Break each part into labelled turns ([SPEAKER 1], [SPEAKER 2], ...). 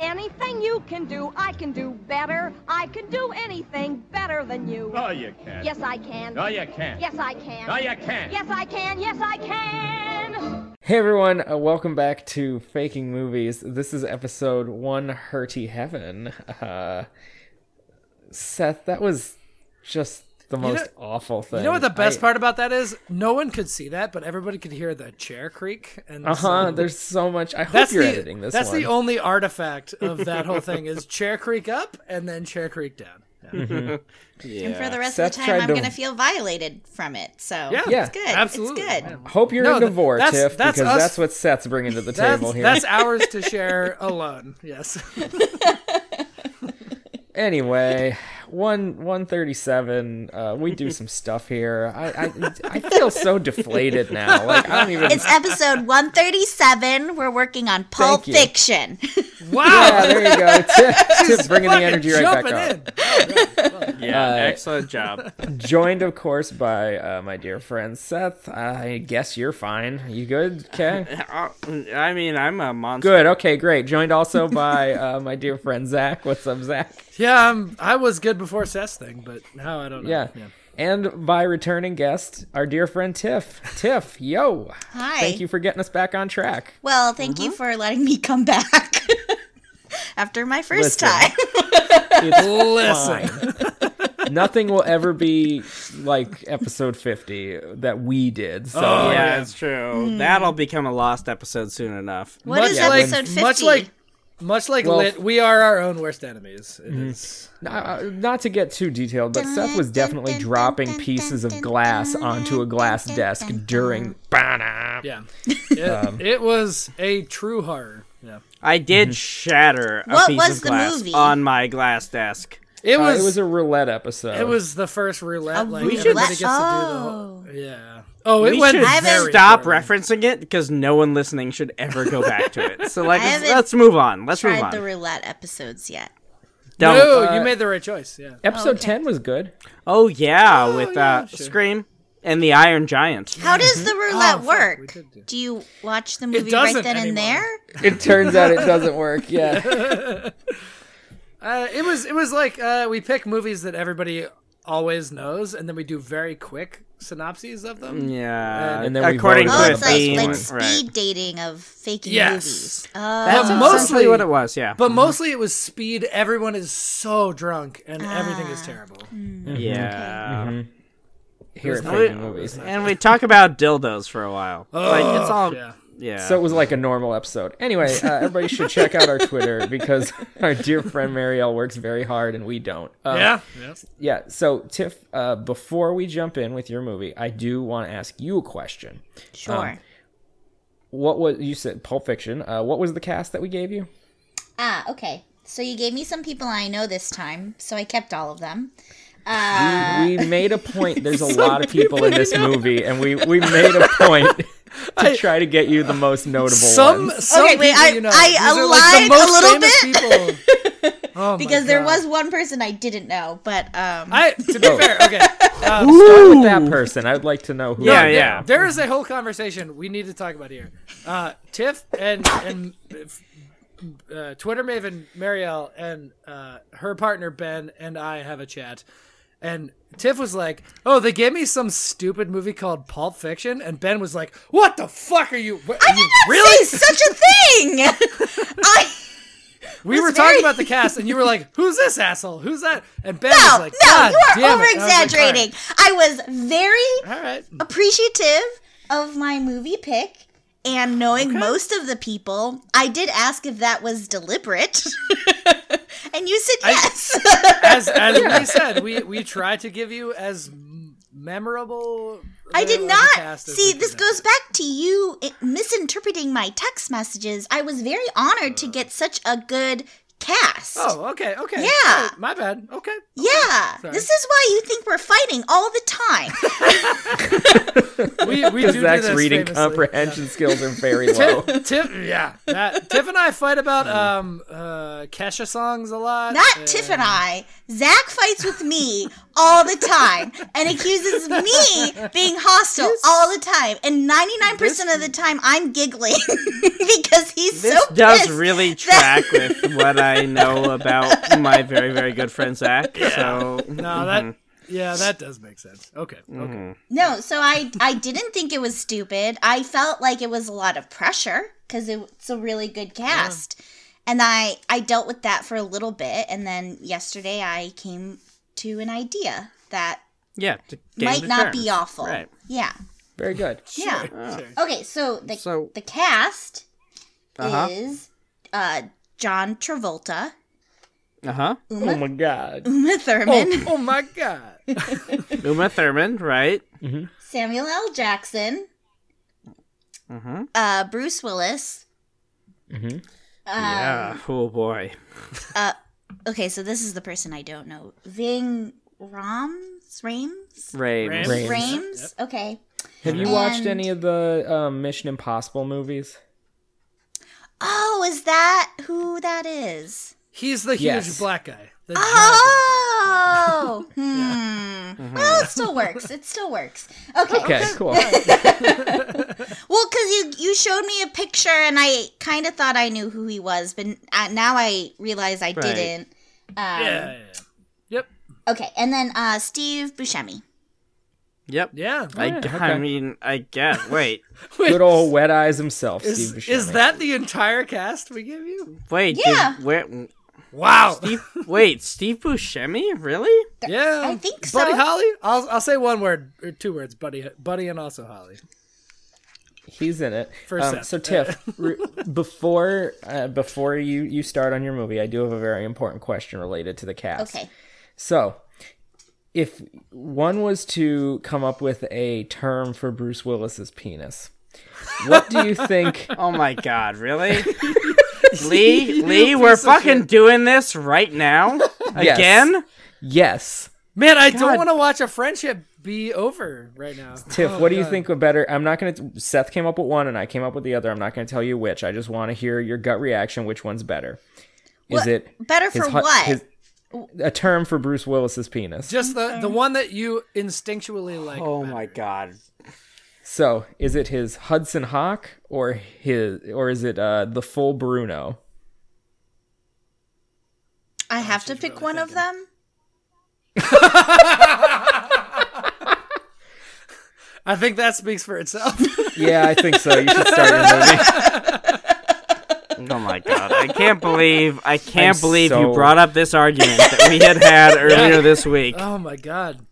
[SPEAKER 1] Anything you can do, I can do better. I can do anything better than Oh, you.
[SPEAKER 2] Oh,
[SPEAKER 3] No, you can't.
[SPEAKER 1] Yes, I can.
[SPEAKER 3] No, you can't.
[SPEAKER 1] Yes, I can.
[SPEAKER 3] No, you can't.
[SPEAKER 1] Yes, I can. Yes, I can.
[SPEAKER 4] Hey everyone, uh, welcome back to Faking Movies. This is episode one, Hurty Heaven. Uh, Seth, that was just the
[SPEAKER 5] know-
[SPEAKER 4] most awful thing.
[SPEAKER 5] You know what the best
[SPEAKER 4] I-
[SPEAKER 5] part about that is? No one could see that, but everybody could hear the chair creak. And
[SPEAKER 4] Uh huh.
[SPEAKER 5] so-
[SPEAKER 4] There's so much. I hope
[SPEAKER 5] that's
[SPEAKER 4] you're
[SPEAKER 5] the
[SPEAKER 4] editing this.
[SPEAKER 5] that's
[SPEAKER 4] one.
[SPEAKER 5] the only artifact of that whole thing is chair creak up and then chair creak down. Yeah,
[SPEAKER 6] And for the rest
[SPEAKER 4] Seth
[SPEAKER 6] of the
[SPEAKER 4] tried
[SPEAKER 6] time, I'm
[SPEAKER 4] to-
[SPEAKER 6] going to feel violated from it. So
[SPEAKER 5] Yeah.
[SPEAKER 4] Yeah,
[SPEAKER 6] it's good.
[SPEAKER 5] absolutely.
[SPEAKER 6] It's good.
[SPEAKER 5] Yeah.
[SPEAKER 4] Hope you're
[SPEAKER 5] No,
[SPEAKER 4] into
[SPEAKER 5] th-
[SPEAKER 4] vor,
[SPEAKER 5] that's-
[SPEAKER 4] Tiff,
[SPEAKER 5] that's
[SPEAKER 4] because
[SPEAKER 5] us-
[SPEAKER 4] that's what Seth's bringing to the
[SPEAKER 5] That's,
[SPEAKER 4] table here.
[SPEAKER 5] that's ours to share alone. Yes.
[SPEAKER 4] anyway, one one thirty seven. Uh, we do some stuff here. I, I I feel so deflated now. Like I don't even.
[SPEAKER 6] It's episode 137. We're working on Pulp
[SPEAKER 4] you.
[SPEAKER 6] Fiction.
[SPEAKER 5] Wow.
[SPEAKER 4] yeah, there you go. Tiff, Tiff bringing the
[SPEAKER 5] Fucking
[SPEAKER 4] energy right back
[SPEAKER 5] jumping
[SPEAKER 4] up.
[SPEAKER 5] in. Oh, God. Well,
[SPEAKER 3] Yeah,
[SPEAKER 4] Uh,
[SPEAKER 3] excellent job.
[SPEAKER 4] Joined, of course, by uh, my dear friend Seth. I guess you're fine. You good? Okay.
[SPEAKER 2] Oh, I mean, I'm a monster.
[SPEAKER 4] Good. Okay. Great. Joined also by uh, my dear friend Zach. What's up, Zach?
[SPEAKER 5] yeah, I'm, I was good before Seth's thing, but now I don't know.
[SPEAKER 4] Yeah. And by returning guest, our dear friend Tiff. Tiff, yo.
[SPEAKER 6] Hi.
[SPEAKER 4] Thank you for getting us back on track.
[SPEAKER 6] Well, thank
[SPEAKER 5] Mm-hmm.
[SPEAKER 6] you for letting me come back after my first
[SPEAKER 4] Listen.
[SPEAKER 6] time.
[SPEAKER 5] Listen.
[SPEAKER 4] Nothing will ever be like episode 50 that we did. So,
[SPEAKER 2] yeah, it's true.
[SPEAKER 6] Mm.
[SPEAKER 2] That'll become a lost episode soon enough.
[SPEAKER 6] What is
[SPEAKER 4] Yeah, when-
[SPEAKER 6] episode 50?
[SPEAKER 5] Much like, much like
[SPEAKER 4] Well, Mm-hmm.
[SPEAKER 5] lit, we are our own worst enemies. It is
[SPEAKER 4] uh, not to get too detailed, but
[SPEAKER 6] Dun,
[SPEAKER 4] Seth was
[SPEAKER 6] dun,
[SPEAKER 4] definitely
[SPEAKER 6] dun, dun,
[SPEAKER 4] dropping
[SPEAKER 6] dun,
[SPEAKER 4] pieces of
[SPEAKER 6] dun,
[SPEAKER 4] glass
[SPEAKER 6] dun,
[SPEAKER 4] onto a glass
[SPEAKER 6] dun,
[SPEAKER 4] desk
[SPEAKER 6] dun,
[SPEAKER 4] during.
[SPEAKER 5] Yeah, it,
[SPEAKER 2] Um,
[SPEAKER 5] it was a true horror. Yeah,
[SPEAKER 2] I did shatter a
[SPEAKER 6] What
[SPEAKER 2] piece
[SPEAKER 6] was
[SPEAKER 2] of
[SPEAKER 6] the
[SPEAKER 2] glass
[SPEAKER 6] movie?
[SPEAKER 2] on my glass desk.
[SPEAKER 5] it
[SPEAKER 4] Uh,
[SPEAKER 5] was.
[SPEAKER 4] it was a roulette episode.
[SPEAKER 5] it was the first roulette.
[SPEAKER 6] A
[SPEAKER 5] like
[SPEAKER 6] roulette-
[SPEAKER 5] everybody gets to do the whole, yeah. Oh, it
[SPEAKER 2] We
[SPEAKER 5] went
[SPEAKER 2] should
[SPEAKER 6] haven't-
[SPEAKER 5] very
[SPEAKER 2] stop
[SPEAKER 5] poorly.
[SPEAKER 2] referencing it because no one listening should ever go back to it. So, like,
[SPEAKER 6] I
[SPEAKER 2] let's,
[SPEAKER 6] haven't
[SPEAKER 2] let's move on. Let's move
[SPEAKER 6] Tried
[SPEAKER 2] on.
[SPEAKER 6] the roulette episodes yet.
[SPEAKER 2] Don't. Uh,
[SPEAKER 5] No, you made the right choice. Yeah,
[SPEAKER 4] Episode
[SPEAKER 6] okay.
[SPEAKER 4] 10 was good.
[SPEAKER 2] oh yeah, with uh,
[SPEAKER 5] yeah, sure.
[SPEAKER 2] Scream and the Iron Giant.
[SPEAKER 6] How
[SPEAKER 5] Mm-hmm.
[SPEAKER 6] does the roulette
[SPEAKER 5] Oh, fuck, we
[SPEAKER 6] work?
[SPEAKER 5] did do-
[SPEAKER 6] Do you watch the movie right
[SPEAKER 5] doesn't
[SPEAKER 6] then and
[SPEAKER 5] anymore.
[SPEAKER 6] there?
[SPEAKER 4] It turns out it doesn't work. Yeah.
[SPEAKER 5] uh, it was. It was like uh, we pick movies that everybody always knows, and then we do very quick synopses of them.
[SPEAKER 2] Yeah,
[SPEAKER 4] And then we
[SPEAKER 2] Uh, according
[SPEAKER 4] voted
[SPEAKER 2] to
[SPEAKER 6] Oh,
[SPEAKER 4] Good
[SPEAKER 2] a
[SPEAKER 6] it's like,
[SPEAKER 2] theme,
[SPEAKER 6] like
[SPEAKER 2] right.
[SPEAKER 6] speed dating of faking
[SPEAKER 5] Yes.
[SPEAKER 6] movies. Oh,
[SPEAKER 2] That's
[SPEAKER 5] But
[SPEAKER 2] mostly
[SPEAKER 5] mostly-
[SPEAKER 2] what it was. Mm-hmm. Yeah,
[SPEAKER 5] But mostly it was speed. Everyone is so drunk, and everything
[SPEAKER 6] Ah.
[SPEAKER 5] is terrible.
[SPEAKER 6] Mm.
[SPEAKER 2] Mm-hmm. yeah.
[SPEAKER 4] Here at
[SPEAKER 2] We-
[SPEAKER 4] Faking Movies.
[SPEAKER 2] And we talk about dildos for a while. like it's all yeah.
[SPEAKER 5] yeah.
[SPEAKER 4] So it was like a normal episode. Anyway, uh, everybody should check out our Twitter because our dear friend Marielle works very hard and we don't. Um,
[SPEAKER 5] yeah. yeah.
[SPEAKER 4] Yeah. So, Tiff, uh, before we jump in with your movie, I do want to ask you a question.
[SPEAKER 5] Um,
[SPEAKER 6] sure.
[SPEAKER 4] What was, you said Pulp Fiction. Uh, what was the cast that we gave you?
[SPEAKER 6] Ah, okay. So you gave me some people I know this time, so I kept all of them. Uh,
[SPEAKER 5] Oh
[SPEAKER 4] we made a point. There's a lot of Uh, people in this movie, and we, we made a point to try to get you the most notable
[SPEAKER 5] Some,
[SPEAKER 4] ones.
[SPEAKER 5] some
[SPEAKER 6] Okay, wait,
[SPEAKER 5] people
[SPEAKER 6] I-
[SPEAKER 5] you know.
[SPEAKER 6] I
[SPEAKER 5] These are, like,
[SPEAKER 6] lied a
[SPEAKER 5] the most
[SPEAKER 6] little
[SPEAKER 5] famous People. Oh my
[SPEAKER 6] Because there
[SPEAKER 5] God.
[SPEAKER 6] was one person I didn't know, but um
[SPEAKER 5] I to be fair, okay. Um,
[SPEAKER 4] Start with that person. I'd like to know who.
[SPEAKER 2] Yeah,
[SPEAKER 4] it is.
[SPEAKER 2] yeah.
[SPEAKER 5] there is a whole conversation we need to talk about here. Uh, Tiff and and uh, Twitter Maven Marielle and uh, her partner Ben and I have a chat, and Tiff was like, "Oh, they gave me some stupid movie called Pulp Fiction," and Ben was like, "What the fuck are you? What, are you really?"
[SPEAKER 6] say such a thing. I
[SPEAKER 5] We were
[SPEAKER 6] was
[SPEAKER 5] talking
[SPEAKER 6] very-
[SPEAKER 5] about the cast, and you were like, "Who's this asshole? Who's that?" And Ben
[SPEAKER 6] no,
[SPEAKER 5] was like,
[SPEAKER 6] no,
[SPEAKER 5] "God
[SPEAKER 6] you are
[SPEAKER 5] damn
[SPEAKER 6] over
[SPEAKER 5] it." And I was like,
[SPEAKER 6] exaggerating. I was very
[SPEAKER 5] All right. All right.
[SPEAKER 6] appreciative of my movie pick and knowing most of the people. I did ask if that was deliberate. and you said yes.
[SPEAKER 5] As as we said, we we tried to give you as m- memorable.
[SPEAKER 6] I
[SPEAKER 5] uh,
[SPEAKER 6] did
[SPEAKER 5] of a
[SPEAKER 6] not.
[SPEAKER 5] cast as
[SPEAKER 6] See,
[SPEAKER 5] we
[SPEAKER 6] this
[SPEAKER 5] could.
[SPEAKER 6] goes back to you i- misinterpreting my text messages. I was very honored to get such a good cast.
[SPEAKER 5] Uh. Oh, okay, okay.
[SPEAKER 6] Yeah.
[SPEAKER 5] Oh, my bad. Okay.
[SPEAKER 6] yeah.
[SPEAKER 5] sorry.
[SPEAKER 6] This is why you think we're fighting all the time.
[SPEAKER 5] We we do,
[SPEAKER 4] Because
[SPEAKER 5] do
[SPEAKER 4] Zach's
[SPEAKER 5] this
[SPEAKER 4] reading
[SPEAKER 5] famously.
[SPEAKER 4] comprehension skills are very low.
[SPEAKER 5] Yeah. Tiff, yeah, that, Tiff and I fight
[SPEAKER 4] Mm.
[SPEAKER 5] about um uh Kesha songs a lot.
[SPEAKER 6] Not
[SPEAKER 5] Uh,
[SPEAKER 6] Tiff and I. Zach fights with me all the time and accuses me being hostile all the time. And 99% of the time, I'm giggling because he's
[SPEAKER 2] This
[SPEAKER 6] so
[SPEAKER 2] does
[SPEAKER 6] pissed.
[SPEAKER 2] really track with what I know about my very, very good friend Zach. So mm-hmm.
[SPEAKER 5] No,
[SPEAKER 4] Mm-hmm.
[SPEAKER 5] that yeah, that does make sense. Okay, okay.
[SPEAKER 6] No, so I I didn't think it was stupid. I felt like it was a lot of pressure because it's a really good cast, and I I dealt with that for a little bit, and then yesterday I came to an idea that
[SPEAKER 2] yeah, to gain
[SPEAKER 6] might
[SPEAKER 2] the
[SPEAKER 6] not
[SPEAKER 2] terms.
[SPEAKER 6] be awful.
[SPEAKER 2] Right.
[SPEAKER 6] Yeah,
[SPEAKER 4] Very good.
[SPEAKER 6] yeah.
[SPEAKER 5] Sure.
[SPEAKER 6] Okay, so the
[SPEAKER 2] So-
[SPEAKER 6] the cast
[SPEAKER 2] Uh-huh.
[SPEAKER 6] is uh John Travolta,
[SPEAKER 2] Uh huh.
[SPEAKER 4] Oh my god.
[SPEAKER 6] Uma Thurman,
[SPEAKER 5] Oh my god.
[SPEAKER 2] Uma Thurman, right?
[SPEAKER 6] Samuel L. Jackson,
[SPEAKER 2] Mhm.
[SPEAKER 6] uh Bruce Willis.
[SPEAKER 4] Mm-hmm.
[SPEAKER 6] um,
[SPEAKER 2] yeah. Oh boy.
[SPEAKER 6] Okay, so this is the person I don't know. Ving Rams? Rames?
[SPEAKER 2] Rames.
[SPEAKER 5] Rames.
[SPEAKER 6] Rames? Okay.
[SPEAKER 4] Have you watched
[SPEAKER 6] And-
[SPEAKER 4] any of the um, Mission Impossible movies?
[SPEAKER 6] Oh, is that who that is?
[SPEAKER 5] He's the huge
[SPEAKER 4] Yes.
[SPEAKER 5] black guy. The
[SPEAKER 6] Uh-huh. Oh! hmm. Well, it still works. It still works. Okay.
[SPEAKER 4] Okay, cool.
[SPEAKER 6] Well, because you, you showed me a picture and I kind of thought I knew who he was, but uh, now I realize I didn't. Um,
[SPEAKER 5] yeah, yeah, Yep.
[SPEAKER 6] Okay, and then uh, Steve Buscemi.
[SPEAKER 2] Yep.
[SPEAKER 5] Yeah.
[SPEAKER 2] I,
[SPEAKER 4] Yeah,
[SPEAKER 2] I
[SPEAKER 4] okay.
[SPEAKER 2] mean, I guess. Wait,
[SPEAKER 4] Good old Wet Eyes himself,
[SPEAKER 5] Is,
[SPEAKER 4] Steve Buscemi.
[SPEAKER 5] is that the entire cast we give you?
[SPEAKER 2] wait.
[SPEAKER 6] Yeah.
[SPEAKER 2] Did, where,
[SPEAKER 5] Wow.
[SPEAKER 2] Steve, wait, Steve Buscemi? Really?
[SPEAKER 5] yeah.
[SPEAKER 6] I think so.
[SPEAKER 5] Buddy Holly? I'll I'll say one word or two words, Buddy Buddy and also Holly.
[SPEAKER 4] He's in it.
[SPEAKER 5] First
[SPEAKER 4] Um,
[SPEAKER 5] step.
[SPEAKER 4] so Tiff, re- before uh, before you you start on your movie, I do have a very important question related to the cast.
[SPEAKER 6] Okay.
[SPEAKER 4] So, if one was to come up with a term for Bruce Willis's penis, what do you think?
[SPEAKER 2] Oh my god, really? Lee, Lee, we're fucking doing this right now
[SPEAKER 4] Yes.
[SPEAKER 2] again.
[SPEAKER 4] Yes.
[SPEAKER 5] Man, I don't want to watch a friendship be over right now.
[SPEAKER 4] Tiff, what do you think a better? I'm not gonna. Seth came up with one, and I came up with the other. I'm not gonna tell you which. I just want to hear your gut reaction. Which one's better? Is
[SPEAKER 6] What-
[SPEAKER 4] it
[SPEAKER 6] better for
[SPEAKER 4] hu-
[SPEAKER 6] what?
[SPEAKER 4] a term for Bruce Willis's penis.
[SPEAKER 5] Just the the one that you instinctually like.
[SPEAKER 2] Oh my god.
[SPEAKER 4] So, is it his Hudson Hawk or his, or is it uh, the full Bruno?
[SPEAKER 6] I have to pick one of them.
[SPEAKER 5] I think that speaks for itself.
[SPEAKER 4] Yeah, I think so. You should start your movie.
[SPEAKER 2] Oh my god. I can't believe I can't
[SPEAKER 4] I'm
[SPEAKER 2] believe
[SPEAKER 4] so-
[SPEAKER 2] you brought up this argument that we had had earlier this week.
[SPEAKER 5] oh my god.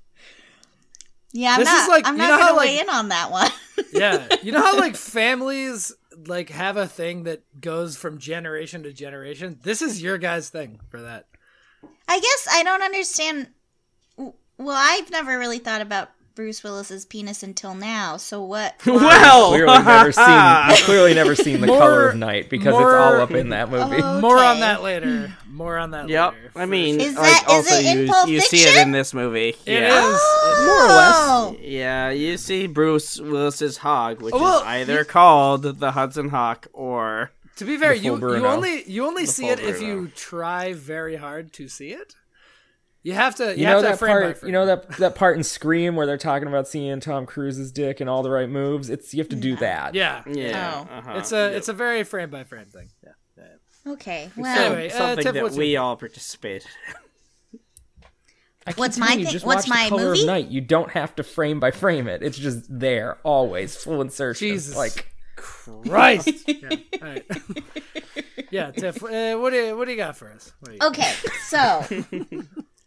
[SPEAKER 6] Yeah, I'm
[SPEAKER 5] This is
[SPEAKER 6] not.
[SPEAKER 5] like-
[SPEAKER 6] I'm
[SPEAKER 5] you
[SPEAKER 6] not
[SPEAKER 5] know
[SPEAKER 6] gonna
[SPEAKER 5] how, like-
[SPEAKER 6] weigh in on that one.
[SPEAKER 5] Yeah. You know how like families like have a thing that goes from generation to generation? This is your guys' thing for that.
[SPEAKER 6] I guess I don't understand. w- Well, I've never really thought about Bruce Willis's penis until now. So what?
[SPEAKER 2] Well,
[SPEAKER 4] Clearly never seen. You've clearly never seen the
[SPEAKER 5] More-
[SPEAKER 4] color of night because
[SPEAKER 5] more-
[SPEAKER 4] it's all up in that movie.
[SPEAKER 6] Oh.
[SPEAKER 5] More on
[SPEAKER 6] Okay.
[SPEAKER 5] that later. More on that
[SPEAKER 2] Yep.
[SPEAKER 5] later.
[SPEAKER 2] I mean,
[SPEAKER 6] Is
[SPEAKER 2] like,
[SPEAKER 6] that- is
[SPEAKER 2] also
[SPEAKER 6] it in
[SPEAKER 2] you,
[SPEAKER 6] Pulp
[SPEAKER 2] you see it
[SPEAKER 6] Fiction? Oh.
[SPEAKER 2] in this movie.
[SPEAKER 5] It
[SPEAKER 2] yeah.
[SPEAKER 5] is-
[SPEAKER 4] More or less.
[SPEAKER 2] Yeah, you see Bruce Willis's hog, which
[SPEAKER 5] Well,
[SPEAKER 2] is either called the Hudson Hawk or
[SPEAKER 5] To be fair, you,
[SPEAKER 4] full
[SPEAKER 5] you
[SPEAKER 4] Bruno.
[SPEAKER 5] only you only see
[SPEAKER 2] full
[SPEAKER 5] it if
[SPEAKER 2] Bruno.
[SPEAKER 5] you try very hard to see it. You have to. You,
[SPEAKER 4] You
[SPEAKER 5] have
[SPEAKER 4] know
[SPEAKER 5] to
[SPEAKER 4] that
[SPEAKER 5] frame by
[SPEAKER 4] part.
[SPEAKER 5] frame.
[SPEAKER 4] You know that that part in Scream where they're talking about seeing Tom Cruise's dick and all the right moves. It's you have to do that.
[SPEAKER 5] Yeah,
[SPEAKER 2] yeah.
[SPEAKER 6] Oh.
[SPEAKER 2] uh-huh.
[SPEAKER 5] it's a it's a very frame by frame thing. Yeah.
[SPEAKER 6] Okay. Well,
[SPEAKER 5] Anyway, uh,
[SPEAKER 2] something
[SPEAKER 5] Tiff,
[SPEAKER 2] that
[SPEAKER 5] what's
[SPEAKER 2] we all participate.
[SPEAKER 4] I keep
[SPEAKER 6] What's
[SPEAKER 4] telling
[SPEAKER 6] my
[SPEAKER 4] you,
[SPEAKER 6] thing-
[SPEAKER 4] just
[SPEAKER 6] what's
[SPEAKER 4] watch
[SPEAKER 6] my
[SPEAKER 4] the color
[SPEAKER 6] movie?
[SPEAKER 4] Of night. You don't have to frame by frame it. It's just there, always full insertion.
[SPEAKER 5] Jesus.
[SPEAKER 4] Like
[SPEAKER 5] Christ. yeah. All right. yeah, Tiff. Uh, what do you, what do you got for us? What do you-
[SPEAKER 6] okay. So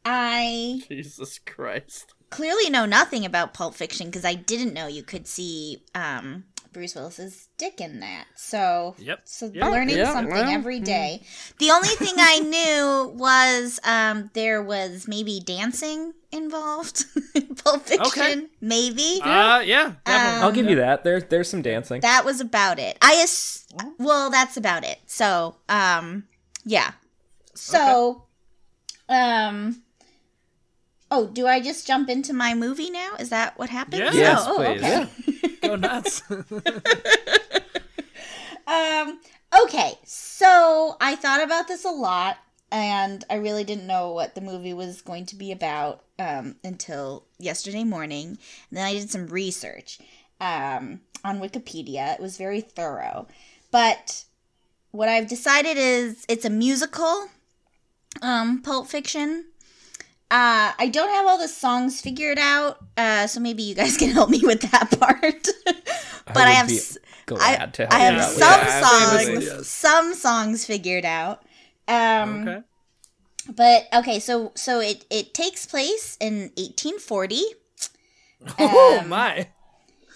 [SPEAKER 6] I
[SPEAKER 2] Jesus Christ.
[SPEAKER 6] clearly know nothing about Pulp Fiction because I didn't know you could see um, Bruce Willis's dick in that. So
[SPEAKER 5] Yep.
[SPEAKER 6] So
[SPEAKER 5] Yep.
[SPEAKER 6] learning
[SPEAKER 2] Yeah,
[SPEAKER 6] something
[SPEAKER 2] well, hmm.
[SPEAKER 6] every day. The only thing I knew was um, there was maybe dancing involved in Pulp Fiction. Maybe
[SPEAKER 5] Uh, yeah. Definitely.
[SPEAKER 4] I'll give you that. There, there's some dancing.
[SPEAKER 6] Um, that was about it. I ass- well, that's about it. So um, yeah. So, um, oh, do I just jump into my movie now? Is that what happened?
[SPEAKER 5] Yeah.
[SPEAKER 4] Yes,
[SPEAKER 6] oh,
[SPEAKER 4] please.
[SPEAKER 6] okay.
[SPEAKER 5] Go nuts.
[SPEAKER 6] Um, okay, so I thought about this a lot, and I really didn't know what the movie was going to be about um, until yesterday morning. And then I did some research um, on Wikipedia. It was very thorough, but what I've decided is it's a musical. Um, Pulp Fiction. Uh, I don't have all the songs figured out, uh, so maybe you guys can help me with that part. but I,
[SPEAKER 4] would
[SPEAKER 6] have.
[SPEAKER 4] be
[SPEAKER 6] s-
[SPEAKER 4] Glad to help
[SPEAKER 6] I have
[SPEAKER 4] you out with
[SPEAKER 6] some
[SPEAKER 4] that.
[SPEAKER 5] absolutely,
[SPEAKER 6] songs,
[SPEAKER 5] yes.
[SPEAKER 6] some songs figured out. Um,
[SPEAKER 5] Okay.
[SPEAKER 6] But okay, so so it it takes place in 1840.
[SPEAKER 5] oh
[SPEAKER 6] Um,
[SPEAKER 5] my.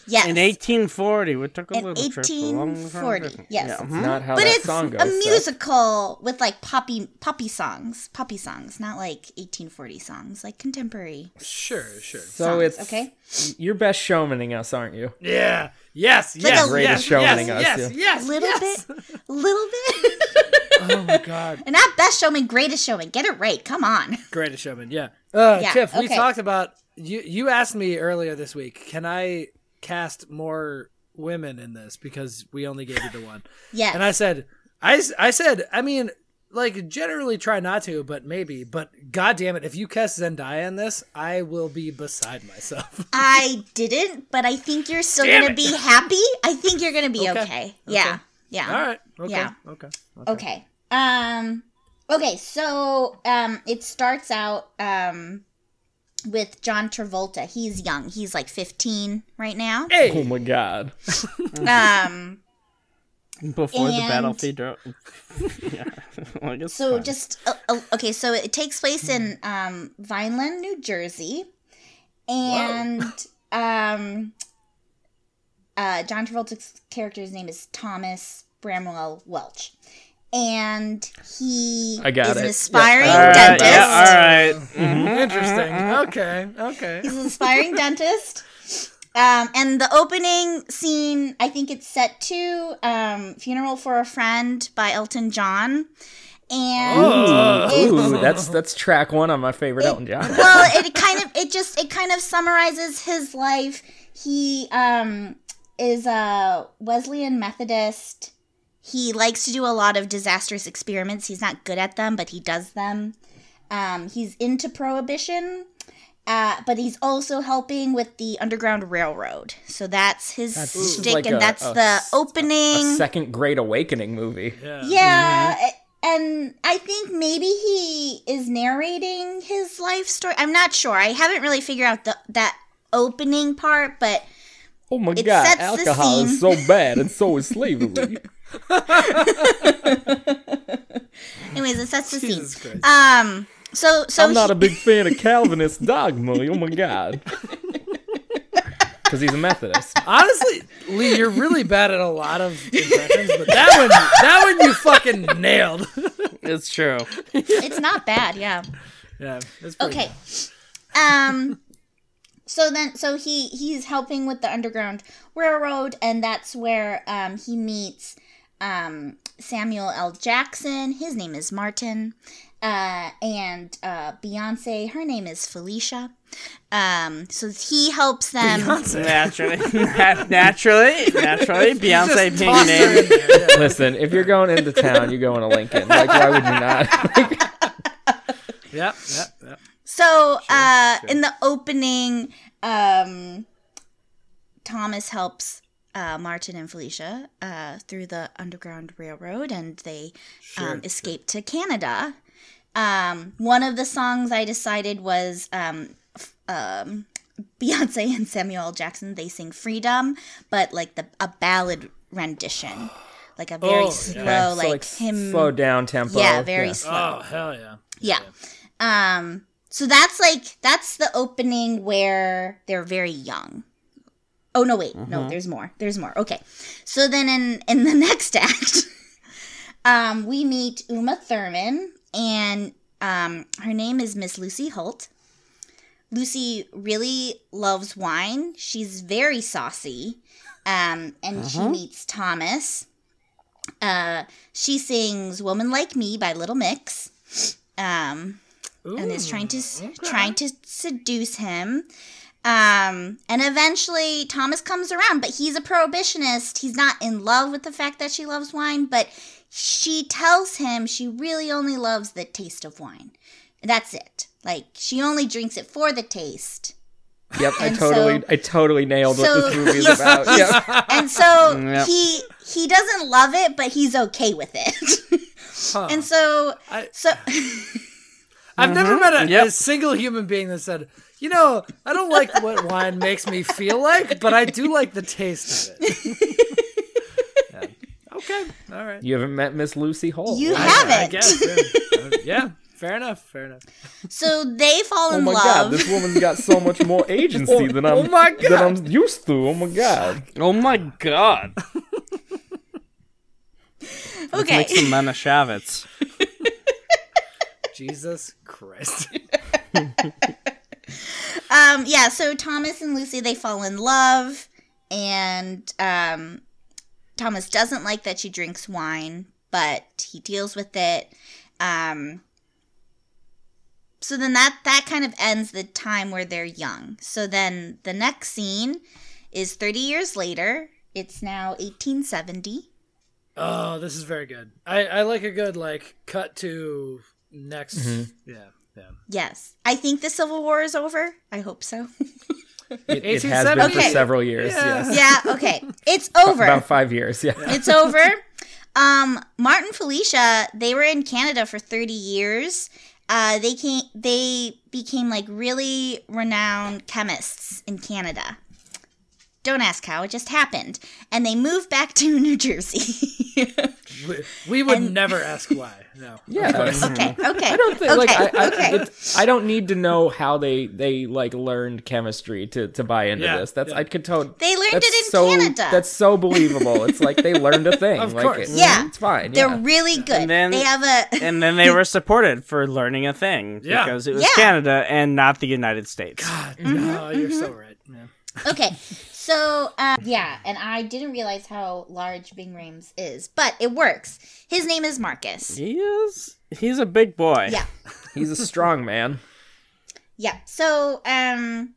[SPEAKER 6] Yes,
[SPEAKER 2] In 1840, we took a
[SPEAKER 6] In
[SPEAKER 2] little trip. along the
[SPEAKER 6] 1840,
[SPEAKER 2] road.
[SPEAKER 6] yes. Mm-hmm.
[SPEAKER 2] Yeah,
[SPEAKER 6] It's
[SPEAKER 2] mhm.
[SPEAKER 4] Not how
[SPEAKER 6] but
[SPEAKER 4] that
[SPEAKER 6] it's
[SPEAKER 4] song goes.
[SPEAKER 6] a
[SPEAKER 4] Seth.
[SPEAKER 6] musical with like poppy poppy songs, poppy songs, not like 1840 songs, like contemporary.
[SPEAKER 5] Sure, sure.
[SPEAKER 4] So
[SPEAKER 6] songs,
[SPEAKER 4] it's
[SPEAKER 6] okay.
[SPEAKER 4] You're best showmaning us, aren't you?
[SPEAKER 5] Yeah. Yes.
[SPEAKER 6] like
[SPEAKER 5] Yes.
[SPEAKER 6] a-
[SPEAKER 5] yes.
[SPEAKER 4] Greatest
[SPEAKER 5] Yes.
[SPEAKER 4] showmaning us,
[SPEAKER 5] Yes.
[SPEAKER 4] yeah.
[SPEAKER 5] Yes.
[SPEAKER 6] Little
[SPEAKER 5] yes.
[SPEAKER 6] bit, little bit,
[SPEAKER 5] Oh my god.
[SPEAKER 6] and not best showman, greatest showman. Get it right. Come on.
[SPEAKER 5] Greatest showman. Yeah. Uh,
[SPEAKER 6] Yeah,
[SPEAKER 5] Tiff, we
[SPEAKER 6] okay.
[SPEAKER 5] talked about you. You asked me earlier this week. Can I cast more women in this because we only gave you the one?
[SPEAKER 6] Yes.
[SPEAKER 5] And I said, I, s- I said, I mean, like generally try not to, but maybe. But god damn it, if you cast Zendaya in this, I will be beside myself.
[SPEAKER 6] I didn't, but I think you're still
[SPEAKER 5] Damn
[SPEAKER 6] gonna
[SPEAKER 5] it.
[SPEAKER 6] be happy. I think you're gonna be
[SPEAKER 5] Okay.
[SPEAKER 6] okay. Yeah. Yeah.
[SPEAKER 5] All right. Okay.
[SPEAKER 6] Yeah.
[SPEAKER 5] Okay.
[SPEAKER 6] Okay. Um okay, so um it starts out um with John Travolta. He's young. He's like 15 right now.
[SPEAKER 4] Oh
[SPEAKER 5] Hey.
[SPEAKER 4] my god.
[SPEAKER 6] Um
[SPEAKER 2] mm-hmm. Before the
[SPEAKER 6] And-
[SPEAKER 2] battlefield. dro- yeah. Well, it's
[SPEAKER 6] so
[SPEAKER 2] fine. Hmm.
[SPEAKER 6] just uh, uh, okay, so it takes place in um Vineland, New Jersey. And um uh John Travolta's character's name is Thomas Bramwell Welch. And he
[SPEAKER 4] I got
[SPEAKER 6] is an
[SPEAKER 4] it.
[SPEAKER 6] aspiring
[SPEAKER 2] All right.
[SPEAKER 6] dentist.
[SPEAKER 2] Yeah, all right.
[SPEAKER 5] Interesting. Okay. Okay.
[SPEAKER 6] He's an aspiring dentist. Um, and the opening scene, I think it's set to um, "Funeral for a Friend" by Elton John, and
[SPEAKER 4] Ooh,
[SPEAKER 6] it's,
[SPEAKER 4] that's that's track one on my favorite Elton John.
[SPEAKER 6] well, it kind of it just it kind of summarizes his life. He um, is a Wesleyan Methodist. He likes to do a lot of disastrous experiments. He's not good at them, but he does them. Um, he's into prohibition, uh, but he's also helping with the Underground Railroad. So that's his
[SPEAKER 4] is
[SPEAKER 6] stick,
[SPEAKER 4] like
[SPEAKER 6] and
[SPEAKER 4] a-
[SPEAKER 6] that's
[SPEAKER 4] a
[SPEAKER 6] the
[SPEAKER 4] s-
[SPEAKER 6] opening.
[SPEAKER 4] Second Great Awakening movie.
[SPEAKER 6] yeah. a- And I think maybe he is narrating his life story. I'm not sure. I haven't really figured out the, that opening part, but
[SPEAKER 4] Oh my
[SPEAKER 6] It
[SPEAKER 4] god,
[SPEAKER 6] sets the
[SPEAKER 4] alcohol is so
[SPEAKER 6] scene. Oh,
[SPEAKER 4] bad and so is slavery.
[SPEAKER 6] anyways, it sets the
[SPEAKER 5] Jesus
[SPEAKER 6] scene.
[SPEAKER 5] Christ.
[SPEAKER 6] Um, so so
[SPEAKER 4] I'm not
[SPEAKER 6] he-
[SPEAKER 4] a big fan of Calvinist dogma. Oh my god. Because he's a Methodist.
[SPEAKER 5] Honestly, Lee, you're really bad at a lot of impressions, but that one, that one, you fucking nailed.
[SPEAKER 2] It's true.
[SPEAKER 6] it's not bad. Yeah.
[SPEAKER 5] yeah. That's pretty
[SPEAKER 6] okay
[SPEAKER 5] good.
[SPEAKER 6] um so then so he he's helping with the underground railroad and that's where um he meets um samuel l jackson his name is martin uh and uh beyonce her name is felicia um so he helps them
[SPEAKER 2] Naturally, naturally, naturally, Beyonce being
[SPEAKER 5] Toss her in
[SPEAKER 2] named.
[SPEAKER 5] there, yeah.
[SPEAKER 4] Listen, if you're going into town, you're going to Lincoln. Like, why would you not?
[SPEAKER 5] Yep. Yep. Yep.
[SPEAKER 6] So, uh, in the opening, um, Thomas helps uh, Martin and Felicia uh, through the Underground Railroad and they um, escape to Canada. Um, one of the songs I decided was um, f- um, Beyonce and Samuel L. Jackson. They sing "Freedom," but like the a ballad rendition, like a very
[SPEAKER 5] Oh,
[SPEAKER 6] slow,
[SPEAKER 4] Okay, so,
[SPEAKER 6] like, him.
[SPEAKER 4] slow down tempo.
[SPEAKER 6] yeah, very slow.
[SPEAKER 5] Oh hell yeah.
[SPEAKER 6] Yeah. Um so that's like that's the opening where they're very young. Oh no wait, no, there's more. There's more. Okay. So then in in the next act um we meet Uma Thurman and um her name is Miss Lucy Holt. Lucy really loves wine. She's very saucy. Um and she meets Thomas. Uh she sings Woman Like Me by Little Mix. um, and is trying to s trying to seduce him. Um, and eventually Thomas comes around, but he's a prohibitionist. He's not in love with the fact that she loves wine, but she tells him she really only loves the taste of wine. That's it. Like she only drinks it for the taste.
[SPEAKER 4] Yep, I
[SPEAKER 6] And
[SPEAKER 4] totally,
[SPEAKER 6] so-
[SPEAKER 4] I totally nailed what this
[SPEAKER 6] so-
[SPEAKER 4] movie is about. Yep.
[SPEAKER 6] and so
[SPEAKER 2] Yeah.
[SPEAKER 6] he he doesn't love it, but he's okay with it. and so
[SPEAKER 5] I-
[SPEAKER 6] so
[SPEAKER 5] I've never met a,
[SPEAKER 2] Yep.
[SPEAKER 5] a single human being that said, you know, I don't like what wine makes me feel like, but I do like the taste of it. Yeah. Okay. All right.
[SPEAKER 4] You haven't met Miss Lucy Hole.
[SPEAKER 6] you
[SPEAKER 5] I, I
[SPEAKER 6] have it.
[SPEAKER 5] guess. Yeah. uh, yeah. Fair enough. Fair enough.
[SPEAKER 6] So they fall
[SPEAKER 4] Oh
[SPEAKER 6] in
[SPEAKER 4] my god,
[SPEAKER 6] love.
[SPEAKER 4] this woman's got so much more agency than I'm
[SPEAKER 5] oh my
[SPEAKER 4] than I'm used to. Oh my god.
[SPEAKER 2] Oh my god.
[SPEAKER 6] okay.
[SPEAKER 2] Make some Lena Shavits.
[SPEAKER 5] Jesus Christ.
[SPEAKER 6] um yeah so thomas and lucy they fall in love and um thomas doesn't like that she drinks wine but he deals with it um so then that that kind of ends the time where they're young so then the next scene is 30 years later it's now 1870
[SPEAKER 5] Oh, this is very good. I, I like a good like cut to next. Yeah. Yeah.
[SPEAKER 6] yes i think the civil war is over i hope so
[SPEAKER 4] It, it has been for
[SPEAKER 5] 1870.
[SPEAKER 4] several years.
[SPEAKER 5] Yeah.
[SPEAKER 4] Yes.
[SPEAKER 6] yeah okay it's over
[SPEAKER 4] About five years. Yeah.
[SPEAKER 6] it's over. Um, Martin Felicia, they were in Canada for 30 years. Uh, they came, they became like really renowned chemists in Canada. Don't ask how; it just happened. And they moved back to New Jersey.
[SPEAKER 5] We, we would
[SPEAKER 6] And-
[SPEAKER 5] never ask why. No.
[SPEAKER 4] Yeah.
[SPEAKER 6] okay,
[SPEAKER 2] Hmm.
[SPEAKER 6] okay,
[SPEAKER 4] I don't think
[SPEAKER 6] okay,
[SPEAKER 4] like I, I,
[SPEAKER 6] okay.
[SPEAKER 4] it's- I don't need to know how they they like learned chemistry to to buy into
[SPEAKER 5] Yeah,
[SPEAKER 4] this. That's
[SPEAKER 5] yeah.
[SPEAKER 4] I could totally.
[SPEAKER 6] They learned
[SPEAKER 4] that's
[SPEAKER 6] it in
[SPEAKER 4] so,
[SPEAKER 6] Canada.
[SPEAKER 4] That's so believable. It's like they learned a thing.
[SPEAKER 5] Of
[SPEAKER 4] like,
[SPEAKER 5] course.
[SPEAKER 4] it- mm,
[SPEAKER 6] Yeah.
[SPEAKER 4] it's fine.
[SPEAKER 6] They're
[SPEAKER 4] yeah.
[SPEAKER 6] really
[SPEAKER 2] And
[SPEAKER 6] good.
[SPEAKER 2] then-
[SPEAKER 6] they have a
[SPEAKER 2] And then they were supported for learning a thing
[SPEAKER 5] Yeah.
[SPEAKER 2] because it was
[SPEAKER 6] Yeah.
[SPEAKER 2] Canada and not the United States.
[SPEAKER 6] Mm-hmm,
[SPEAKER 5] No, you're so right. Yeah.
[SPEAKER 6] okay. So uh, yeah, and I didn't realize how large Bing Rames is, but it works. His name is Marcus.
[SPEAKER 2] He is. He's a big boy.
[SPEAKER 6] Yeah.
[SPEAKER 4] He's a strong man.
[SPEAKER 6] Yeah. So um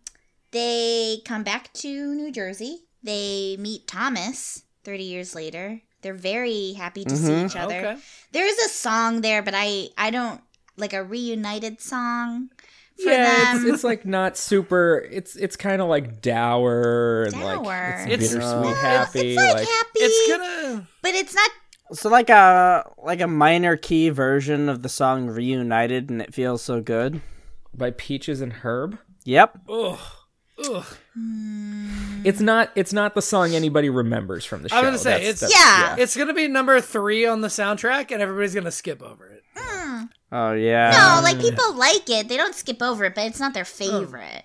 [SPEAKER 6] they come back to New Jersey. They meet Thomas 30 years later. They're very happy to see each other.
[SPEAKER 5] Okay.
[SPEAKER 6] There is a song there, but I I don't like a reunited song for
[SPEAKER 4] Yeah, it's,
[SPEAKER 6] them.
[SPEAKER 4] it's like not super. It's it's kind of like dour and
[SPEAKER 6] Dour.
[SPEAKER 4] like it's,
[SPEAKER 5] It's-
[SPEAKER 4] bittersweet,
[SPEAKER 5] it's-
[SPEAKER 4] happy.
[SPEAKER 6] it's like,
[SPEAKER 4] like
[SPEAKER 6] happy,
[SPEAKER 5] It's gonna.
[SPEAKER 6] but it's not
[SPEAKER 2] So like a like a minor key version of the song "Reunited" and it feels so good.
[SPEAKER 4] by Peaches and Herb.
[SPEAKER 2] Yep.
[SPEAKER 5] Oh. Ugh.
[SPEAKER 6] hmm,
[SPEAKER 4] It's not. It's not the song anybody remembers from the show.
[SPEAKER 5] I'm gonna say
[SPEAKER 4] That's-
[SPEAKER 5] it's
[SPEAKER 4] that's-
[SPEAKER 6] yeah.
[SPEAKER 5] It's gonna be number three on the soundtrack, and everybody's gonna skip over it.
[SPEAKER 6] Mm.
[SPEAKER 2] Oh yeah.
[SPEAKER 6] No, like people like it. They don't skip over it, but it's
[SPEAKER 5] Oh.
[SPEAKER 6] not their favorite.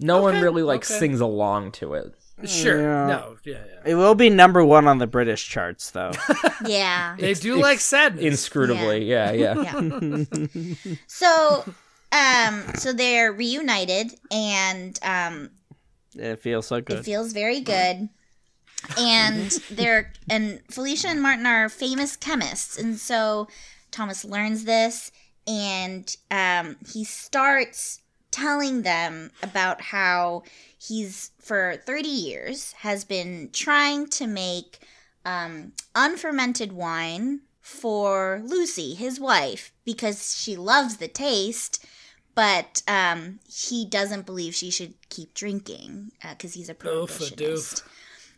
[SPEAKER 4] No one
[SPEAKER 5] Okay,
[SPEAKER 4] really like
[SPEAKER 5] okay.
[SPEAKER 4] sings along to it.
[SPEAKER 6] Mm,
[SPEAKER 5] Sure.
[SPEAKER 2] Yeah.
[SPEAKER 5] No. Yeah. yeah.
[SPEAKER 2] It will be number one on the British charts though.
[SPEAKER 6] Yeah.
[SPEAKER 5] They do
[SPEAKER 4] it's
[SPEAKER 5] like sadness.
[SPEAKER 4] Inscrutably, yeah, yeah.
[SPEAKER 6] So um so they're reunited and um
[SPEAKER 2] it feels so
[SPEAKER 6] It
[SPEAKER 2] good.
[SPEAKER 6] feels very good. And they're and Felicia and Martin are famous chemists, and so Thomas learns this, and um, he starts telling them about how he's for thirty years has been trying to make um, unfermented wine for Lucy, his wife, because she loves the taste but um, he doesn't believe she should keep drinking because he's a
[SPEAKER 5] Oof-a-doof.
[SPEAKER 6] prohibitionist.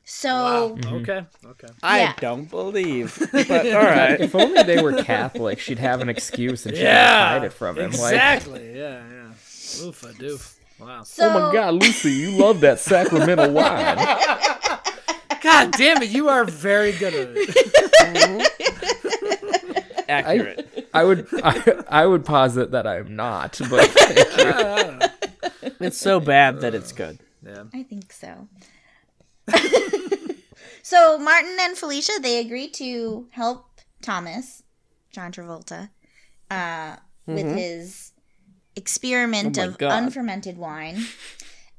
[SPEAKER 6] So
[SPEAKER 5] Wow. Mm-hmm. Okay. Okay.
[SPEAKER 6] yeah.
[SPEAKER 2] I don't believe. But all right.
[SPEAKER 4] If only they were Catholic, she'd have an excuse and she would hide it from him.
[SPEAKER 5] Exactly. Yeah. Yeah. Oof a doof. Wow.
[SPEAKER 6] so
[SPEAKER 4] Like, oh my God, Lucy, you love that sacramental wine.
[SPEAKER 5] God damn it! You are very good at it.
[SPEAKER 2] Accurate.
[SPEAKER 4] I would, I, I would posit that I'm not, but
[SPEAKER 2] It's so bad that it's good.
[SPEAKER 6] I think so. so Martin and Felicia they agree to help Thomas, John Travolta, uh, with his experiment
[SPEAKER 2] Mm-hmm. Oh my
[SPEAKER 6] of
[SPEAKER 2] God.
[SPEAKER 6] unfermented wine.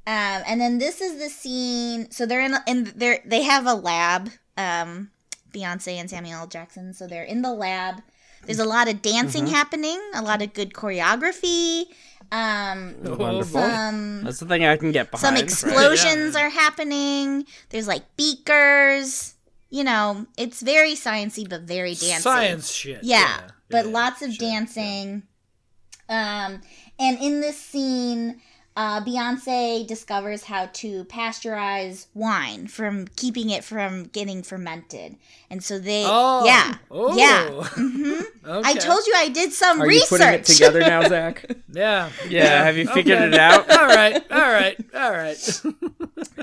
[SPEAKER 6] Um, and then this is the scene. So they're in, in they they have a lab. Um, Beyonce and Samuel L. Jackson. So they're in the lab. There's a lot of dancing
[SPEAKER 2] Mm-hmm.
[SPEAKER 6] happening, a lot of good choreography. Um,
[SPEAKER 2] Wonderful.
[SPEAKER 6] some
[SPEAKER 2] That's the thing I can get
[SPEAKER 6] some
[SPEAKER 2] behind.
[SPEAKER 6] explosions are happening. There's like beakers. You know, it's very sciency but very dancing.
[SPEAKER 5] Science shit.
[SPEAKER 6] Yeah, but
[SPEAKER 5] yeah,
[SPEAKER 6] lots of
[SPEAKER 5] shit, yeah.
[SPEAKER 6] dancing. Um, and in this scene, uh, Beyonce discovers how to pasteurize wine from keeping it from getting fermented, and so they,
[SPEAKER 5] Oh.
[SPEAKER 6] yeah,
[SPEAKER 5] Oh. Mm-hmm.
[SPEAKER 6] yeah. hmm
[SPEAKER 5] Okay.
[SPEAKER 6] I told you I did some
[SPEAKER 4] Are you
[SPEAKER 6] research.
[SPEAKER 4] putting it together now, Zach?
[SPEAKER 5] Yeah.
[SPEAKER 2] Yeah, have you figured
[SPEAKER 5] Okay.
[SPEAKER 2] it out?
[SPEAKER 5] all right. All right. All right.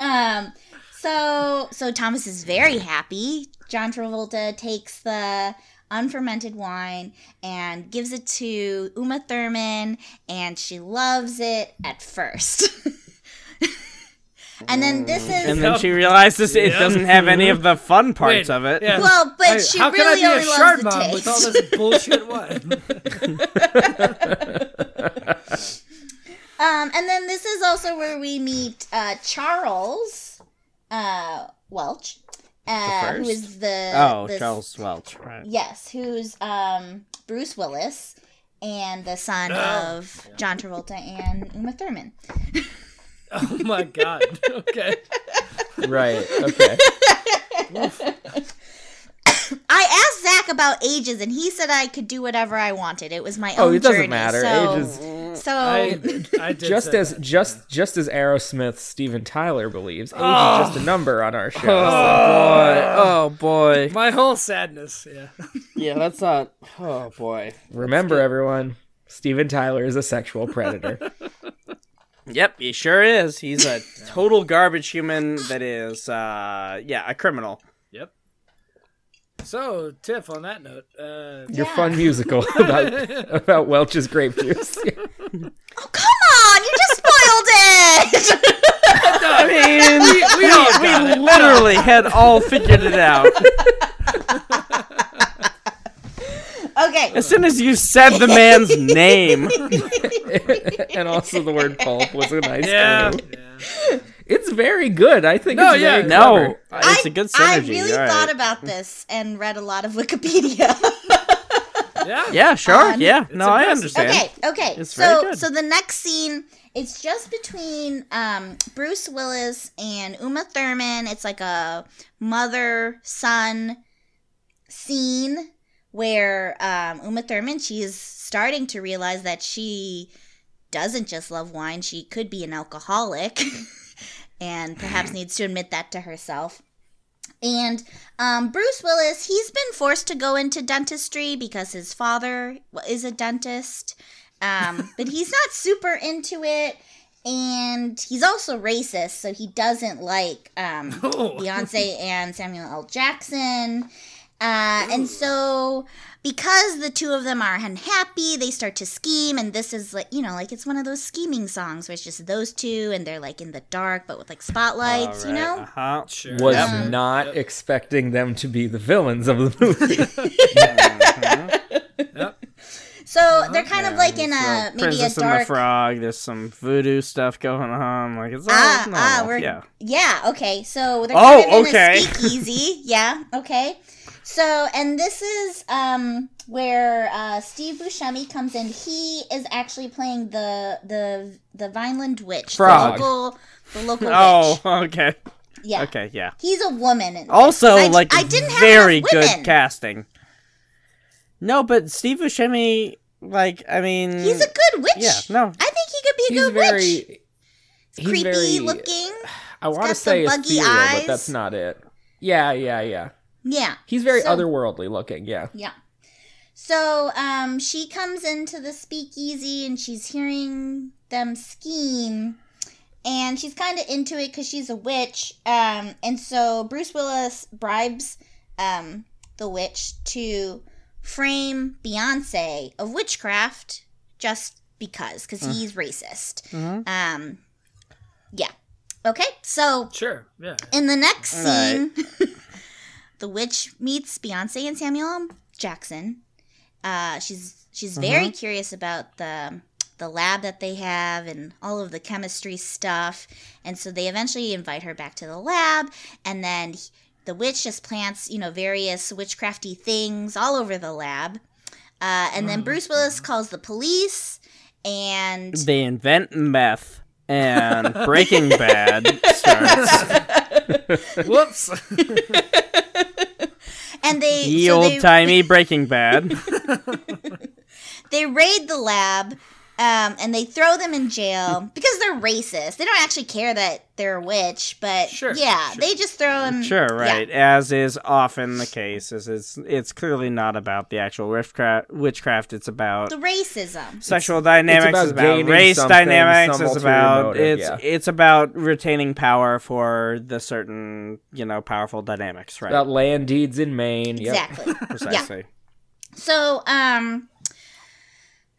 [SPEAKER 6] um, so so Thomas is very happy. John Travolta takes the unfermented wine and gives it to Uma Thurman, and she loves it at first. and then this
[SPEAKER 5] Mm.
[SPEAKER 6] is
[SPEAKER 2] And then she realizes it
[SPEAKER 5] Yeah.
[SPEAKER 2] doesn't have any of the fun parts
[SPEAKER 5] Wait,
[SPEAKER 2] of it.
[SPEAKER 5] yeah.
[SPEAKER 6] well, but
[SPEAKER 5] Hey,
[SPEAKER 6] she
[SPEAKER 5] how can I
[SPEAKER 6] really
[SPEAKER 5] be
[SPEAKER 6] only
[SPEAKER 5] a shard
[SPEAKER 6] loves the
[SPEAKER 5] mom
[SPEAKER 6] taste.
[SPEAKER 5] with all this bullshit wine?
[SPEAKER 6] Um, and then this is also where we meet uh, Charles uh, Welch, uh, who
[SPEAKER 2] first?
[SPEAKER 6] is the
[SPEAKER 2] Oh,
[SPEAKER 6] the-
[SPEAKER 2] Charles Welch. Right.
[SPEAKER 6] Yes, who's um, Bruce Willis and the son
[SPEAKER 2] Oh.
[SPEAKER 6] of John Travolta and Uma Thurman.
[SPEAKER 5] oh my god. Okay.
[SPEAKER 4] right. Okay.
[SPEAKER 6] I asked Zach about ages, and he said I could do whatever I wanted. It was my
[SPEAKER 4] Oh,
[SPEAKER 6] own
[SPEAKER 4] it doesn't
[SPEAKER 6] journey,
[SPEAKER 4] matter.
[SPEAKER 6] So,
[SPEAKER 4] Ages-
[SPEAKER 6] so
[SPEAKER 5] I,
[SPEAKER 6] Oh.
[SPEAKER 5] I did
[SPEAKER 4] just
[SPEAKER 5] say
[SPEAKER 4] as
[SPEAKER 5] that.
[SPEAKER 4] just just as Aerosmith Steven Tyler believes, age
[SPEAKER 6] Oh.
[SPEAKER 4] is just a number on our show.
[SPEAKER 2] Oh boy.
[SPEAKER 5] my whole sadness. Yeah.
[SPEAKER 2] Yeah, that's not. Oh boy.
[SPEAKER 4] Remember, everyone, Steven Tyler is a sexual predator.
[SPEAKER 2] Yep, he sure is. He's a total garbage human that is, uh, yeah, a criminal.
[SPEAKER 5] Yep. So Tiff, on that note, uh,
[SPEAKER 4] Your
[SPEAKER 6] Yeah.
[SPEAKER 4] fun musical about about Welch's grape juice.
[SPEAKER 6] oh come on, you just spoiled it.
[SPEAKER 2] I mean, we, we literally had all figured it out.
[SPEAKER 6] okay,
[SPEAKER 2] As soon as you said the man's name,
[SPEAKER 4] and also the word pulp was a nice
[SPEAKER 5] yeah.
[SPEAKER 4] clue.
[SPEAKER 5] yeah.
[SPEAKER 4] It's very good. I think
[SPEAKER 5] No,
[SPEAKER 4] it's
[SPEAKER 5] yeah,
[SPEAKER 4] very
[SPEAKER 2] no,
[SPEAKER 4] clever.
[SPEAKER 2] uh, it's a good synergy.
[SPEAKER 6] I really
[SPEAKER 2] all right.
[SPEAKER 6] thought about this and read a lot of Wikipedia.
[SPEAKER 5] Yeah.
[SPEAKER 2] Yeah, sure.
[SPEAKER 6] Um,
[SPEAKER 2] yeah, no, I
[SPEAKER 5] impressive.
[SPEAKER 2] understand.
[SPEAKER 6] okay, okay.
[SPEAKER 2] It's
[SPEAKER 6] so
[SPEAKER 2] very good.
[SPEAKER 6] so the next scene it's just between um, Bruce Willis and Uma Thurman. It's like a mother son scene where um, Uma Thurman she is starting to realize that she doesn't just love wine; she could be an alcoholic, and perhaps needs to admit that to herself. And um, Bruce Willis, he's been forced to go into dentistry because his father is a dentist, um, but he's not super into it. And he's also racist, so he doesn't like um,
[SPEAKER 5] Oh.
[SPEAKER 6] Beyonce and Samuel L. Jackson. Uh, and so, because the two of them are unhappy, they start to scheme. And this is like, you know, like it's one of those scheming songs where it's just those two and they're like in the dark, but with like spotlights, you know?
[SPEAKER 2] Uh-huh.
[SPEAKER 5] Sure.
[SPEAKER 4] Was
[SPEAKER 5] Yep.
[SPEAKER 4] not expecting them to be the villains of the movie.
[SPEAKER 5] Yep.
[SPEAKER 6] So they're kind of like in a maybe a
[SPEAKER 2] Princess and the
[SPEAKER 6] dark.
[SPEAKER 2] Frog. There's some voodoo stuff going on. Like it's all
[SPEAKER 6] Ah, ah,
[SPEAKER 2] normal.
[SPEAKER 6] we're
[SPEAKER 2] yeah.
[SPEAKER 6] yeah, okay. So they're
[SPEAKER 2] Oh,
[SPEAKER 6] kind of
[SPEAKER 2] okay.
[SPEAKER 6] in a speakeasy. yeah, okay. So and this is um where uh, Steve Buscemi comes in. He is actually playing the the the Vineland witch,
[SPEAKER 2] Frog.
[SPEAKER 6] the local the local
[SPEAKER 2] Oh,
[SPEAKER 6] witch.
[SPEAKER 2] okay,
[SPEAKER 6] Yeah,
[SPEAKER 2] okay, yeah.
[SPEAKER 6] he's a woman. in this.
[SPEAKER 2] Also,
[SPEAKER 6] I-
[SPEAKER 2] like
[SPEAKER 6] I didn't have
[SPEAKER 2] very
[SPEAKER 6] enough
[SPEAKER 2] good
[SPEAKER 6] women.
[SPEAKER 2] casting. No, but Steve Buscemi, like I mean,
[SPEAKER 6] He's a good witch.
[SPEAKER 2] yeah, no,
[SPEAKER 6] I think he could be a
[SPEAKER 4] he's
[SPEAKER 6] good witch.
[SPEAKER 4] very he's
[SPEAKER 6] Creepy
[SPEAKER 4] very-
[SPEAKER 6] looking.
[SPEAKER 4] I want to
[SPEAKER 6] got some
[SPEAKER 4] say
[SPEAKER 6] buggy
[SPEAKER 4] ethereal,
[SPEAKER 6] eyes.
[SPEAKER 4] but that's not it. Yeah, yeah, yeah.
[SPEAKER 6] Yeah.
[SPEAKER 4] He's very
[SPEAKER 6] So-
[SPEAKER 4] otherworldly looking. Yeah.
[SPEAKER 6] Yeah. So um, she comes into the speakeasy and she's hearing them scheme. And she's kind of into it because she's a witch. Um, and so Bruce Willis bribes um, the witch to frame Beyonce of witchcraft just because, because he's racist. Um, yeah. Okay. So
[SPEAKER 5] Sure. Yeah.
[SPEAKER 6] in the next scene,
[SPEAKER 2] Right.
[SPEAKER 6] the witch meets Beyonce and Samuel L. Jackson. Uh, she's she's
[SPEAKER 2] Mm-hmm.
[SPEAKER 6] very curious about the the lab that they have and all of the chemistry stuff, and so they eventually invite her back to the lab, and then he- the witch just plants you know various witchcrafty things all over the lab. Uh,
[SPEAKER 2] Mm-hmm.
[SPEAKER 6] and then Bruce Willis calls the police, and
[SPEAKER 2] They invent meth and Breaking Bad starts.
[SPEAKER 5] Whoops.
[SPEAKER 6] and they
[SPEAKER 2] Ye
[SPEAKER 6] so they-
[SPEAKER 2] old timey Breaking Bad.
[SPEAKER 6] they raid the lab um, and they throw them in jail because they're racist. They don't actually care that they're a witch, but
[SPEAKER 5] Sure,
[SPEAKER 6] yeah, they just throw them.
[SPEAKER 2] Sure,
[SPEAKER 6] yeah.
[SPEAKER 2] right. As is often the case, is it's it's clearly not about the actual witchcraft. Witchcraft, it's about
[SPEAKER 6] The racism.
[SPEAKER 2] sexual dynamics,
[SPEAKER 4] about
[SPEAKER 2] it's about,
[SPEAKER 4] gaining
[SPEAKER 2] race
[SPEAKER 4] something,
[SPEAKER 2] dynamics,
[SPEAKER 4] some
[SPEAKER 2] it's
[SPEAKER 4] ulterior
[SPEAKER 2] about
[SPEAKER 4] motive,
[SPEAKER 2] it's
[SPEAKER 4] yeah.
[SPEAKER 2] it's about retaining power for the certain you know powerful dynamics, right?
[SPEAKER 4] About land deeds in Maine. Yep.
[SPEAKER 6] Exactly.
[SPEAKER 2] Precisely.
[SPEAKER 6] So, um,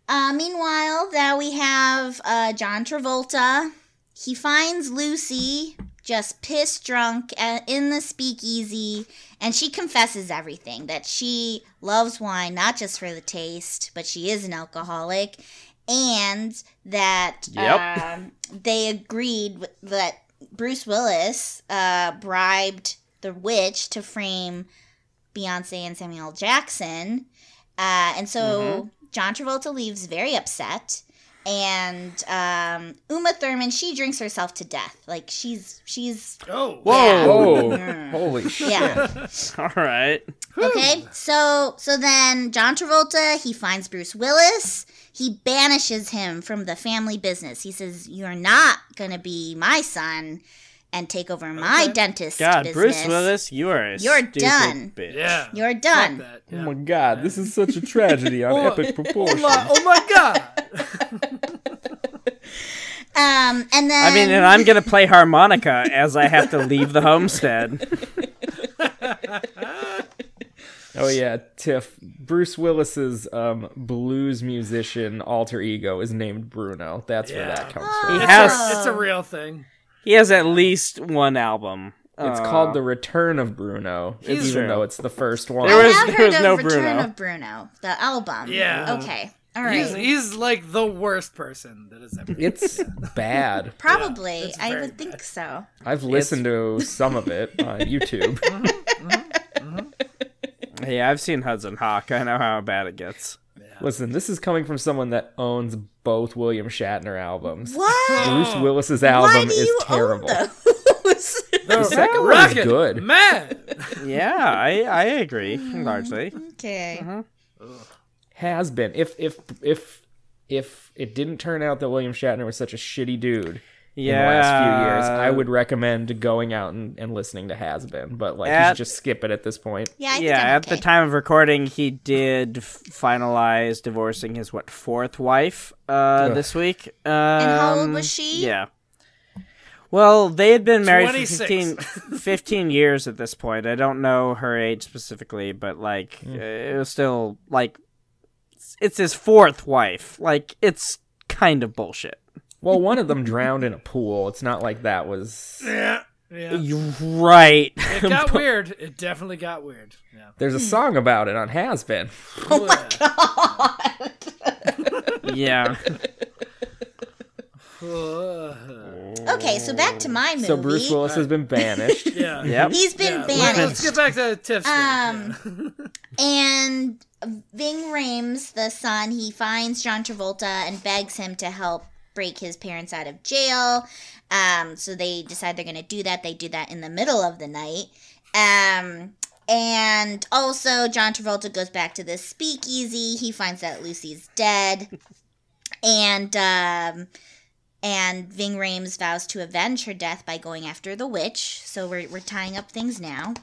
[SPEAKER 6] uh, meanwhile, now we have uh, John Travolta. He finds Lucy just pissed drunk a- in the speakeasy, and she confesses everything that she loves wine, not just for the taste, but she is an alcoholic, and that
[SPEAKER 2] Yep.
[SPEAKER 6] um, they agreed w- that Bruce Willis uh, bribed the witch to frame Beyonce and Samuel L. Jackson. Uh, and so
[SPEAKER 5] Mm-hmm.
[SPEAKER 6] John Travolta leaves very upset. And um, Uma Thurman, she drinks herself to death. Like she's she's
[SPEAKER 5] Oh.
[SPEAKER 4] Whoa! Holy shit!
[SPEAKER 6] yeah.
[SPEAKER 2] All right.
[SPEAKER 6] Okay. So so then John Travolta, he finds Bruce Willis. He banishes him from the family business. He says, "You're not gonna be my son, and take over my dentist
[SPEAKER 2] God,
[SPEAKER 6] business.
[SPEAKER 2] Bruce Willis, you are a
[SPEAKER 6] You're
[SPEAKER 2] stupid
[SPEAKER 6] done.
[SPEAKER 2] bitch.
[SPEAKER 5] Yeah.
[SPEAKER 6] You're
[SPEAKER 5] Fuck
[SPEAKER 6] done."
[SPEAKER 5] that,
[SPEAKER 4] Oh
[SPEAKER 5] yeah.
[SPEAKER 4] my god, this is such a tragedy on epic proportions.
[SPEAKER 5] Oh my god.
[SPEAKER 6] Um, and then
[SPEAKER 2] I mean, and I'm gonna play harmonica as I have to leave the homestead.
[SPEAKER 4] Oh yeah, Tiff. Bruce Willis's um, blues musician alter ego is named Bruno. That's where
[SPEAKER 5] Yeah.
[SPEAKER 4] that comes
[SPEAKER 2] He
[SPEAKER 4] from.
[SPEAKER 6] Oh.
[SPEAKER 2] has
[SPEAKER 5] It's a real thing.
[SPEAKER 2] he has at least one album.
[SPEAKER 4] It's
[SPEAKER 2] Uh,
[SPEAKER 4] called The Return of Bruno,
[SPEAKER 2] He's
[SPEAKER 4] even
[SPEAKER 2] true.
[SPEAKER 4] though it's the first one.
[SPEAKER 2] There
[SPEAKER 6] I
[SPEAKER 2] was-
[SPEAKER 6] have
[SPEAKER 2] there
[SPEAKER 6] heard
[SPEAKER 2] was
[SPEAKER 6] of
[SPEAKER 2] no
[SPEAKER 6] Return
[SPEAKER 2] Bruno.
[SPEAKER 6] of Bruno, the album.
[SPEAKER 5] Yeah.
[SPEAKER 6] Okay. All
[SPEAKER 5] He's,
[SPEAKER 6] right.
[SPEAKER 5] he's like the worst person that has ever.
[SPEAKER 4] It's bad.
[SPEAKER 6] Probably. I
[SPEAKER 5] very
[SPEAKER 6] would think so.
[SPEAKER 4] I've listened to some of it on YouTube.
[SPEAKER 2] Hey, I've seen Hudson Hawk. I know how bad it gets.
[SPEAKER 4] Listen, this is coming from someone that owns both William Shatner albums.
[SPEAKER 6] What?
[SPEAKER 4] Bruce Willis's
[SPEAKER 6] Oh. Why
[SPEAKER 4] album
[SPEAKER 6] do
[SPEAKER 4] is
[SPEAKER 6] you
[SPEAKER 4] terrible.
[SPEAKER 6] own those?
[SPEAKER 4] The second one is
[SPEAKER 5] Rocket
[SPEAKER 4] good.
[SPEAKER 5] man.
[SPEAKER 2] Yeah, I, I agree largely.
[SPEAKER 6] okay.
[SPEAKER 4] Has been. If if if if it didn't turn out that William Shatner was such a shitty dude in the last few years, I would recommend going out and, and listening to Has Been. But like you
[SPEAKER 2] At-
[SPEAKER 4] should just skip it at this point.
[SPEAKER 6] Yeah. I think
[SPEAKER 2] yeah,
[SPEAKER 6] I'm
[SPEAKER 2] at
[SPEAKER 6] okay.
[SPEAKER 2] the time of recording, he did f- finalize divorcing his what fourth wife uh, this week. Um, and
[SPEAKER 6] how old was she?
[SPEAKER 2] Yeah. Well, they had been married
[SPEAKER 5] 26.
[SPEAKER 2] for 15, 15 years at this point. I don't know her age specifically, but like uh, it was still like it's- it's his fourth wife. Like it's kind of bullshit.
[SPEAKER 4] Well, one of them drowned in a pool. It's not like that was
[SPEAKER 5] Yeah. Yeah.
[SPEAKER 2] You're right.
[SPEAKER 5] It got weird. It definitely got weird. Yeah.
[SPEAKER 4] there's
[SPEAKER 6] Hmm.
[SPEAKER 4] a song about it on Has Been.
[SPEAKER 6] Oh
[SPEAKER 2] yeah.
[SPEAKER 5] Uh,
[SPEAKER 6] Okay. So back to my movie.
[SPEAKER 4] So Bruce Willis has been banished.
[SPEAKER 5] yeah.
[SPEAKER 2] Yep.
[SPEAKER 6] He's been
[SPEAKER 5] Yeah, let's- Let's
[SPEAKER 6] banished.
[SPEAKER 5] get back to Tiff's.
[SPEAKER 6] Um,
[SPEAKER 5] thing.
[SPEAKER 6] And Ving Rames, the son, he finds John Travolta and begs him to help break his parents out of jail. Um, so they decide they're going to do that. They do that in the middle of the night. Um, and also, John Travolta goes back to the speakeasy. He finds that Lucy's dead. And um, and Ving Rames vows to avenge her death by going after the witch. So we're, we're tying up things now.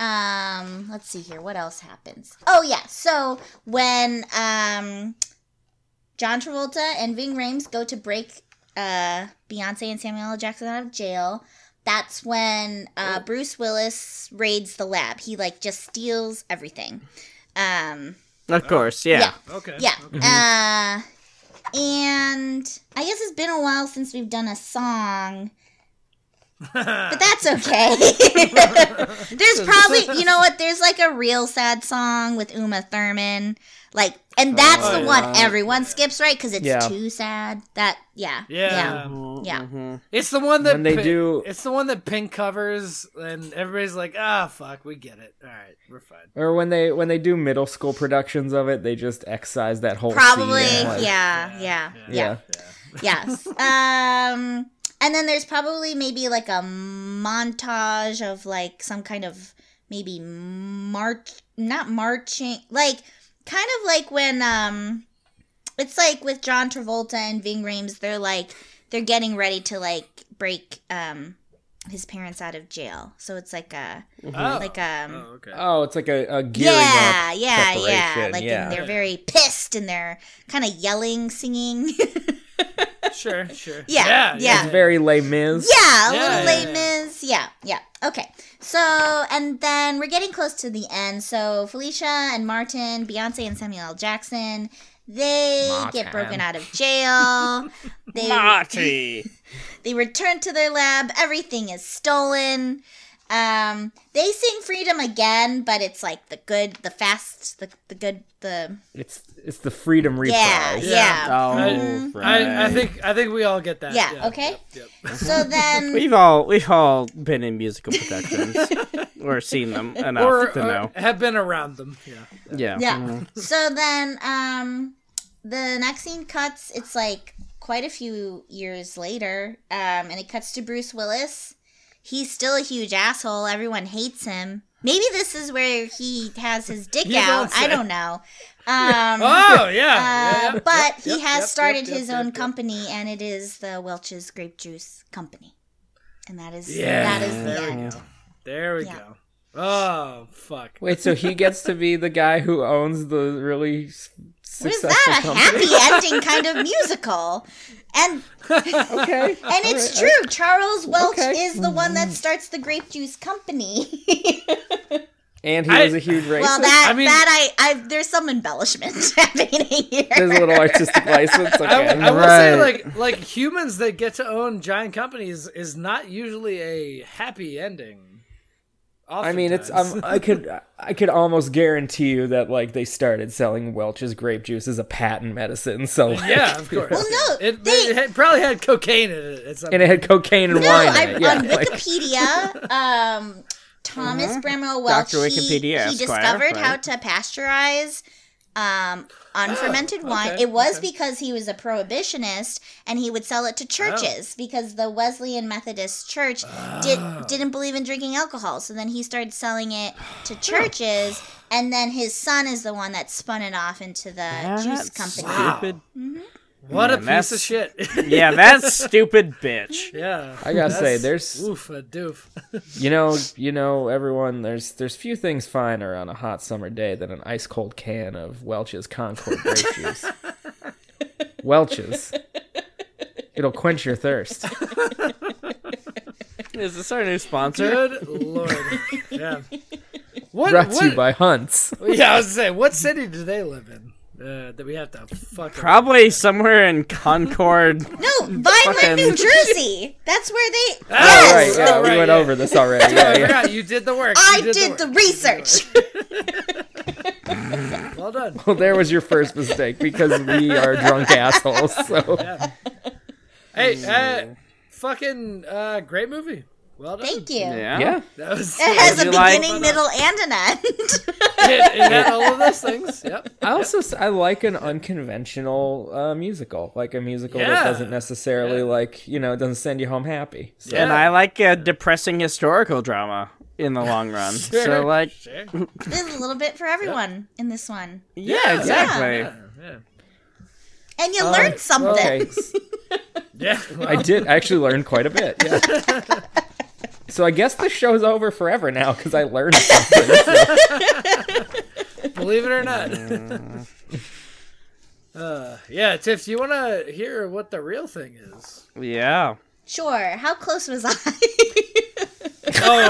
[SPEAKER 6] Um, let's see here. What else happens? Oh yeah. So when um, John Travolta and Ving Rhames go to break uh, Beyonce and Samuel L. Jackson out of jail, that's when uh, Bruce Willis raids the lab. He like just steals everything. Um,
[SPEAKER 2] Of course. Yeah.
[SPEAKER 6] yeah.
[SPEAKER 5] okay.
[SPEAKER 6] Yeah. Uh, and I guess it's been a while since we've done a song. but that's okay. there's probably, you know what? There's like a real sad song with Uma Thurman, like, and that's the one everyone skips, right? Because it's
[SPEAKER 4] Yeah.
[SPEAKER 6] too sad. That, yeah,
[SPEAKER 5] Yeah.
[SPEAKER 2] Mm-hmm.
[SPEAKER 6] yeah.
[SPEAKER 5] It's the one that
[SPEAKER 4] When they
[SPEAKER 5] Pi-
[SPEAKER 4] do-
[SPEAKER 5] It's the one that Pink covers, and everybody's like, "Ah, fuck, we get it. All right, we're fine."
[SPEAKER 4] Or when they when they do middle school productions of it, they just excise that whole scene
[SPEAKER 6] Probably,
[SPEAKER 4] and, like-
[SPEAKER 6] yeah, yeah, yeah,
[SPEAKER 4] yeah.
[SPEAKER 6] yes. Um, and then there's probably maybe like a montage of like some kind of maybe march, not marching, like kind of like when um, it's like with John Travolta and Ving Rhames, they're like they're getting ready to like break um his parents out of jail, so it's like a
[SPEAKER 5] Oh.
[SPEAKER 6] like um.
[SPEAKER 5] oh, okay.
[SPEAKER 4] Oh, it's like a, a gearing
[SPEAKER 6] Yeah,
[SPEAKER 4] up
[SPEAKER 6] yeah, yeah.
[SPEAKER 4] preparation,
[SPEAKER 6] Like
[SPEAKER 4] yeah.
[SPEAKER 6] And they're very pissed and they're kind of yelling, singing.
[SPEAKER 5] Sure, sure.
[SPEAKER 6] Yeah, yeah.
[SPEAKER 4] It's very Les Mis.
[SPEAKER 6] Yeah, a
[SPEAKER 5] Yeah,
[SPEAKER 6] little
[SPEAKER 5] yeah,
[SPEAKER 6] lame
[SPEAKER 5] yeah.
[SPEAKER 6] is yeah, yeah. Okay. So and then we're getting close to the end. So Felicia and Martin, Beyonce and Samuel L. Jackson, they get broken out of jail. they
[SPEAKER 2] Marty.
[SPEAKER 6] they return to their lab, everything is stolen. Um they sing freedom again, but it's like the good, the fast, the the good the
[SPEAKER 4] It's it's the freedom reprise.
[SPEAKER 6] Yeah, yeah. Mm-hmm.
[SPEAKER 2] Oh,
[SPEAKER 5] I, I
[SPEAKER 2] right.
[SPEAKER 5] think I think we all get that.
[SPEAKER 6] Yeah, okay.
[SPEAKER 5] Yep,
[SPEAKER 6] So then
[SPEAKER 2] We've all we've all been in musical productions or seen them enough
[SPEAKER 5] Or,
[SPEAKER 2] to
[SPEAKER 5] or
[SPEAKER 2] know.
[SPEAKER 5] have been around them. Yeah.
[SPEAKER 2] Yeah. Mm-hmm.
[SPEAKER 6] Yeah. So then um the next scene cuts it's like quite a few years later um and it cuts to Bruce Willis. He's still a huge asshole. Everyone hates him. Maybe this is where he has his dick
[SPEAKER 5] You don't
[SPEAKER 6] out. I
[SPEAKER 5] say.
[SPEAKER 6] don't know. Um
[SPEAKER 5] Oh yeah.
[SPEAKER 6] uh,
[SPEAKER 5] yeah, yeah.
[SPEAKER 6] but he
[SPEAKER 5] yep,
[SPEAKER 6] has
[SPEAKER 5] yep,
[SPEAKER 6] started
[SPEAKER 5] yep,
[SPEAKER 6] his
[SPEAKER 5] yep,
[SPEAKER 6] own
[SPEAKER 5] yep.
[SPEAKER 6] company, and it is the Welch's Grape Juice Company, and that is
[SPEAKER 5] Yeah,
[SPEAKER 6] that is the
[SPEAKER 5] there we
[SPEAKER 6] end.
[SPEAKER 5] go. There we
[SPEAKER 6] Yeah.
[SPEAKER 5] go. Oh fuck.
[SPEAKER 4] Wait, so he gets to be the guy who owns the really s-
[SPEAKER 6] What is
[SPEAKER 4] successful
[SPEAKER 6] that? A
[SPEAKER 4] company?
[SPEAKER 6] happy ending kind of musical, and
[SPEAKER 4] Okay.
[SPEAKER 6] And it's true. Charles Welch
[SPEAKER 4] Okay.
[SPEAKER 6] is the one that starts the grape juice company.
[SPEAKER 4] And he
[SPEAKER 5] I-
[SPEAKER 4] was a huge racist.
[SPEAKER 6] well, that
[SPEAKER 5] I mean-
[SPEAKER 6] that I, I there's some embellishment happening here.
[SPEAKER 4] There's a little artistic license. Okay.
[SPEAKER 5] I, w- I will say,
[SPEAKER 2] Right.
[SPEAKER 5] like, like humans that get to own giant companies is not usually a happy ending.
[SPEAKER 4] I mean, it's
[SPEAKER 5] Oftentimes.
[SPEAKER 4] um, I could I could almost guarantee you that like they started selling Welch's grape juice as a patent medicine. So like,
[SPEAKER 5] yeah, of course.
[SPEAKER 6] Well, no,
[SPEAKER 5] it,
[SPEAKER 6] they-
[SPEAKER 5] it had- probably had cocaine in it. It's
[SPEAKER 4] and it had cocaine and
[SPEAKER 6] no,
[SPEAKER 4] wine.
[SPEAKER 6] I,
[SPEAKER 4] in it. Yeah,
[SPEAKER 6] on
[SPEAKER 4] like-
[SPEAKER 6] Wikipedia, um, Thomas
[SPEAKER 5] Uh-huh.
[SPEAKER 6] Bramwell Welch,
[SPEAKER 2] Dr.
[SPEAKER 6] he,
[SPEAKER 2] Wikipedia,
[SPEAKER 6] he
[SPEAKER 2] Esquire,
[SPEAKER 6] discovered how
[SPEAKER 2] right.
[SPEAKER 6] to pasteurize um, unfermented wine.
[SPEAKER 5] Oh, okay,
[SPEAKER 6] it was because he was a prohibitionist, and he would sell it to churches because the Wesleyan Methodist Church did, didn't believe in drinking alcohol. So then he started selling it to churches, and then his son is the one that spun it off into the juice company.
[SPEAKER 2] Stupid.
[SPEAKER 5] what a
[SPEAKER 2] Man,
[SPEAKER 5] piece
[SPEAKER 2] that's-
[SPEAKER 5] of shit.
[SPEAKER 2] Yeah, that stupid bitch.
[SPEAKER 5] yeah,
[SPEAKER 4] I gotta say,
[SPEAKER 5] that's-
[SPEAKER 4] there's-
[SPEAKER 5] oof a doof.
[SPEAKER 4] You know, you know, everyone. There's there's few things finer on a hot summer day than an ice cold can of Welch's Concord grape juice. Welch's. It'll quench your thirst.
[SPEAKER 2] Is this our new sponsor?
[SPEAKER 5] Good lord. Yeah. What?
[SPEAKER 4] Brought
[SPEAKER 5] what
[SPEAKER 4] to you by Hunts.
[SPEAKER 5] yeah, I was saying, what city do they live in? Uh, that we have to fuck.
[SPEAKER 2] Probably somewhere in Concord.
[SPEAKER 6] No, Vineland, New
[SPEAKER 2] Fucking-
[SPEAKER 6] Jersey. That's where they.
[SPEAKER 5] Oh,
[SPEAKER 4] Right,
[SPEAKER 6] yes,
[SPEAKER 4] yeah,
[SPEAKER 5] Oh,
[SPEAKER 4] we
[SPEAKER 5] right,
[SPEAKER 4] went
[SPEAKER 5] yeah.
[SPEAKER 4] over this already. Yeah,
[SPEAKER 5] I
[SPEAKER 4] yeah.
[SPEAKER 5] forgot you did the work.
[SPEAKER 6] I
[SPEAKER 5] You
[SPEAKER 6] did, the research.
[SPEAKER 5] work. well done.
[SPEAKER 4] Well, there was your first mistake because we are drunk assholes. So
[SPEAKER 5] Hey, uh, fucking uh, great movie. Well done.
[SPEAKER 6] Thank you.
[SPEAKER 4] yeah,
[SPEAKER 5] That was
[SPEAKER 6] It has a
[SPEAKER 2] you like-
[SPEAKER 6] beginning, middle, and an end.
[SPEAKER 5] it, it had all of those things. Yep.
[SPEAKER 4] I also s- I like an unconventional uh, musical, like a musical
[SPEAKER 5] Yeah.
[SPEAKER 4] that doesn't necessarily like you know doesn't send you home happy. So.
[SPEAKER 2] And I like a depressing historical drama in the long run. So like,
[SPEAKER 5] Sure.
[SPEAKER 6] There's a little bit for everyone in this one,
[SPEAKER 2] yeah, exactly.
[SPEAKER 5] Yeah.
[SPEAKER 6] and you learn something.
[SPEAKER 4] Okay,
[SPEAKER 5] Yeah. Well,
[SPEAKER 4] I did actually learn quite a bit. Yeah. So I guess the show's over forever now because I learned something.
[SPEAKER 5] believe it or not. Uh, yeah, Tiff, do you want to hear what the real thing is?
[SPEAKER 2] Yeah.
[SPEAKER 6] Sure. How close was I?
[SPEAKER 5] Oh,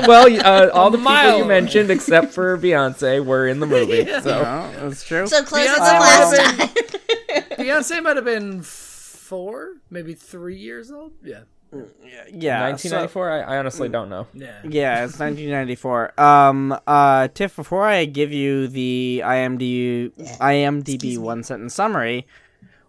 [SPEAKER 5] not
[SPEAKER 4] well, uh, all the people
[SPEAKER 5] Mile.
[SPEAKER 4] you mentioned except for Beyonce were in the movie. So
[SPEAKER 2] Oh, that's true.
[SPEAKER 6] so close
[SPEAKER 5] Beyonce
[SPEAKER 6] as the
[SPEAKER 5] might
[SPEAKER 6] last
[SPEAKER 5] have
[SPEAKER 6] time.
[SPEAKER 5] Beyonce might have been four, maybe three years old. Yeah.
[SPEAKER 2] yeah, so-
[SPEAKER 4] 1994? I, I honestly don't know.
[SPEAKER 5] Yeah.
[SPEAKER 2] Yeah, it's 1994. Um, uh, Tiff, before I give you the IMDb, IMDb one sentence summary,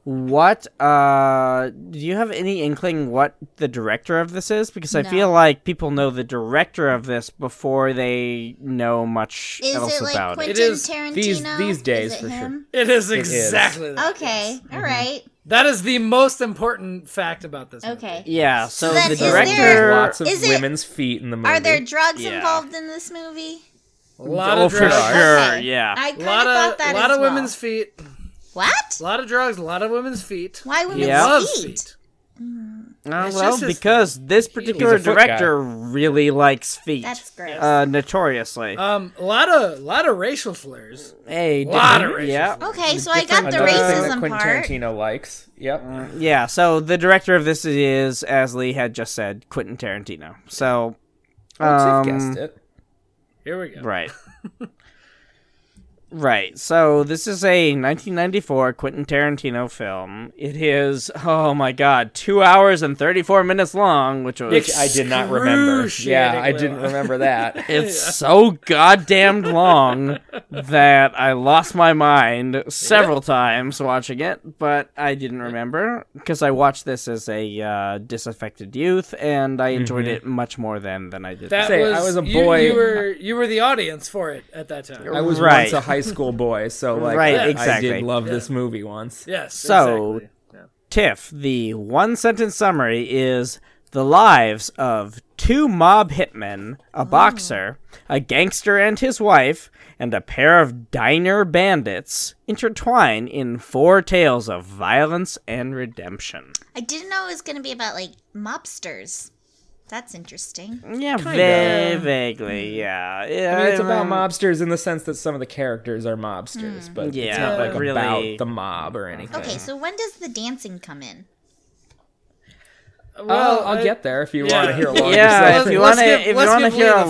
[SPEAKER 2] what uh, do you have any inkling what the director of this is? Because I
[SPEAKER 6] No.
[SPEAKER 2] feel like people know the director of this before they know much
[SPEAKER 6] Is
[SPEAKER 2] else
[SPEAKER 6] it like
[SPEAKER 2] about
[SPEAKER 6] Quentin
[SPEAKER 2] it.
[SPEAKER 5] It is
[SPEAKER 6] Tarantino?
[SPEAKER 4] these- these
[SPEAKER 6] Is
[SPEAKER 4] days
[SPEAKER 6] it
[SPEAKER 4] for sure.
[SPEAKER 6] him?
[SPEAKER 5] It is
[SPEAKER 4] is.
[SPEAKER 5] exactly that.
[SPEAKER 6] Okay, all right.
[SPEAKER 5] That is the most important fact about this. movie.
[SPEAKER 6] Okay.
[SPEAKER 2] Yeah, so
[SPEAKER 6] Then
[SPEAKER 2] the
[SPEAKER 6] is there-
[SPEAKER 2] director.
[SPEAKER 4] There's lots of
[SPEAKER 6] is it-
[SPEAKER 4] women's feet in the movie.
[SPEAKER 6] Are there drugs
[SPEAKER 2] Yeah.
[SPEAKER 6] involved in this movie?
[SPEAKER 5] A lot
[SPEAKER 2] Oh,
[SPEAKER 5] of
[SPEAKER 2] for
[SPEAKER 5] drugs.
[SPEAKER 2] sure.
[SPEAKER 6] Okay.
[SPEAKER 2] yeah.
[SPEAKER 6] I
[SPEAKER 5] A
[SPEAKER 6] kind
[SPEAKER 5] lot
[SPEAKER 6] of
[SPEAKER 5] of,
[SPEAKER 6] thought
[SPEAKER 5] a
[SPEAKER 6] that
[SPEAKER 5] lot
[SPEAKER 6] as
[SPEAKER 5] of
[SPEAKER 6] well.
[SPEAKER 5] women's feet.
[SPEAKER 6] What?
[SPEAKER 5] A lot of drugs. A lot of women's feet.
[SPEAKER 6] Why women's
[SPEAKER 2] Yeah.
[SPEAKER 5] Loves
[SPEAKER 6] feet?
[SPEAKER 5] feet.
[SPEAKER 2] Uh,
[SPEAKER 5] It's
[SPEAKER 2] well,
[SPEAKER 5] just his
[SPEAKER 2] because this particular
[SPEAKER 4] foot guy.
[SPEAKER 2] director really likes feet.
[SPEAKER 6] That's gross.
[SPEAKER 2] Uh, notoriously.
[SPEAKER 5] Um, a lot of lot of racial slurs.
[SPEAKER 2] hey,
[SPEAKER 5] lot
[SPEAKER 2] didn't-
[SPEAKER 5] of racial
[SPEAKER 2] yeah.
[SPEAKER 6] okay, so I got the
[SPEAKER 4] Another thing that
[SPEAKER 6] racism
[SPEAKER 4] Quentin
[SPEAKER 6] part.
[SPEAKER 4] Tarantino likes. Yep.
[SPEAKER 2] Yeah, so the director of this is, as Lee had just said, Quentin Tarantino. So,
[SPEAKER 4] Well, Tiff
[SPEAKER 2] um,
[SPEAKER 4] Oh, guessed it.
[SPEAKER 5] Here we go.
[SPEAKER 2] right, right. So this is a 1994 Quentin Tarantino film. It is, oh my god, two hours and 34 minutes long, which was
[SPEAKER 4] Which I did not remember. Yeah, I
[SPEAKER 5] Excruciatingly
[SPEAKER 4] didn't
[SPEAKER 5] long.
[SPEAKER 4] remember that.
[SPEAKER 2] It's so goddamn long that I lost my mind several times watching it, but I didn't remember because I watched this as a uh, disaffected youth, and I enjoyed it much more then than I did.
[SPEAKER 5] That
[SPEAKER 4] Say,
[SPEAKER 5] was,
[SPEAKER 4] I was a
[SPEAKER 5] you-
[SPEAKER 4] boy.
[SPEAKER 5] You, were you were the audience for it at that time.
[SPEAKER 4] I was
[SPEAKER 2] Right.
[SPEAKER 4] once a high school boy, so like
[SPEAKER 2] Right,
[SPEAKER 4] I, I
[SPEAKER 2] exactly.
[SPEAKER 4] did love this movie once.
[SPEAKER 5] Yes.
[SPEAKER 2] So-
[SPEAKER 5] exactly. Yeah.
[SPEAKER 2] Tiff, the one sentence summary is the lives of two mob hitmen, a boxer, a gangster and his wife, and a pair of diner bandits intertwine in four tales of violence and redemption.
[SPEAKER 6] I didn't know it was going to be about like mobsters. That's interesting.
[SPEAKER 2] Yeah, va- vaguely, yeah. yeah
[SPEAKER 4] I mean, it's about mobsters in the sense that some of the characters are mobsters, but it's
[SPEAKER 2] Yeah,
[SPEAKER 4] not like
[SPEAKER 2] really.
[SPEAKER 4] about the mob or anything.
[SPEAKER 6] Okay, so when does the dancing come in?
[SPEAKER 5] Well,
[SPEAKER 4] I'll, I'll
[SPEAKER 5] I-
[SPEAKER 4] get there if you
[SPEAKER 5] Yeah.
[SPEAKER 4] want to hear a longer
[SPEAKER 2] Yeah,
[SPEAKER 4] section.
[SPEAKER 2] if you
[SPEAKER 5] Let's
[SPEAKER 2] want to,
[SPEAKER 5] give-
[SPEAKER 2] if you
[SPEAKER 5] let's
[SPEAKER 2] want to
[SPEAKER 5] give
[SPEAKER 2] hear
[SPEAKER 5] Lee
[SPEAKER 2] a
[SPEAKER 5] the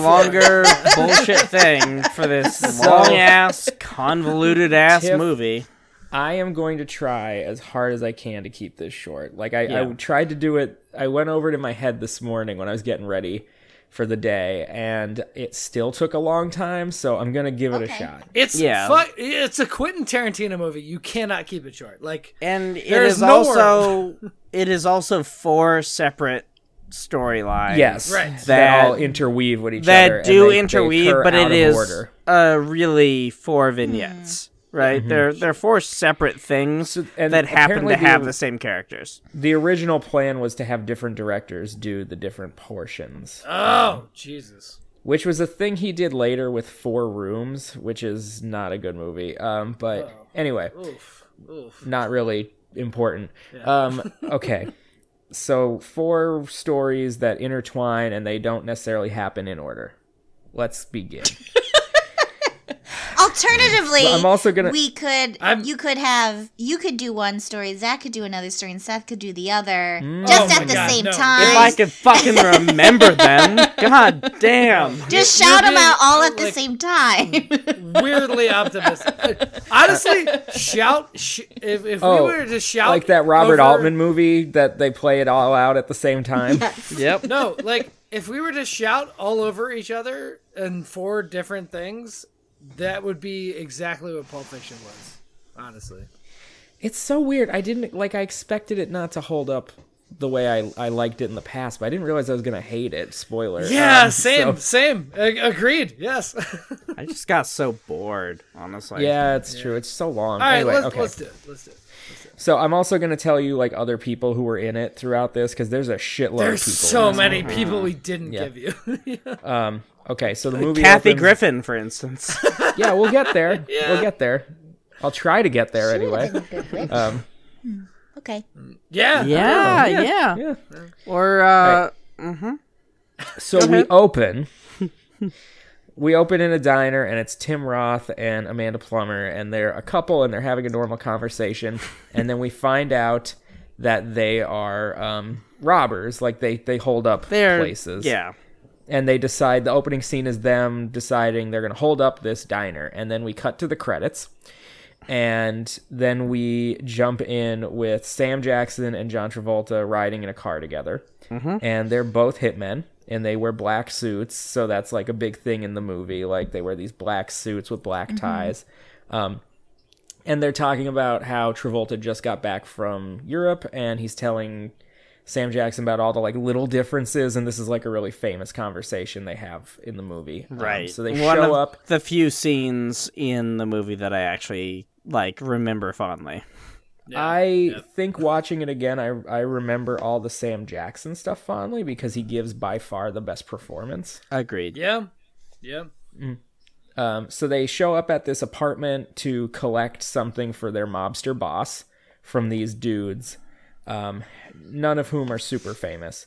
[SPEAKER 5] floor.
[SPEAKER 2] longer bullshit thing for this long ass, convoluted ass
[SPEAKER 4] Tiff-
[SPEAKER 2] movie,
[SPEAKER 4] I am going to try as hard as I can to keep this short. Like I, I
[SPEAKER 2] Yeah.
[SPEAKER 4] tried to do it. I went over it in my head this morning when I was getting ready for the day, and it still took a long time. So I'm gonna give it a
[SPEAKER 6] Okay.
[SPEAKER 4] shot.
[SPEAKER 5] It's
[SPEAKER 2] Yeah.
[SPEAKER 5] fu- it's a Quentin Tarantino movie. You cannot keep it short. Like
[SPEAKER 2] and it
[SPEAKER 5] There is
[SPEAKER 2] is
[SPEAKER 5] no
[SPEAKER 2] also it is also four separate storylines.
[SPEAKER 4] Yes,
[SPEAKER 5] Right.
[SPEAKER 4] that, all
[SPEAKER 2] That-
[SPEAKER 4] interweave with each other.
[SPEAKER 2] that
[SPEAKER 4] and
[SPEAKER 2] do
[SPEAKER 4] they- they
[SPEAKER 2] interweave,
[SPEAKER 4] occur
[SPEAKER 2] but
[SPEAKER 4] out of
[SPEAKER 2] it is
[SPEAKER 4] order. Mm-hmm.
[SPEAKER 2] uh, really four vignettes. Right, they're they're four separate things
[SPEAKER 4] and
[SPEAKER 2] that happen
[SPEAKER 4] apparently
[SPEAKER 2] to have
[SPEAKER 4] the-
[SPEAKER 2] the same characters.
[SPEAKER 4] The original plan was to have different directors do the different portions,
[SPEAKER 5] oh Jesus.
[SPEAKER 4] which was a thing he did later with Four Rooms, which is not a good movie. Um, but
[SPEAKER 5] Oh.
[SPEAKER 4] anyway,
[SPEAKER 5] Oof. Oof.
[SPEAKER 4] not really important. Um, okay. so four stories that intertwine and they don't necessarily happen in order. Let's begin.
[SPEAKER 6] Alternatively,
[SPEAKER 4] Well, I'm also gonna-
[SPEAKER 6] we could
[SPEAKER 5] I'm-
[SPEAKER 6] you could have you could do one story, Zach could do another story, and Seth could do the other, just
[SPEAKER 5] Oh my
[SPEAKER 6] at the
[SPEAKER 5] God,
[SPEAKER 6] same
[SPEAKER 5] no. If
[SPEAKER 6] time.
[SPEAKER 2] If I could fucking remember them, god damn.
[SPEAKER 6] just
[SPEAKER 5] You're
[SPEAKER 6] shout them
[SPEAKER 5] being,
[SPEAKER 6] out all at the
[SPEAKER 5] like-
[SPEAKER 6] same time.
[SPEAKER 5] Weirdly optimistic. Honestly, shout sh- if if
[SPEAKER 4] Oh,
[SPEAKER 5] we were to shout
[SPEAKER 4] like that Robert
[SPEAKER 5] over-
[SPEAKER 4] Altman movie that they play it all out at the same time.
[SPEAKER 2] Yep.
[SPEAKER 5] No, like if we were to shout all over each other and four different things, that would be exactly what Pulp Fiction was. Honestly,
[SPEAKER 4] It's so weird. I didn't like I expected it not to hold up the way I, I liked it in the past, but I didn't realize I was gonna hate it. Spoiler.
[SPEAKER 5] yeah,
[SPEAKER 4] Um,
[SPEAKER 5] same,
[SPEAKER 4] so-
[SPEAKER 5] same. A- agreed. Yes. all
[SPEAKER 2] I just got so bored, honestly.
[SPEAKER 4] yeah, it's true. It's so long.
[SPEAKER 5] right,
[SPEAKER 4] anyway,
[SPEAKER 5] let's,
[SPEAKER 4] okay.
[SPEAKER 5] let's do it. Let's do it.
[SPEAKER 4] So I'm also gonna tell you like other people who were in it throughout this because there's a shitload
[SPEAKER 5] There's
[SPEAKER 4] of people. Um,
[SPEAKER 5] so many people we didn't give you.
[SPEAKER 4] Okay, so the movie
[SPEAKER 2] Kathy
[SPEAKER 4] opens-
[SPEAKER 2] Griffin, for instance.
[SPEAKER 4] Yeah, we'll get there. We'll get there. I'll try to get there anyway. Um,
[SPEAKER 6] okay.
[SPEAKER 5] yeah.
[SPEAKER 2] yeah, yeah,
[SPEAKER 4] Yeah.
[SPEAKER 2] Or uh
[SPEAKER 4] so we open. We open in a diner and it's Tim Roth and Amanda Plummer and they're a couple and they're having a normal conversation and then we find out that they are um, robbers like they they hold up
[SPEAKER 2] they're
[SPEAKER 4] places
[SPEAKER 2] Yeah.
[SPEAKER 4] and they decide the opening scene is them deciding they're going to hold up this diner and then we cut to the credits and then we jump in with Sam Jackson and John Travolta riding in a car together
[SPEAKER 2] Mm-hmm.
[SPEAKER 4] and they're both hitmen and they wear black suits so that's like a big thing in the movie like they wear these black suits with black
[SPEAKER 2] Mm-hmm.
[SPEAKER 4] ties um, and they're talking about how travolta just got back from europe and he's telling sam jackson about all the like little differences and this is like a really famous conversation they have in the movie Um,
[SPEAKER 2] Right.
[SPEAKER 4] so they
[SPEAKER 2] One
[SPEAKER 4] show
[SPEAKER 2] of
[SPEAKER 4] up
[SPEAKER 2] The few scenes in the movie that I actually like remember fondly.
[SPEAKER 4] I think watching it again, I I remember all the Sam Jackson stuff fondly because he gives by far the best performance.
[SPEAKER 2] Agreed.
[SPEAKER 5] Yeah. Yeah.
[SPEAKER 4] Um, so they show up at this apartment to collect something for their mobster boss from these dudes, um, none of whom are super famous.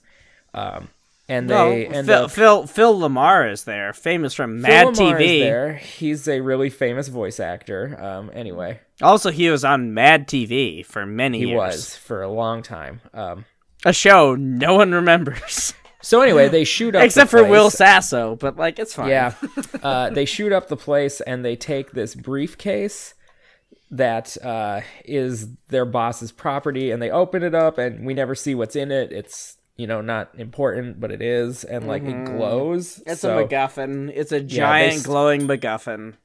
[SPEAKER 4] Um, and they
[SPEAKER 2] Well,
[SPEAKER 4] end
[SPEAKER 2] Phil,
[SPEAKER 4] up.
[SPEAKER 2] Phil Phil Lamar is there, famous from
[SPEAKER 4] Phil
[SPEAKER 2] Mad
[SPEAKER 4] Lamar is
[SPEAKER 2] TV.
[SPEAKER 4] There. He's a really famous voice actor. Um, anyway,
[SPEAKER 2] Also, he was on Mad TV for many
[SPEAKER 4] he
[SPEAKER 2] years.
[SPEAKER 4] was for a long time. Um,
[SPEAKER 2] a show no one remembers
[SPEAKER 4] so anyway, they shoot up the
[SPEAKER 2] except for Will
[SPEAKER 4] place.
[SPEAKER 2] Sasso, but like it's fine.
[SPEAKER 4] Yeah. Uh, they shoot up the place and they take this briefcase that uh, is their boss's property and they open it up and we never see what's in it. It's, you know, not important, but it is. And like it glows.
[SPEAKER 2] Mm-hmm. it's
[SPEAKER 4] So-
[SPEAKER 2] a MacGuffin. It's a
[SPEAKER 4] they
[SPEAKER 2] giant
[SPEAKER 4] st-
[SPEAKER 2] glowing MacGuffin.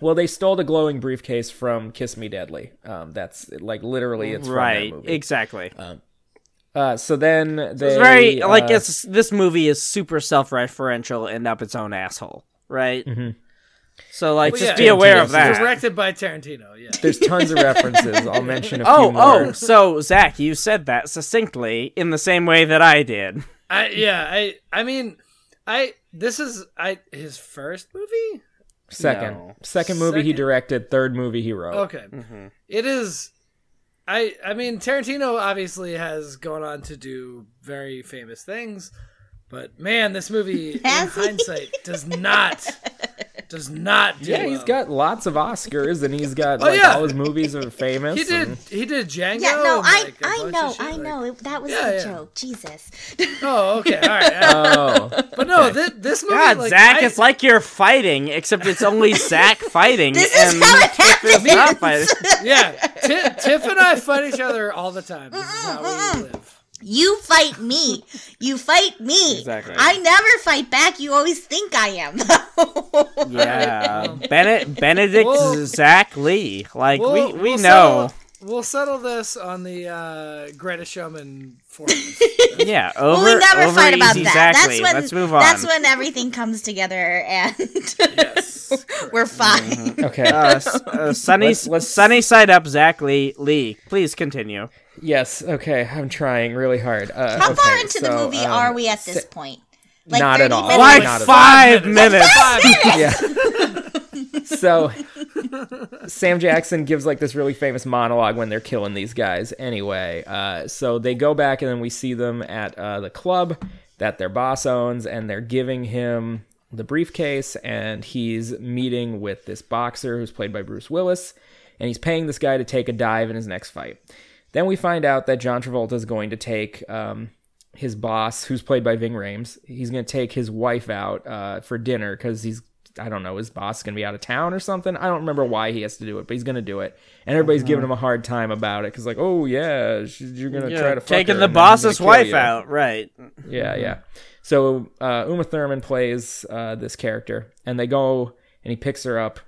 [SPEAKER 4] Well, they stole the glowing briefcase from Kiss Me Deadly. Um, that's like literally it's right.
[SPEAKER 2] Right,
[SPEAKER 4] from that movie.
[SPEAKER 2] exactly.
[SPEAKER 4] Uh, so then they.
[SPEAKER 2] it's very like
[SPEAKER 4] uh,
[SPEAKER 2] it's this movie is super self-referential and up its own asshole, right? So like,
[SPEAKER 5] Well,
[SPEAKER 2] just
[SPEAKER 5] yeah,
[SPEAKER 2] be aware of
[SPEAKER 4] Tarantino's
[SPEAKER 2] that.
[SPEAKER 5] Directed by Tarantino. Yeah.
[SPEAKER 4] There's tons of references. I'll mention a few
[SPEAKER 2] Oh,
[SPEAKER 4] more.
[SPEAKER 2] oh, so Zach, you said that succinctly in the same way that I did.
[SPEAKER 5] I yeah, I I mean, I this is I his first movie?
[SPEAKER 4] Second,
[SPEAKER 2] No.
[SPEAKER 4] second movie he
[SPEAKER 5] Second?
[SPEAKER 4] directed. Third movie he wrote.
[SPEAKER 5] Okay. It is I I mean Tarantino obviously has gone on to do very famous things, but man, this movie in
[SPEAKER 6] Has he?
[SPEAKER 5] hindsight does not does not do
[SPEAKER 4] Yeah, he's
[SPEAKER 5] well.
[SPEAKER 4] got lots of Oscars, and he's got
[SPEAKER 5] um, Oh,
[SPEAKER 4] like
[SPEAKER 5] yeah.
[SPEAKER 4] all his movies are famous.
[SPEAKER 5] He did
[SPEAKER 4] and-
[SPEAKER 5] he did Django.
[SPEAKER 6] Yeah, no,
[SPEAKER 5] and,
[SPEAKER 6] I,
[SPEAKER 5] like, a
[SPEAKER 6] I
[SPEAKER 5] bunch of
[SPEAKER 6] know,
[SPEAKER 5] shit,
[SPEAKER 6] I
[SPEAKER 5] like-
[SPEAKER 6] know. It, that was
[SPEAKER 5] Yeah,
[SPEAKER 6] the
[SPEAKER 5] yeah.
[SPEAKER 6] joke. Jesus.
[SPEAKER 5] Oh, okay. All right. all right.
[SPEAKER 4] Oh,
[SPEAKER 5] But no, this, this movie
[SPEAKER 2] God,
[SPEAKER 5] like,
[SPEAKER 2] Zach,
[SPEAKER 5] I-
[SPEAKER 2] it's like you're fighting, except it's only Zach fighting.
[SPEAKER 6] This
[SPEAKER 2] and
[SPEAKER 6] is how it
[SPEAKER 2] Tiff is not fighting.
[SPEAKER 5] yeah, Ti Tiff and I fight each other all the time. This is how we live.
[SPEAKER 6] You fight me. You fight me.
[SPEAKER 2] Exactly.
[SPEAKER 6] I never fight back. You always think I am.
[SPEAKER 2] Yeah, Bene- Benedict
[SPEAKER 5] We'll-
[SPEAKER 2] Zach Lee. Like
[SPEAKER 5] We'll-
[SPEAKER 2] we, we
[SPEAKER 5] we'll
[SPEAKER 2] know.
[SPEAKER 5] settle- we'll settle this on the uh, Greta Showman forums.
[SPEAKER 2] Yeah, over
[SPEAKER 6] well, we never
[SPEAKER 2] over
[SPEAKER 6] fight about
[SPEAKER 2] easy
[SPEAKER 6] that.
[SPEAKER 2] Zach
[SPEAKER 6] That's
[SPEAKER 2] Lee.
[SPEAKER 6] when
[SPEAKER 2] Let's move on.
[SPEAKER 6] that's when everything comes together and we're fine.
[SPEAKER 4] okay.
[SPEAKER 2] uh, s- uh, sunny,
[SPEAKER 4] Let's- let's-
[SPEAKER 2] sunny side up, Zach Lee. Lee, please continue.
[SPEAKER 4] yes. Okay. I'm trying really hard. Uh,
[SPEAKER 6] How far
[SPEAKER 4] okay,
[SPEAKER 6] into
[SPEAKER 4] so,
[SPEAKER 6] the movie
[SPEAKER 4] um,
[SPEAKER 6] are we at this point?
[SPEAKER 4] not at all.
[SPEAKER 6] minutes?
[SPEAKER 2] Like
[SPEAKER 4] Not at all.
[SPEAKER 2] five minutes.
[SPEAKER 4] So, Sam Jackson gives like this really famous monologue when they're killing these guys. Anyway, uh, so they go back and then we see them at uh, the club that their boss owns, and they're giving him the briefcase, and he's meeting with this boxer who's played by Bruce Willis, and he's paying this guy to take a dive in his next fight. Then we find out that John Travolta is going to take um, his boss, who's played by Ving Rhames, he's going to take his wife out uh, for dinner because he's, I don't know, his boss is going to be out of town or something. I don't remember why he has to do it, but he's going to do it. And everybody's giving him
[SPEAKER 2] Uh-huh.
[SPEAKER 4] a hard time about it because, like, oh, yeah, she, you're going to try to fuck
[SPEAKER 2] Taking
[SPEAKER 4] her
[SPEAKER 2] the
[SPEAKER 4] and then he's gonna
[SPEAKER 2] boss's
[SPEAKER 4] kill
[SPEAKER 2] wife
[SPEAKER 4] you."
[SPEAKER 2] out, right?
[SPEAKER 4] Yeah,
[SPEAKER 2] Mm-hmm.
[SPEAKER 4] yeah. So uh, Uma Thurman plays uh, this character, and they go and he picks her up.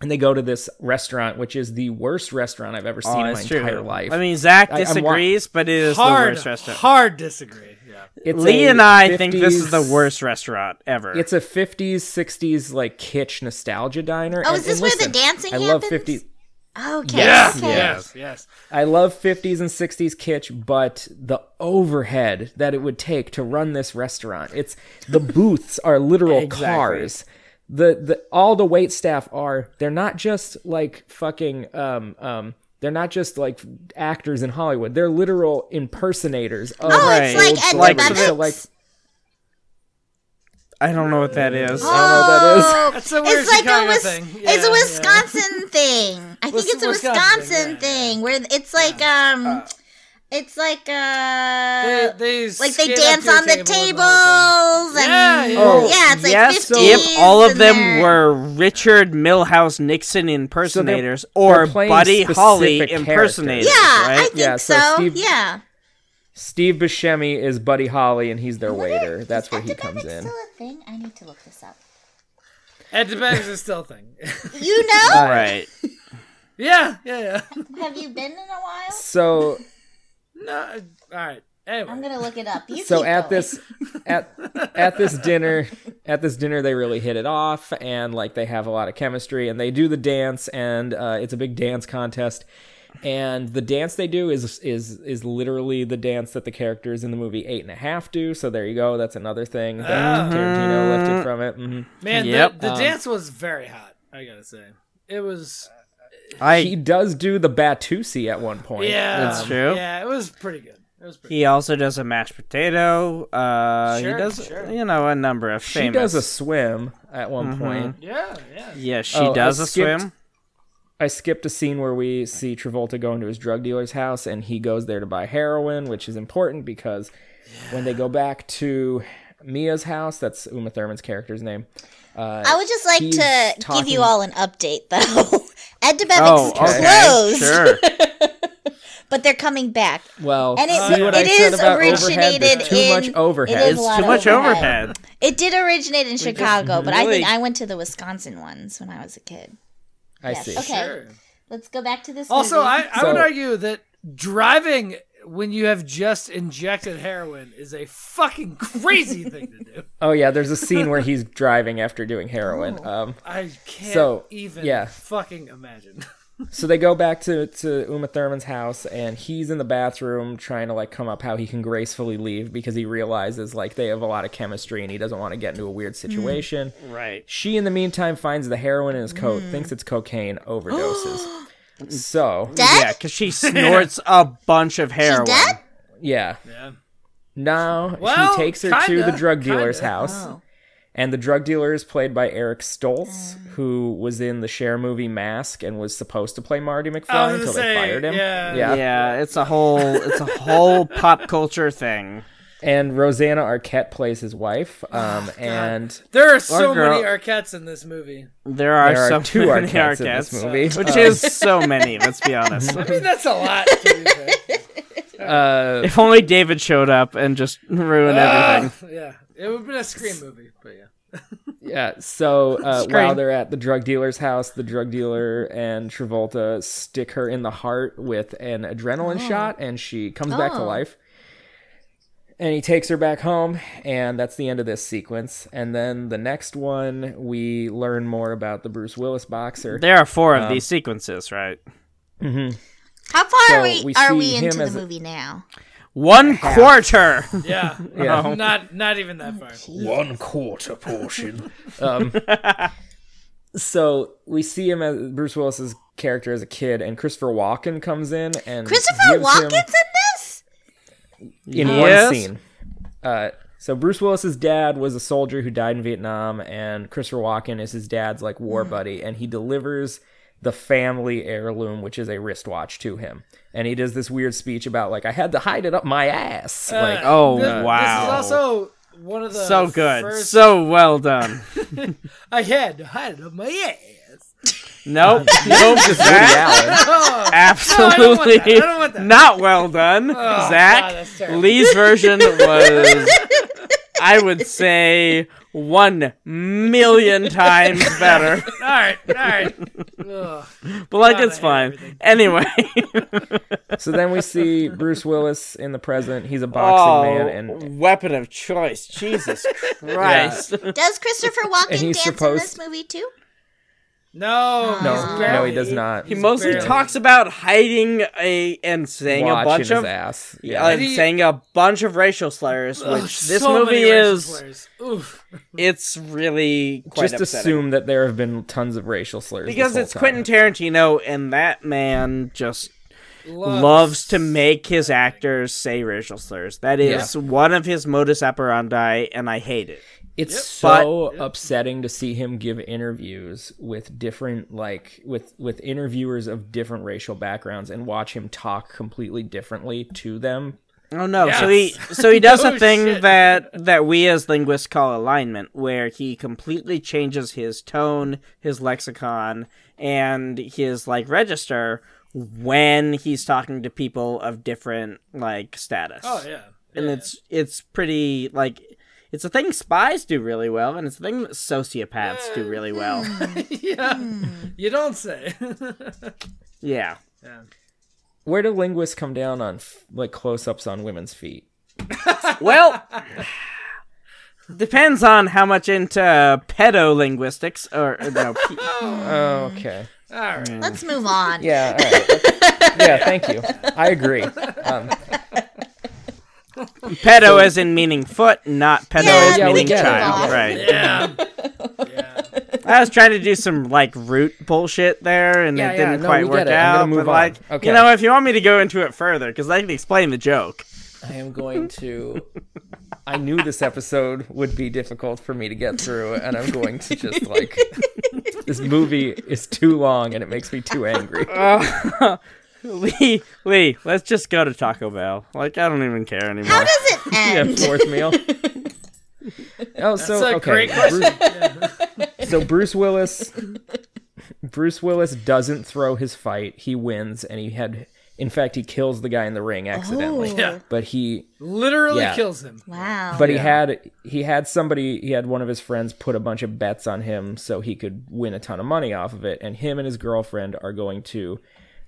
[SPEAKER 4] And they go to this restaurant, which is the worst restaurant I've ever seen in my
[SPEAKER 2] Oh, it's true.
[SPEAKER 4] entire life.
[SPEAKER 2] I mean, Zach
[SPEAKER 4] I- I'm wa-
[SPEAKER 2] disagrees, but it is the
[SPEAKER 5] hard,
[SPEAKER 2] worst restaurant.
[SPEAKER 5] hard disagree. Yeah,
[SPEAKER 4] It's
[SPEAKER 2] Lee
[SPEAKER 4] a
[SPEAKER 2] and I think this is the
[SPEAKER 4] 50s
[SPEAKER 2] worst restaurant ever.
[SPEAKER 4] It's a 50s, 60s like kitsch nostalgia diner.
[SPEAKER 6] Oh, is this where the dancing
[SPEAKER 4] I love 50s.
[SPEAKER 6] happens? okay.
[SPEAKER 5] yes,
[SPEAKER 6] okay.
[SPEAKER 5] yes, yes.
[SPEAKER 4] I love 50s and 60s kitsch, but the overhead that it would take to run this restaurant. It's the booths are literal
[SPEAKER 2] Exactly.
[SPEAKER 4] cars. The the all the wait staff are they're not just like fucking um um they're not just like actors in Hollywood. They're literal impersonators of
[SPEAKER 6] Oh,
[SPEAKER 2] Right.
[SPEAKER 6] it's like Ed
[SPEAKER 2] Like,
[SPEAKER 6] like, Benett's.
[SPEAKER 4] so, like
[SPEAKER 2] I don't know what that is.
[SPEAKER 4] I
[SPEAKER 6] Oh,
[SPEAKER 5] That's a weird
[SPEAKER 6] it's like
[SPEAKER 5] Chicago
[SPEAKER 6] a Wis-
[SPEAKER 5] thing.
[SPEAKER 6] it's
[SPEAKER 5] Yeah,
[SPEAKER 6] a Wisconsin thing. I think
[SPEAKER 5] Wis-
[SPEAKER 6] it's a
[SPEAKER 5] Wisconsin thing, yeah,
[SPEAKER 6] Wisconsin,
[SPEAKER 5] Uh.
[SPEAKER 6] thing where it's like um, it's like uh,
[SPEAKER 5] They, they
[SPEAKER 6] like they
[SPEAKER 5] skate up
[SPEAKER 6] dance
[SPEAKER 5] to a
[SPEAKER 6] on the
[SPEAKER 5] table and
[SPEAKER 6] tables
[SPEAKER 5] all
[SPEAKER 6] and,
[SPEAKER 5] Yeah, yeah.
[SPEAKER 4] Oh,
[SPEAKER 6] yeah, it's like
[SPEAKER 2] yes,
[SPEAKER 6] 50s
[SPEAKER 2] if all of
[SPEAKER 6] and
[SPEAKER 2] them
[SPEAKER 6] they're-
[SPEAKER 2] were Richard Milhouse Nixon impersonators
[SPEAKER 4] they're
[SPEAKER 2] or
[SPEAKER 4] playing
[SPEAKER 2] Buddy Holly
[SPEAKER 4] specific
[SPEAKER 2] impersonators,
[SPEAKER 6] yeah, I
[SPEAKER 2] right?
[SPEAKER 6] think
[SPEAKER 4] Yeah, so
[SPEAKER 6] so.
[SPEAKER 4] Steve-
[SPEAKER 6] yeah,
[SPEAKER 4] Steve Buscemi is Buddy Holly, and he's their waiter. That's where he comes
[SPEAKER 6] Academics
[SPEAKER 4] in.
[SPEAKER 6] still a thing? I need to look this up.
[SPEAKER 5] Ed DeBanks is still a thing.
[SPEAKER 6] You
[SPEAKER 4] Uh,
[SPEAKER 6] know?
[SPEAKER 2] Right.
[SPEAKER 5] yeah, yeah, yeah.
[SPEAKER 6] Have you been in a while?
[SPEAKER 4] So
[SPEAKER 5] No, all right.
[SPEAKER 6] I'm
[SPEAKER 5] Anyway,
[SPEAKER 6] gonna look it up. You
[SPEAKER 4] so
[SPEAKER 6] keep
[SPEAKER 4] at
[SPEAKER 6] going.
[SPEAKER 4] this at at this dinner at this dinner they really hit it off and like they have a lot of chemistry and they do the dance and uh, it's a big dance contest and the dance they do is is is literally the dance that the characters in the movie eight and a half do so there you go that's another thing that Tarantino lifted from it hmm
[SPEAKER 5] man,
[SPEAKER 2] Yep. Um,
[SPEAKER 5] the, the dance was very hot. I gotta say, it was.
[SPEAKER 4] he
[SPEAKER 2] I.
[SPEAKER 4] does do the Batusi at one point
[SPEAKER 5] Yeah,
[SPEAKER 2] That's true.
[SPEAKER 5] Yeah, it was pretty good. It was pretty.
[SPEAKER 2] He also does a mashed potato. Uh,
[SPEAKER 5] Sure,
[SPEAKER 2] he does,
[SPEAKER 5] sure.
[SPEAKER 2] you know, a number of
[SPEAKER 4] she
[SPEAKER 2] famous.
[SPEAKER 4] does a swim at one point
[SPEAKER 5] good. Yeah, yeah.
[SPEAKER 2] yeah, she
[SPEAKER 4] Oh, I
[SPEAKER 2] does a
[SPEAKER 4] skipped-
[SPEAKER 2] swim.
[SPEAKER 4] I skipped a scene where we see Travolta go into his drug dealer's house and he goes there to buy heroin, which is important because when they go back to Mia's house, that's Uma Thurman's character's name.
[SPEAKER 6] I would just like
[SPEAKER 4] he's
[SPEAKER 6] to give
[SPEAKER 4] talking-
[SPEAKER 6] you all an update, though. Ed
[SPEAKER 2] Oh,
[SPEAKER 6] DeBevick's
[SPEAKER 2] okay,
[SPEAKER 6] closed,
[SPEAKER 2] sure.
[SPEAKER 6] but they're coming back.
[SPEAKER 4] Well,
[SPEAKER 6] And it-
[SPEAKER 4] see what I
[SPEAKER 6] it
[SPEAKER 4] said
[SPEAKER 6] is
[SPEAKER 4] about overhead? There's
[SPEAKER 6] originated
[SPEAKER 4] too
[SPEAKER 6] in-
[SPEAKER 4] much overhead.
[SPEAKER 6] it is
[SPEAKER 2] It's
[SPEAKER 6] lot
[SPEAKER 2] too
[SPEAKER 6] of
[SPEAKER 2] much
[SPEAKER 6] overhead.
[SPEAKER 2] overhead.
[SPEAKER 6] It did originate in Chicago, but I
[SPEAKER 2] really-
[SPEAKER 6] think I went to the Wisconsin ones when I was a kid.
[SPEAKER 4] I
[SPEAKER 6] Yes.
[SPEAKER 4] see.
[SPEAKER 6] Okay,
[SPEAKER 5] Sure.
[SPEAKER 6] let's go back to this.
[SPEAKER 5] Also,
[SPEAKER 6] movie.
[SPEAKER 5] I, I would
[SPEAKER 4] So-
[SPEAKER 5] argue that driving when you have just injected heroin is a fucking crazy thing to do.
[SPEAKER 4] Oh yeah, there's a scene where he's driving after doing
[SPEAKER 6] Oh.
[SPEAKER 4] heroin. Um,
[SPEAKER 5] I can't
[SPEAKER 4] So,
[SPEAKER 5] even
[SPEAKER 4] yeah.
[SPEAKER 5] fucking imagine.
[SPEAKER 4] so they go back to, to Uma Thurman's house, and he's in the bathroom trying to like come up how he can gracefully leave because he realizes like they have a lot of chemistry and he doesn't want to get into a
[SPEAKER 5] Hmm.
[SPEAKER 4] weird situation.
[SPEAKER 2] Right.
[SPEAKER 4] She, in the meantime, finds the heroin in his coat,
[SPEAKER 5] Hmm.
[SPEAKER 4] thinks it's cocaine, overdoses. so,
[SPEAKER 2] Yeah,
[SPEAKER 6] dead.
[SPEAKER 2] because she snorts a bunch of heroin.
[SPEAKER 6] dead?
[SPEAKER 4] yeah.
[SPEAKER 5] Yeah.
[SPEAKER 4] Now he
[SPEAKER 5] Well,
[SPEAKER 4] takes her to
[SPEAKER 5] kinda, Oh.
[SPEAKER 4] the drug dealer's
[SPEAKER 5] kinda.
[SPEAKER 4] house. And the drug dealer is played by Eric
[SPEAKER 5] Oh.
[SPEAKER 4] Stoltz, who was in the Cher movie Mask and was supposed to play Marty
[SPEAKER 5] I
[SPEAKER 4] McFly
[SPEAKER 5] was
[SPEAKER 4] until
[SPEAKER 5] gonna
[SPEAKER 4] they
[SPEAKER 5] say,
[SPEAKER 4] fired him.
[SPEAKER 5] yeah.
[SPEAKER 4] yeah.
[SPEAKER 2] Yeah, it's a whole it's a whole pop culture thing.
[SPEAKER 4] And Rosanna Arquette plays his wife.
[SPEAKER 2] Oh,
[SPEAKER 4] Um, and
[SPEAKER 5] There are so
[SPEAKER 2] girl-
[SPEAKER 5] many Arquettes in this movie.
[SPEAKER 2] There are,
[SPEAKER 4] there are
[SPEAKER 2] so
[SPEAKER 4] two
[SPEAKER 2] many
[SPEAKER 4] Arquettes in this
[SPEAKER 2] Arquettes,
[SPEAKER 4] movie.
[SPEAKER 2] which is so many. Let's be honest.
[SPEAKER 5] I mean, that's a lot. To be fair.
[SPEAKER 2] if only David showed up and just ruined everything.
[SPEAKER 5] yeah, it would have been a scream movie, but yeah.
[SPEAKER 4] Yeah, so uh,
[SPEAKER 2] Scream.
[SPEAKER 4] while they're at the drug dealer's house, the drug dealer and Travolta stick her in the heart with an adrenaline
[SPEAKER 2] Oh.
[SPEAKER 4] shot, and she comes back to
[SPEAKER 6] Oh.
[SPEAKER 4] life. And he takes her back home, and that's the end of this sequence. And then the next one, we learn more about the Bruce Willis boxer.
[SPEAKER 2] There are four of these sequences, right?
[SPEAKER 6] How far
[SPEAKER 4] So
[SPEAKER 6] are we,
[SPEAKER 4] we
[SPEAKER 6] are
[SPEAKER 4] see
[SPEAKER 6] we
[SPEAKER 4] him
[SPEAKER 6] into the
[SPEAKER 4] as a-
[SPEAKER 6] movie now?
[SPEAKER 2] One quarter.
[SPEAKER 5] Yeah,
[SPEAKER 4] Yeah. Oh,
[SPEAKER 5] not not even that far.
[SPEAKER 4] one quarter portion. um, so we see him as Bruce Willis's character as a kid, and Christopher Walken comes in and
[SPEAKER 6] Christopher
[SPEAKER 4] gives him-
[SPEAKER 6] Walken's in this?
[SPEAKER 4] in
[SPEAKER 2] Yes.
[SPEAKER 4] one scene. Uh, so Bruce Willis's dad was a soldier who died in Vietnam, and Christopher Walken is his dad's like war buddy, and he delivers the family heirloom, which is a wristwatch, to him. And he does this weird speech about like I had to hide it up my ass. like
[SPEAKER 2] Oh
[SPEAKER 5] Th-
[SPEAKER 2] wow.
[SPEAKER 5] This is also one of the
[SPEAKER 2] so good.
[SPEAKER 5] First
[SPEAKER 2] So well done.
[SPEAKER 5] I had to hide it up my ass.
[SPEAKER 2] Nope. nope.
[SPEAKER 4] Woody
[SPEAKER 2] Zach,
[SPEAKER 4] Allen.
[SPEAKER 5] Oh,
[SPEAKER 2] absolutely
[SPEAKER 5] that. I don't want that. Oh,
[SPEAKER 2] not well done.
[SPEAKER 5] God,
[SPEAKER 2] Zach
[SPEAKER 5] that's terrible.
[SPEAKER 2] Lee's version was I would say one million times better.
[SPEAKER 5] all right, all right. Ugh.
[SPEAKER 2] But like
[SPEAKER 5] God, I
[SPEAKER 2] it's
[SPEAKER 5] hate
[SPEAKER 2] fine.
[SPEAKER 5] everything.
[SPEAKER 2] Anyway.
[SPEAKER 4] so then we see Bruce Willis in the present. He's a boxing man, and
[SPEAKER 2] Oh, weapon of choice. Jesus Christ.
[SPEAKER 6] Does Christopher Walken
[SPEAKER 4] And he's
[SPEAKER 6] dance in
[SPEAKER 4] supposed-
[SPEAKER 6] this movie too?
[SPEAKER 5] No,
[SPEAKER 4] no,
[SPEAKER 5] he's
[SPEAKER 4] no, he
[SPEAKER 5] barely-
[SPEAKER 4] does not.
[SPEAKER 2] He mostly
[SPEAKER 5] barely-
[SPEAKER 2] talks about hiding a and saying
[SPEAKER 4] Watch
[SPEAKER 2] a
[SPEAKER 4] in
[SPEAKER 2] bunch
[SPEAKER 4] his
[SPEAKER 2] of
[SPEAKER 4] ass.
[SPEAKER 2] uh,
[SPEAKER 5] And he-
[SPEAKER 2] saying a bunch of racial slurs,
[SPEAKER 5] Ugh,
[SPEAKER 2] which this
[SPEAKER 5] so many
[SPEAKER 2] movie
[SPEAKER 5] racial
[SPEAKER 2] is.
[SPEAKER 5] slurs. Oof.
[SPEAKER 2] It's really quite
[SPEAKER 4] Just
[SPEAKER 2] upsetting.
[SPEAKER 4] assume that there have been tons of racial slurs this
[SPEAKER 2] because
[SPEAKER 4] whole
[SPEAKER 2] it's
[SPEAKER 4] time.
[SPEAKER 2] Quentin Tarantino, and that man just
[SPEAKER 5] Loves.
[SPEAKER 2] loves to make his actors say racial slurs. That is one of his modus operandi, and I hate it.
[SPEAKER 4] It's
[SPEAKER 2] But-
[SPEAKER 4] so upsetting to see him give interviews with different like with with interviewers of different racial backgrounds and watch him talk completely differently to them.
[SPEAKER 2] Oh no! So he so he does
[SPEAKER 5] Oh,
[SPEAKER 2] a thing that that we as linguists call alignment, where he completely changes his tone, his lexicon, and his like register when he's talking to people of different like status.
[SPEAKER 5] Oh yeah.
[SPEAKER 2] and it's it's pretty like it's a thing spies do really well, and it's a thing that sociopaths do really well.
[SPEAKER 5] yeah. You don't say.
[SPEAKER 2] yeah.
[SPEAKER 5] yeah.
[SPEAKER 4] Where do linguists come down on f- like close-ups on women's feet?
[SPEAKER 2] Well, depends on how much into pedo linguistics or, or no. P-
[SPEAKER 4] Oh, okay.
[SPEAKER 5] All right.
[SPEAKER 6] Let's move on.
[SPEAKER 4] Mm. Yeah. All right. yeah. Thank you. I agree. Um,
[SPEAKER 2] pedo as in meaning foot, not pedo
[SPEAKER 6] Yeah,
[SPEAKER 2] as
[SPEAKER 4] yeah, we
[SPEAKER 2] meaning
[SPEAKER 4] get it.
[SPEAKER 2] child.
[SPEAKER 6] Yeah.
[SPEAKER 2] Right.
[SPEAKER 5] Yeah. yeah.
[SPEAKER 2] I was trying to do some like root bullshit there, and
[SPEAKER 4] Yeah,
[SPEAKER 2] it
[SPEAKER 4] yeah,
[SPEAKER 2] didn't
[SPEAKER 4] no,
[SPEAKER 2] quite
[SPEAKER 4] we
[SPEAKER 2] work
[SPEAKER 4] get it. I'm
[SPEAKER 2] out.
[SPEAKER 4] gonna move
[SPEAKER 2] but
[SPEAKER 4] on.
[SPEAKER 2] like,
[SPEAKER 4] Okay.
[SPEAKER 2] you know, if you want me to go into it further, because I can explain the joke.
[SPEAKER 4] I am going to. I knew this episode would be difficult for me to get through, and I'm going to just like. this movie is too long, and it makes me too angry.
[SPEAKER 2] Lee, Lee, let's just go to Taco Bell. Like, I don't even care anymore.
[SPEAKER 6] How does it
[SPEAKER 4] yeah,
[SPEAKER 6] end?
[SPEAKER 4] fourth meal. Oh, so
[SPEAKER 5] That's a
[SPEAKER 4] okay.
[SPEAKER 5] great question.
[SPEAKER 4] Bruce- so Bruce Willis, Bruce Willis doesn't throw his fight. He wins, and he had, in fact, he kills the guy in the ring accidentally.
[SPEAKER 6] Oh.
[SPEAKER 5] Yeah.
[SPEAKER 4] But he,
[SPEAKER 5] Literally
[SPEAKER 4] Yeah.
[SPEAKER 5] kills him.
[SPEAKER 6] Wow.
[SPEAKER 4] but he had, he had somebody, he had one of his friends put a bunch of bets on him so he could win a ton of money off of it. And him and his girlfriend are going to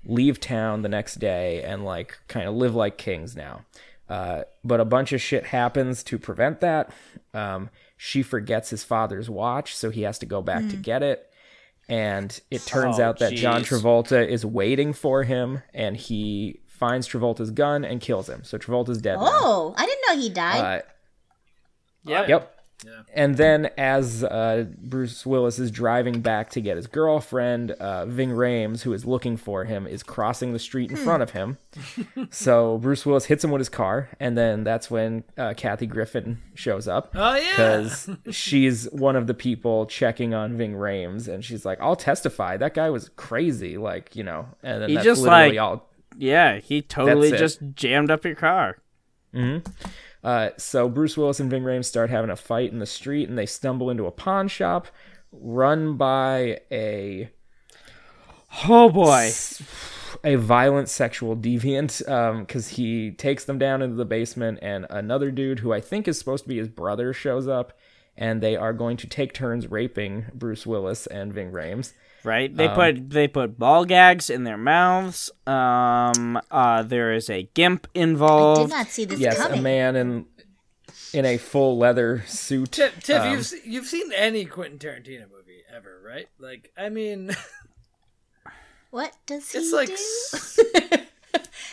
[SPEAKER 4] leave town the next day and like kind of live like kings now. Uh, but a bunch of shit happens to prevent that. Um, she forgets his father's watch, so he has to go back to
[SPEAKER 6] Hmm.
[SPEAKER 4] get it. And it
[SPEAKER 6] Oh,
[SPEAKER 4] turns out that John Travolta is waiting for him, and he finds Travolta's gun and kills him. So Travolta's dead. now.
[SPEAKER 6] oh, I didn't know he died.
[SPEAKER 4] Uh,
[SPEAKER 5] Yep.
[SPEAKER 4] Yep. And then, as uh, Bruce Willis is driving back to get his girlfriend, uh, Ving Rhames, who is looking for him, is crossing the street in front of him. so Bruce Willis hits him with his car, and then that's when uh, Kathy Griffin shows up
[SPEAKER 5] Oh yeah.
[SPEAKER 4] because she's one of the people checking on Ving Rhames, and she's like, "I'll testify. That guy was crazy. Like, you know." And then
[SPEAKER 2] He
[SPEAKER 4] that's
[SPEAKER 2] just,
[SPEAKER 4] literally
[SPEAKER 2] like,
[SPEAKER 4] all
[SPEAKER 2] Yeah, he totally
[SPEAKER 4] That's it.
[SPEAKER 2] just jammed up your car.
[SPEAKER 4] Uh, so Bruce Willis and Ving Rhames start having a fight in the street, and they stumble into a pawn shop run by a
[SPEAKER 2] Oh boy.
[SPEAKER 4] a violent sexual deviant because he takes them down into the basement, and another dude who I think is supposed to be his brother shows up, and they are going to take turns raping Bruce Willis and Ving Rhames.
[SPEAKER 2] Right?
[SPEAKER 4] Um,
[SPEAKER 2] They put they put ball gags in their mouths. Um uh there is a gimp
[SPEAKER 6] I did
[SPEAKER 2] involved.
[SPEAKER 6] not see this
[SPEAKER 4] yes, a
[SPEAKER 6] coming.
[SPEAKER 4] man in in a full leather suit.
[SPEAKER 5] Tiff, Tiff you've se- you've seen any Quentin Tarantino movie ever, right? Like, I mean,
[SPEAKER 6] What does he
[SPEAKER 5] it's like
[SPEAKER 6] do?
[SPEAKER 5] s-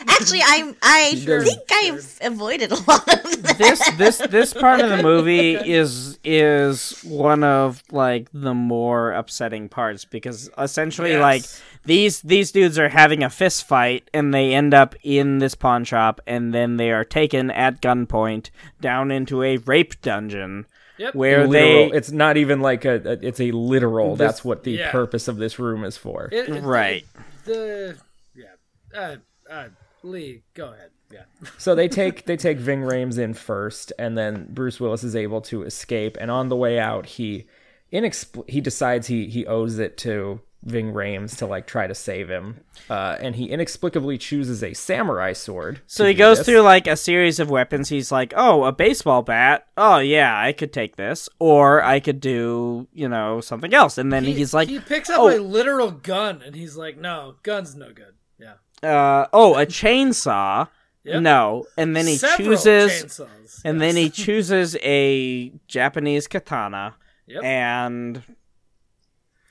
[SPEAKER 6] Actually, I I
[SPEAKER 4] does-
[SPEAKER 6] think I've avoided a lot of that.
[SPEAKER 2] This this this part of the movie is is one of like the more upsetting parts because essentially
[SPEAKER 5] Yes.
[SPEAKER 2] like these these dudes are having a fist fight and they end up in this pawn shop and then they are taken at gunpoint down into a rape dungeon
[SPEAKER 5] Yep.
[SPEAKER 2] where
[SPEAKER 4] literal.
[SPEAKER 2] they
[SPEAKER 4] It's not even like a. a- It's a literal. that's what the
[SPEAKER 5] yeah.
[SPEAKER 4] purpose of this room is for.
[SPEAKER 5] it- it-
[SPEAKER 2] right
[SPEAKER 5] The yeah. Uh, uh, Lee, go ahead. Yeah.
[SPEAKER 4] So they take they take Ving Rhames in first, and then Bruce Willis is able to escape. And on the way out, he inexpl- he decides he he owes it to Ving Rhames to like try to save him, uh, and he inexplicably chooses a samurai sword.
[SPEAKER 2] So
[SPEAKER 4] to
[SPEAKER 2] he
[SPEAKER 4] do
[SPEAKER 2] goes
[SPEAKER 4] this.
[SPEAKER 2] through like a series of weapons. He's like, "Oh, a baseball bat. Oh yeah, I could take this, or I could do you know something else." And then he's like,
[SPEAKER 5] he picks up
[SPEAKER 2] oh.
[SPEAKER 5] a literal gun, and he's like, "No, gun's no good." Yeah.
[SPEAKER 2] uh, "Oh, a chainsaw.
[SPEAKER 5] Yep.
[SPEAKER 2] No." And then he
[SPEAKER 5] Several
[SPEAKER 2] chooses,
[SPEAKER 5] chainsaws.
[SPEAKER 2] and then he chooses a Japanese katana,
[SPEAKER 5] Yep.
[SPEAKER 2] and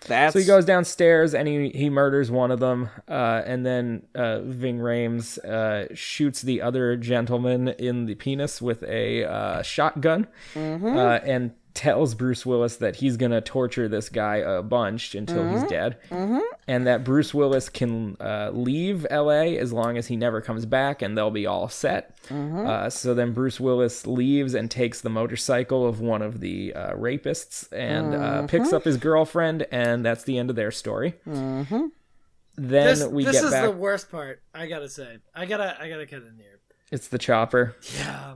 [SPEAKER 2] that's
[SPEAKER 4] So he goes downstairs and he, he murders one of them, uh, and then uh, Ving Rhames uh, shoots the other gentleman in the penis with a uh, shotgun, uh, and tells Bruce Willis that he's gonna torture this guy a bunch until he's dead, and that Bruce Willis can uh, leave L.A. as long as he never comes back, and they'll be all set.
[SPEAKER 6] Mm-hmm.
[SPEAKER 4] Uh, so then Bruce Willis leaves and takes the motorcycle of one of the uh, rapists and
[SPEAKER 6] Mm-hmm.
[SPEAKER 4] uh, picks up his girlfriend, and that's the end of their story.
[SPEAKER 6] Mm-hmm.
[SPEAKER 4] Then
[SPEAKER 5] this,
[SPEAKER 4] we
[SPEAKER 5] this
[SPEAKER 4] get
[SPEAKER 5] is
[SPEAKER 4] back.
[SPEAKER 5] the worst part. I gotta say, I gotta, I gotta cut in here.
[SPEAKER 4] It's the chopper.
[SPEAKER 5] Yeah.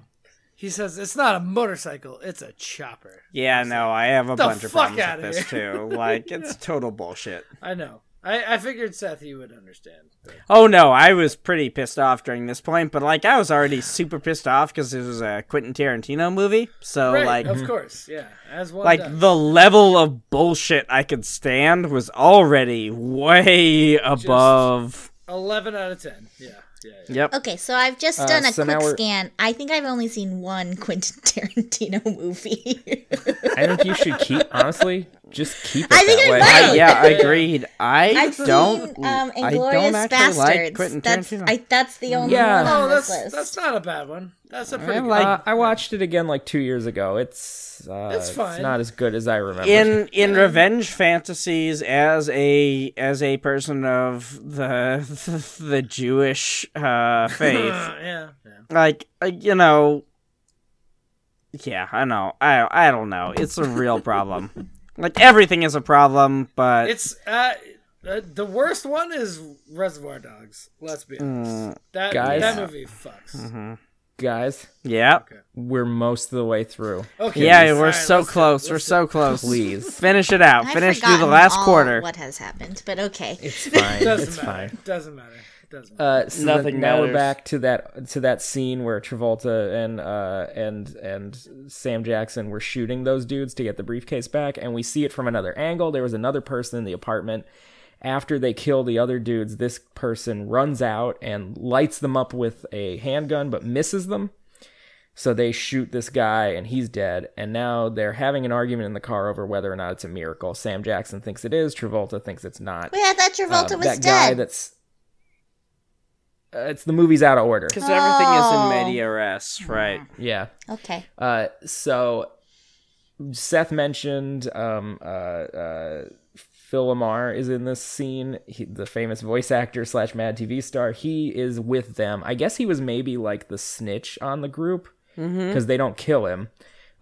[SPEAKER 5] He says it's not a motorcycle; it's a chopper.
[SPEAKER 2] Yeah, no, I have a
[SPEAKER 5] The
[SPEAKER 2] bunch of
[SPEAKER 5] fuck
[SPEAKER 2] problems
[SPEAKER 5] outta
[SPEAKER 2] with this too. Like, it's total bullshit.
[SPEAKER 5] I know. I, I figured Seth, you would understand. but-
[SPEAKER 2] Oh no, I was pretty pissed off during this point, but like I was already super pissed off because it was a Quentin Tarantino movie. So
[SPEAKER 5] right,
[SPEAKER 2] like,
[SPEAKER 5] of course, yeah. As one
[SPEAKER 2] like
[SPEAKER 5] does.
[SPEAKER 2] the level of bullshit I could stand was already way above.
[SPEAKER 5] eleven out of ten. Yeah, yeah. yeah.
[SPEAKER 2] Yep.
[SPEAKER 6] Okay, so I've just
[SPEAKER 4] Uh,
[SPEAKER 6] done a
[SPEAKER 4] so now
[SPEAKER 6] quick
[SPEAKER 4] we're-
[SPEAKER 6] scan. I think I've only seen one Quentin Tarantino movie.
[SPEAKER 4] I think you should keep honestly, just keep it
[SPEAKER 6] I think
[SPEAKER 4] that
[SPEAKER 6] I
[SPEAKER 4] way.
[SPEAKER 6] might.
[SPEAKER 2] I, yeah, agreed. I
[SPEAKER 6] I've
[SPEAKER 2] don't.
[SPEAKER 6] seen um,
[SPEAKER 2] I don't
[SPEAKER 6] Inglorious
[SPEAKER 2] actually
[SPEAKER 6] Bastards.
[SPEAKER 2] like Quentin
[SPEAKER 6] that's
[SPEAKER 2] Tarantino.
[SPEAKER 6] I, that's the only
[SPEAKER 4] Yeah.
[SPEAKER 6] one on
[SPEAKER 5] Oh,
[SPEAKER 6] this
[SPEAKER 5] that's
[SPEAKER 6] list.
[SPEAKER 5] that's not a bad one. That's a pretty
[SPEAKER 2] I
[SPEAKER 5] good.
[SPEAKER 2] like-
[SPEAKER 4] Uh, I watched it again like two years ago. It's uh,
[SPEAKER 5] It's fine.
[SPEAKER 4] not as good as I remember.
[SPEAKER 2] in in revenge fantasies as a as a person of the the Jewish uh, faith,
[SPEAKER 5] yeah, yeah.
[SPEAKER 2] like uh, you know, yeah, I know, I I don't know, it's a real problem. like everything is a problem, but
[SPEAKER 5] It's uh, uh, the worst one is Reservoir Dogs. Let's be honest.
[SPEAKER 2] Mm,
[SPEAKER 5] that
[SPEAKER 4] guys.
[SPEAKER 5] that movie fucks.
[SPEAKER 2] Mm-hmm.
[SPEAKER 4] guys,
[SPEAKER 2] yeah,
[SPEAKER 4] we're most of the way through.
[SPEAKER 5] Okay.
[SPEAKER 2] yeah,
[SPEAKER 5] all
[SPEAKER 2] we're
[SPEAKER 5] right,
[SPEAKER 2] so
[SPEAKER 5] let's do it,
[SPEAKER 2] close, we're
[SPEAKER 5] let's
[SPEAKER 2] so close.
[SPEAKER 4] Please,
[SPEAKER 2] Finish it out.
[SPEAKER 6] I've
[SPEAKER 2] Finish through
[SPEAKER 6] forgotten
[SPEAKER 2] the last
[SPEAKER 6] all
[SPEAKER 2] quarter.
[SPEAKER 6] What has happened? But okay.
[SPEAKER 4] it's fine.
[SPEAKER 5] do it. Doesn't
[SPEAKER 4] it's
[SPEAKER 5] matter.
[SPEAKER 4] fine.
[SPEAKER 5] Doesn't matter. Doesn't. Matter.
[SPEAKER 4] Uh, so
[SPEAKER 2] Nothing
[SPEAKER 4] then now we're
[SPEAKER 2] matters.
[SPEAKER 4] back to that to that scene where Travolta and uh, and and Sam Jackson were shooting those dudes to get the briefcase back, and we see it from another angle. There was another person in the apartment. After they kill the other dudes, this person runs out and lights them up with a handgun, but misses them. So they shoot this guy and he's dead. And now they're having an argument in the car over whether or not it's a miracle. Sam Jackson thinks it is. Travolta thinks it's not.
[SPEAKER 6] Wait, I thought Travolta
[SPEAKER 4] Um,
[SPEAKER 6] was
[SPEAKER 4] that guy
[SPEAKER 6] dead.
[SPEAKER 4] that's uh, it's the movie's out of order
[SPEAKER 2] Because
[SPEAKER 6] Oh.
[SPEAKER 2] everything is in media res, right?
[SPEAKER 4] yeah
[SPEAKER 6] okay.
[SPEAKER 4] uh, so seth mentioned um, uh, uh, phil lamar is in this scene he, the famous voice actor slash mad tv star he is with them i guess he was maybe like the snitch on the group because
[SPEAKER 6] Mm-hmm.
[SPEAKER 4] they don't kill him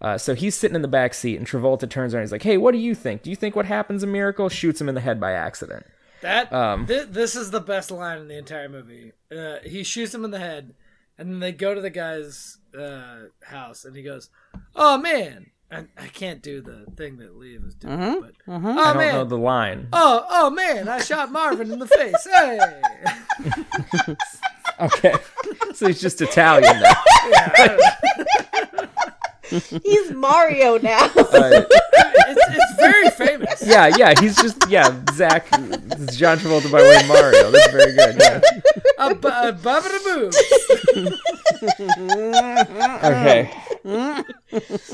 [SPEAKER 4] uh, so he's sitting in the back seat and travolta turns around and he's like hey what do you think do you think what happens a miracle shoots him in the head by accident
[SPEAKER 5] That
[SPEAKER 4] um,
[SPEAKER 5] thi- this is the best line in the entire movie. Uh, he shoots him in the head, and then they go to the guy's uh, house, and he goes, "Oh man." And I can't do the thing that Lee was doing,
[SPEAKER 2] Mm-hmm,
[SPEAKER 5] but oh
[SPEAKER 4] i don't
[SPEAKER 5] man,
[SPEAKER 4] know the line
[SPEAKER 5] oh oh man, I shot Marvin in the face. Hey,
[SPEAKER 4] okay so he's just italian now
[SPEAKER 6] He's Mario now.
[SPEAKER 4] Uh,
[SPEAKER 5] it's, it's very famous.
[SPEAKER 4] yeah, yeah, he's just yeah, Zach, it's John Travolta by way of Mario. That's very good. Yeah.
[SPEAKER 5] a, bu- a bub and a boo.
[SPEAKER 4] Okay.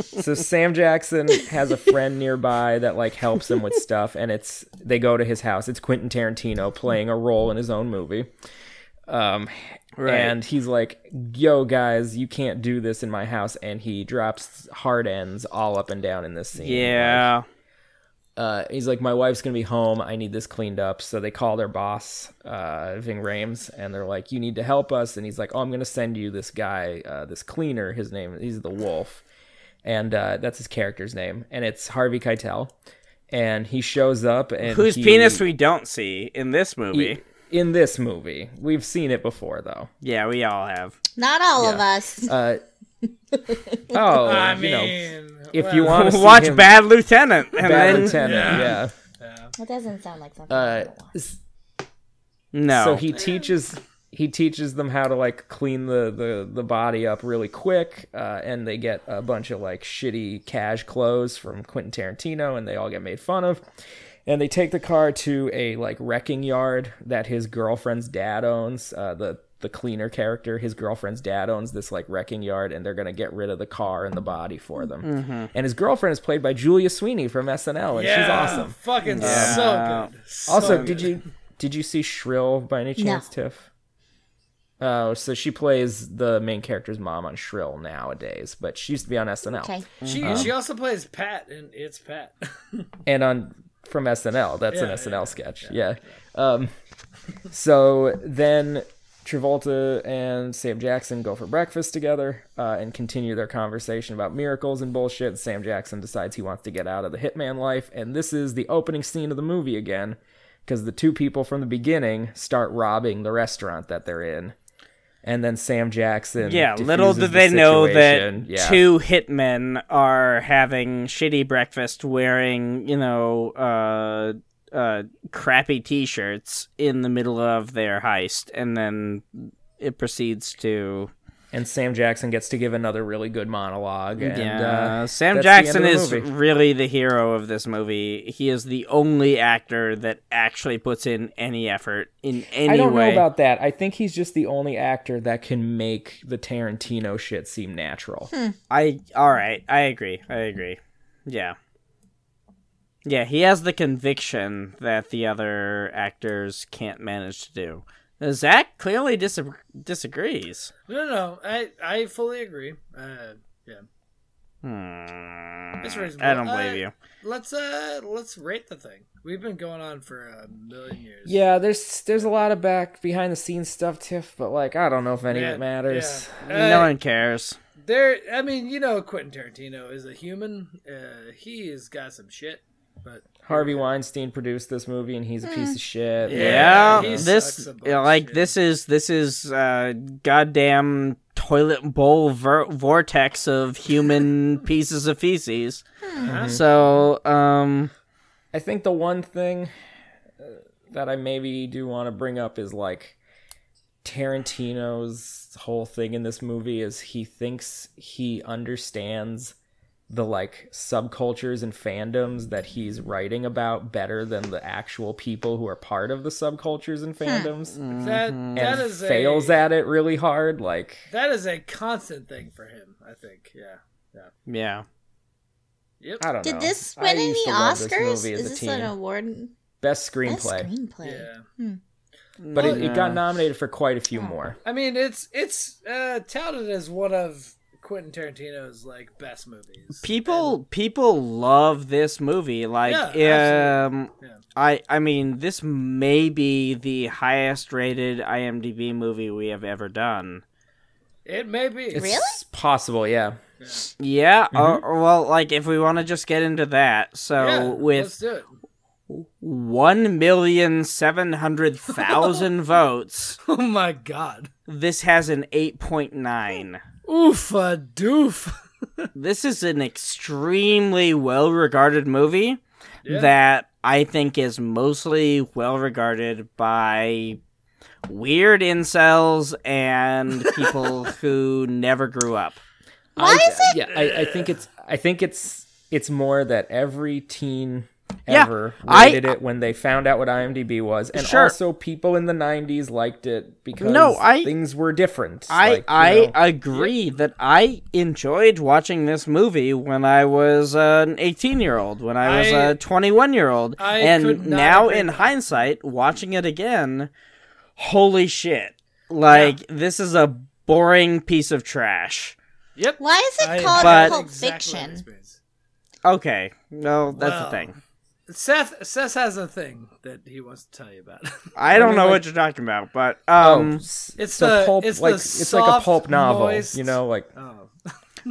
[SPEAKER 4] so Sam Jackson has a friend nearby that like helps him with stuff, and it's they go to his house. It's Quentin Tarantino playing a role in his own movie. Um, and he's like, "Yo, guys, you can't do this in my house," and he drops hard ends all up and down in this scene.
[SPEAKER 2] Yeah.
[SPEAKER 4] uh, he's like, my wife's gonna be home. I need this cleaned up. So they call their boss, uh, Ving Rames, and they're like, you need to help us. And he's like, oh, I'm gonna send you this guy, uh, this cleaner. His name, he's the Wolf, and uh, that's his character's name, and it's Harvey Keitel. And he shows up, and
[SPEAKER 2] Whose
[SPEAKER 4] he-
[SPEAKER 2] penis we don't see in this
[SPEAKER 4] he-
[SPEAKER 2] movie.
[SPEAKER 4] in this movie, we've seen it before though.
[SPEAKER 2] yeah, we all have.
[SPEAKER 6] Not all of us.
[SPEAKER 4] Uh, oh,
[SPEAKER 5] I
[SPEAKER 4] you know,
[SPEAKER 5] mean,
[SPEAKER 4] if you want to
[SPEAKER 2] Watch
[SPEAKER 4] him,
[SPEAKER 2] Bad Lieutenant. And
[SPEAKER 4] Bad
[SPEAKER 2] then,
[SPEAKER 4] Lieutenant, yeah.
[SPEAKER 6] That doesn't sound like something. I
[SPEAKER 4] Uh,
[SPEAKER 6] would want.
[SPEAKER 4] s-
[SPEAKER 2] No.
[SPEAKER 4] So he teaches he teaches them how to like clean the the, the body up really quick, uh, and they get a bunch of like shitty cash clothes from Quentin Tarantino, and they all get made fun of. And they take the car to a like wrecking yard that his girlfriend's dad owns. Uh, the the cleaner character, his girlfriend's dad owns this like wrecking yard, and they're gonna get rid of the car and the body for them. And his girlfriend is played by Julia Sweeney from SNL, and she's awesome.
[SPEAKER 5] Fucking so good. So
[SPEAKER 4] Also,
[SPEAKER 5] good.
[SPEAKER 4] did you did you see Shrill by any chance, Tiff? Oh, so she plays the main character's mom on Shrill nowadays, but she used to be on SNL
[SPEAKER 6] okay.
[SPEAKER 5] She
[SPEAKER 4] uh-huh.
[SPEAKER 5] she also plays Pat, and it's Pat.
[SPEAKER 4] and on from SNL. That's an
[SPEAKER 5] Yeah,
[SPEAKER 4] SNL sketch. Yeah. Um, so then Travolta and Sam Jackson go for breakfast together uh, and continue their conversation about miracles and bullshit. And Sam Jackson decides he wants to get out of the hitman life, and this is the opening scene of the movie again. Because the two people from the beginning start robbing the restaurant that they're in, and then Sam Jackson.
[SPEAKER 2] yeah, little
[SPEAKER 4] diffuses
[SPEAKER 2] did
[SPEAKER 4] the
[SPEAKER 2] they know that
[SPEAKER 4] situation. Yeah.
[SPEAKER 2] two hitmen are having shitty breakfast wearing, you know, uh, uh, crappy T-shirts in the middle of their heist, and then it proceeds to
[SPEAKER 4] and Sam Jackson gets to give another really good monologue. And,
[SPEAKER 2] yeah.
[SPEAKER 4] uh,
[SPEAKER 2] Sam
[SPEAKER 4] that's the end of
[SPEAKER 2] Jackson
[SPEAKER 4] the
[SPEAKER 2] is
[SPEAKER 4] movie.
[SPEAKER 2] really the hero of this movie. He is the only actor that actually puts in any effort in any
[SPEAKER 4] I don't
[SPEAKER 2] way.
[SPEAKER 4] know about that. I think he's just the only actor that can make the Tarantino shit seem natural.
[SPEAKER 5] Hmm.
[SPEAKER 2] I all right. I agree. I agree. Yeah. Yeah, he has the conviction that the other actors can't manage to do. Uh, Zach clearly disag disagrees.
[SPEAKER 5] No, no, no. I, I fully agree. Uh, yeah.
[SPEAKER 2] Hmm.
[SPEAKER 5] It's reasonable.
[SPEAKER 2] I don't believe
[SPEAKER 5] Uh,
[SPEAKER 2] you.
[SPEAKER 5] Let's uh, let's rate the thing. We've been going on for a million years.
[SPEAKER 4] Yeah, there's there's a lot of back behind the scenes stuff, Tiff, but like I don't know if any of
[SPEAKER 5] Yeah,
[SPEAKER 4] it matters.
[SPEAKER 5] yeah. Uh,
[SPEAKER 2] no one cares.
[SPEAKER 5] There, I mean, you know, Quentin Tarantino is a human. Uh, he's got some shit, but
[SPEAKER 4] Harvey Weinstein produced this movie, and he's a
[SPEAKER 5] Hmm.
[SPEAKER 4] piece of shit.
[SPEAKER 2] Yeah,
[SPEAKER 5] he sucks
[SPEAKER 2] this
[SPEAKER 5] at
[SPEAKER 2] yeah, like
[SPEAKER 5] bullshit.
[SPEAKER 2] this is this is uh goddamn toilet bowl ver- vortex of human pieces of feces. Mhm.
[SPEAKER 5] Mm-hmm.
[SPEAKER 2] So, um
[SPEAKER 4] I think the one thing uh, that I maybe do want to bring up is like Tarantino's whole thing in this movie is he thinks he understands the like subcultures and fandoms that he's writing about better than the actual people who are part of the subcultures
[SPEAKER 6] Hmm.
[SPEAKER 4] and fandoms
[SPEAKER 5] that Mm.
[SPEAKER 2] mm-hmm.
[SPEAKER 5] that
[SPEAKER 4] and
[SPEAKER 5] is
[SPEAKER 4] fails
[SPEAKER 5] a,
[SPEAKER 4] at it really hard like
[SPEAKER 5] That is a constant thing for him. I think. Yeah.
[SPEAKER 2] yeah.
[SPEAKER 5] Yep.
[SPEAKER 4] I don't
[SPEAKER 6] Did
[SPEAKER 4] know.
[SPEAKER 6] this
[SPEAKER 4] I
[SPEAKER 6] win
[SPEAKER 4] used
[SPEAKER 6] any
[SPEAKER 4] to love this
[SPEAKER 6] Oscars?
[SPEAKER 4] movie as
[SPEAKER 6] is
[SPEAKER 4] a
[SPEAKER 6] this
[SPEAKER 4] teen.
[SPEAKER 6] an award?
[SPEAKER 4] best
[SPEAKER 6] Best
[SPEAKER 4] screenplay?
[SPEAKER 6] screenplay.
[SPEAKER 5] Yeah.
[SPEAKER 4] But it, it
[SPEAKER 2] Uh,
[SPEAKER 4] got nominated for quite a few
[SPEAKER 6] Oh.
[SPEAKER 4] more.
[SPEAKER 5] I mean, it's it's uh, touted as one of Quentin Tarantino's like best movies.
[SPEAKER 2] People people love this movie. Like
[SPEAKER 5] Yeah,
[SPEAKER 2] um
[SPEAKER 5] Yeah.
[SPEAKER 2] I I mean this may be the highest rated IMDb movie we have ever done.
[SPEAKER 5] It may be.
[SPEAKER 4] It's
[SPEAKER 6] Really?
[SPEAKER 4] possible, yeah.
[SPEAKER 2] Yeah, or- or, well like if we want to just get into that. So
[SPEAKER 5] Mm-hmm. yeah,
[SPEAKER 2] with
[SPEAKER 5] let's do it.
[SPEAKER 2] one million seven hundred thousand votes.
[SPEAKER 5] Oh my god.
[SPEAKER 2] This has an eight point nine.
[SPEAKER 5] Oof a doof.
[SPEAKER 2] This is an extremely well regarded movie
[SPEAKER 5] Yeah.
[SPEAKER 2] that I think is mostly well regarded by weird incels and people who never grew up.
[SPEAKER 6] Why is it?
[SPEAKER 4] yeah I, I think it's i think it's it's more that every teen
[SPEAKER 2] Yeah,
[SPEAKER 4] ever
[SPEAKER 2] I-
[SPEAKER 4] rated it when they found out what imdb was and
[SPEAKER 2] Sure.
[SPEAKER 4] also people in the 90s liked it because
[SPEAKER 2] No, I-
[SPEAKER 4] things were different
[SPEAKER 2] I
[SPEAKER 4] Like, you
[SPEAKER 2] I
[SPEAKER 4] know,
[SPEAKER 2] agree that I enjoyed watching this movie when I was an 18 year old, when I was
[SPEAKER 5] I-
[SPEAKER 2] a 21 year old,
[SPEAKER 5] I
[SPEAKER 2] and
[SPEAKER 5] could not
[SPEAKER 2] now
[SPEAKER 5] agree
[SPEAKER 2] in
[SPEAKER 5] more.
[SPEAKER 2] hindsight, watching it again, holy shit! Like this is a boring piece of trash.
[SPEAKER 5] Yep.
[SPEAKER 6] Why is it
[SPEAKER 5] I-
[SPEAKER 6] called
[SPEAKER 2] But-
[SPEAKER 6] Pulp
[SPEAKER 5] Exactly what
[SPEAKER 6] Fiction?
[SPEAKER 5] this means.
[SPEAKER 2] Okay, no, that's
[SPEAKER 5] Wow.
[SPEAKER 2] the thing.
[SPEAKER 5] Seth Seth has a thing that he wants to tell you about.
[SPEAKER 2] I don't
[SPEAKER 4] mean,
[SPEAKER 2] know
[SPEAKER 4] like-
[SPEAKER 2] what you're talking about, but
[SPEAKER 4] oh,
[SPEAKER 2] um,
[SPEAKER 4] s-
[SPEAKER 5] It's
[SPEAKER 4] so
[SPEAKER 5] the-
[SPEAKER 4] pulp
[SPEAKER 5] it's the
[SPEAKER 4] like it's like a pulp
[SPEAKER 5] soft,
[SPEAKER 4] novel
[SPEAKER 5] moist-
[SPEAKER 4] you know like
[SPEAKER 5] oh.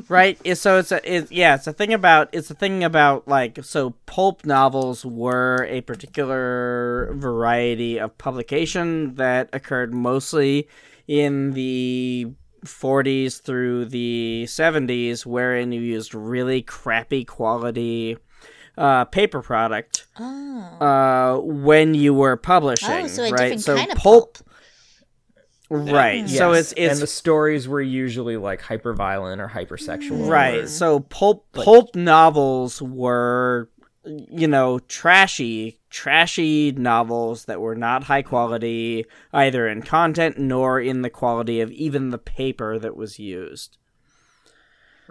[SPEAKER 2] right It's- so it's a it, yeah it's a thing about it's a thing about like so pulp novels were a particular variety of publication that occurred mostly in the 40s through the 70s wherein you used really crappy quality uh, paper product
[SPEAKER 6] Oh.
[SPEAKER 2] uh, when you were publishing
[SPEAKER 6] Oh, so a
[SPEAKER 2] right
[SPEAKER 6] different
[SPEAKER 2] so
[SPEAKER 6] kind of
[SPEAKER 2] pulp,
[SPEAKER 6] pulp.
[SPEAKER 2] right so
[SPEAKER 4] yes,
[SPEAKER 2] it's it's
[SPEAKER 4] and the stories were usually like hyper violent or hypersexual
[SPEAKER 2] Right.
[SPEAKER 4] or-
[SPEAKER 2] So pulp pulp novels were you know trashy trashy novels that were not high quality either in content nor in the quality of even the paper that was used.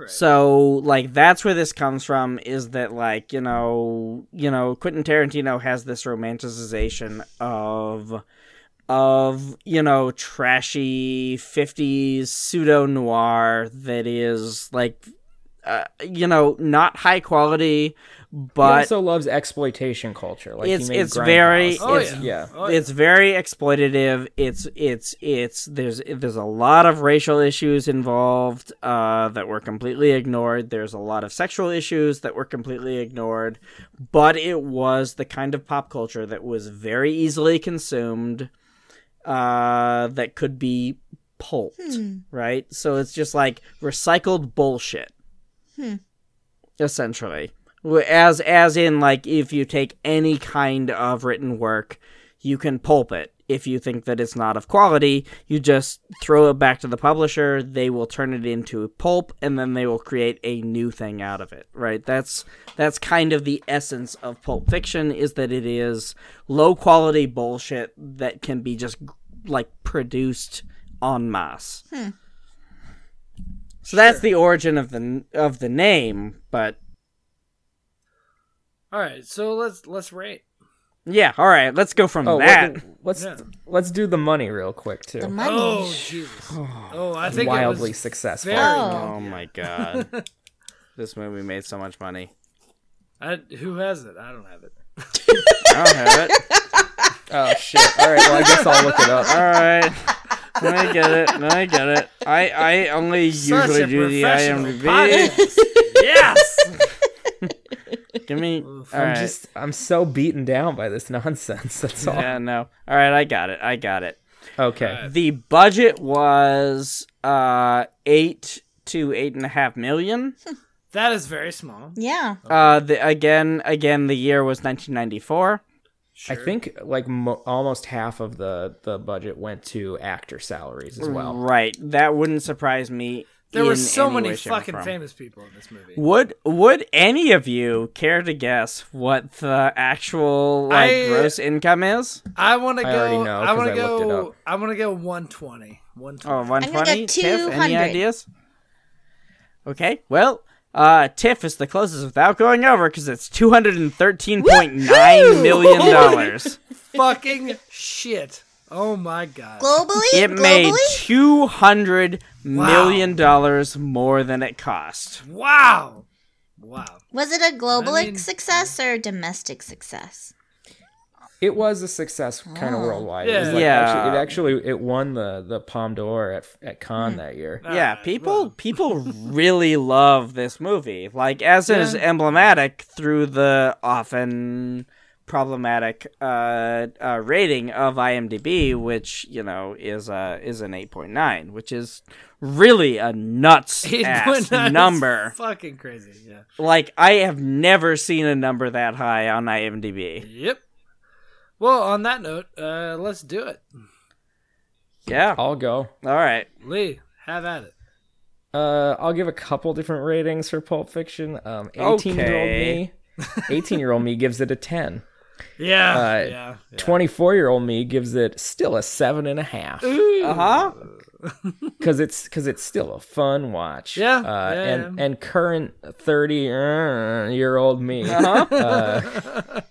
[SPEAKER 2] So like that's where this comes from is that like you know you know Quentin Tarantino has this romanticization of of you know trashy 50s pseudo noir that is like uh, you know not high quality
[SPEAKER 4] he
[SPEAKER 2] but
[SPEAKER 4] also loves exploitation culture like he
[SPEAKER 2] It's-
[SPEAKER 4] made
[SPEAKER 2] it's
[SPEAKER 4] Grindhouse.
[SPEAKER 2] very-
[SPEAKER 5] Oh,
[SPEAKER 2] It's-
[SPEAKER 5] yeah.
[SPEAKER 4] yeah.
[SPEAKER 5] Oh,
[SPEAKER 2] it's very exploitative it's it's it's there's there's a lot of racial issues involved uh, that were completely ignored there's a lot of sexual issues that were completely ignored but it was the kind of pop culture that was very easily consumed uh, that could be pulped right so it's just like recycled bullshit essentially W- As as in like if you take any kind of written work, you can pulp it. If you think that it's not of quality, you just throw it back to the publisher. They will turn it into a pulp, and then they will create a new thing out of it. Right? That's that's kind of the essence of pulp fiction is that it is low quality bullshit that can be just like produced en masse. So that's the origin of the of the name, but
[SPEAKER 5] All right, so let's let's rate.
[SPEAKER 2] yeah, all right, let's go from
[SPEAKER 4] Oh, what
[SPEAKER 2] that.
[SPEAKER 4] the- let's
[SPEAKER 5] Yeah.
[SPEAKER 4] let's do the money real quick too.
[SPEAKER 6] The money.
[SPEAKER 5] Oh Jesus! Oh, I think
[SPEAKER 4] Wildly
[SPEAKER 5] it was
[SPEAKER 4] successful.
[SPEAKER 5] very
[SPEAKER 6] Oh.
[SPEAKER 2] Oh my god. this movie made so much money.
[SPEAKER 5] I, who has it? I don't have it.
[SPEAKER 2] I don't have it.
[SPEAKER 4] Oh shit! All right, well I guess I'll look it up.
[SPEAKER 2] All right. No, I get it. No, I get it. I, I only
[SPEAKER 5] Such
[SPEAKER 2] usually
[SPEAKER 5] a
[SPEAKER 2] do the
[SPEAKER 5] professional
[SPEAKER 2] IMDb.
[SPEAKER 5] podcast. yes.
[SPEAKER 2] Give me. all
[SPEAKER 4] I'm
[SPEAKER 2] right.
[SPEAKER 4] just I'm so beaten down by this nonsense. That's all.
[SPEAKER 2] Yeah, no. All right, I got it. I got it.
[SPEAKER 5] Uh,
[SPEAKER 4] Okay.
[SPEAKER 2] The budget was uh eight to eight and a half million.
[SPEAKER 5] That is very small.
[SPEAKER 6] Yeah.
[SPEAKER 2] Uh, the, again, again, the year was 1994.
[SPEAKER 4] I think like mo- almost half of the the budget went to actor salaries as well.
[SPEAKER 2] Right. That wouldn't surprise me.
[SPEAKER 5] There were
[SPEAKER 2] in
[SPEAKER 5] so
[SPEAKER 2] any way,
[SPEAKER 5] many
[SPEAKER 2] shape, or
[SPEAKER 5] fucking
[SPEAKER 2] form.
[SPEAKER 5] famous people in this movie.
[SPEAKER 2] Would would any of you care to guess what the actual like
[SPEAKER 5] I-
[SPEAKER 2] gross income is?
[SPEAKER 5] I want to
[SPEAKER 4] I already
[SPEAKER 5] go.
[SPEAKER 4] know,
[SPEAKER 5] I
[SPEAKER 4] 'cause
[SPEAKER 5] want
[SPEAKER 4] I
[SPEAKER 5] to
[SPEAKER 4] looked it
[SPEAKER 5] go.
[SPEAKER 4] up.
[SPEAKER 5] I want to go 120. 120.
[SPEAKER 2] Oh, 120? Tiff,
[SPEAKER 6] 200.
[SPEAKER 2] any ideas? Okay. Well, uh Tiff is the closest without going over cuz it's 213.9 million dollars.
[SPEAKER 4] Oh.
[SPEAKER 5] Fucking shit. Oh my god.
[SPEAKER 6] Globally,
[SPEAKER 2] It
[SPEAKER 6] globally,
[SPEAKER 2] made two hundred million dollars more than it cost.
[SPEAKER 5] Wow. Wow.
[SPEAKER 6] was it a global
[SPEAKER 5] I mean-
[SPEAKER 6] success or a domestic success?
[SPEAKER 4] It was a success kind of worldwide. It was,
[SPEAKER 5] Yeah.
[SPEAKER 4] like,
[SPEAKER 2] Yeah.
[SPEAKER 4] Actually, it actually it won the the Palme d'Or at at
[SPEAKER 5] Mm-hmm.
[SPEAKER 4] Cannes that year.
[SPEAKER 2] yeah, people people really love this movie. Like as is emblematic through the often problematic uh, uh, rating of IMDb, which you know is uh, is an eight point nine, which is really a nuts ass
[SPEAKER 5] 8.9 is
[SPEAKER 2] number.
[SPEAKER 5] Fucking crazy. Yeah.
[SPEAKER 2] Like I have never seen a number that high on IMDb.
[SPEAKER 5] Yep. Well, on that note, uh, let's do it.
[SPEAKER 2] Yeah. All
[SPEAKER 4] I'll go.
[SPEAKER 2] right.
[SPEAKER 5] Lee, have at it.
[SPEAKER 4] Uh, I'll give a couple different ratings for Pulp Fiction. Um, eighteen year old
[SPEAKER 2] Okay.
[SPEAKER 4] me, eighteen year old me gives it a ten.
[SPEAKER 5] Yeah.
[SPEAKER 4] Uh,
[SPEAKER 5] yeah. yeah.
[SPEAKER 4] Twenty four year old me gives it still a seven and a half.
[SPEAKER 2] Uh huh.
[SPEAKER 4] because it's because it's still a fun watch.
[SPEAKER 5] Yeah,
[SPEAKER 4] uh,
[SPEAKER 5] yeah,
[SPEAKER 4] and
[SPEAKER 5] yeah.
[SPEAKER 4] and current thirty uh, year old me.
[SPEAKER 5] Uh-huh.
[SPEAKER 4] uh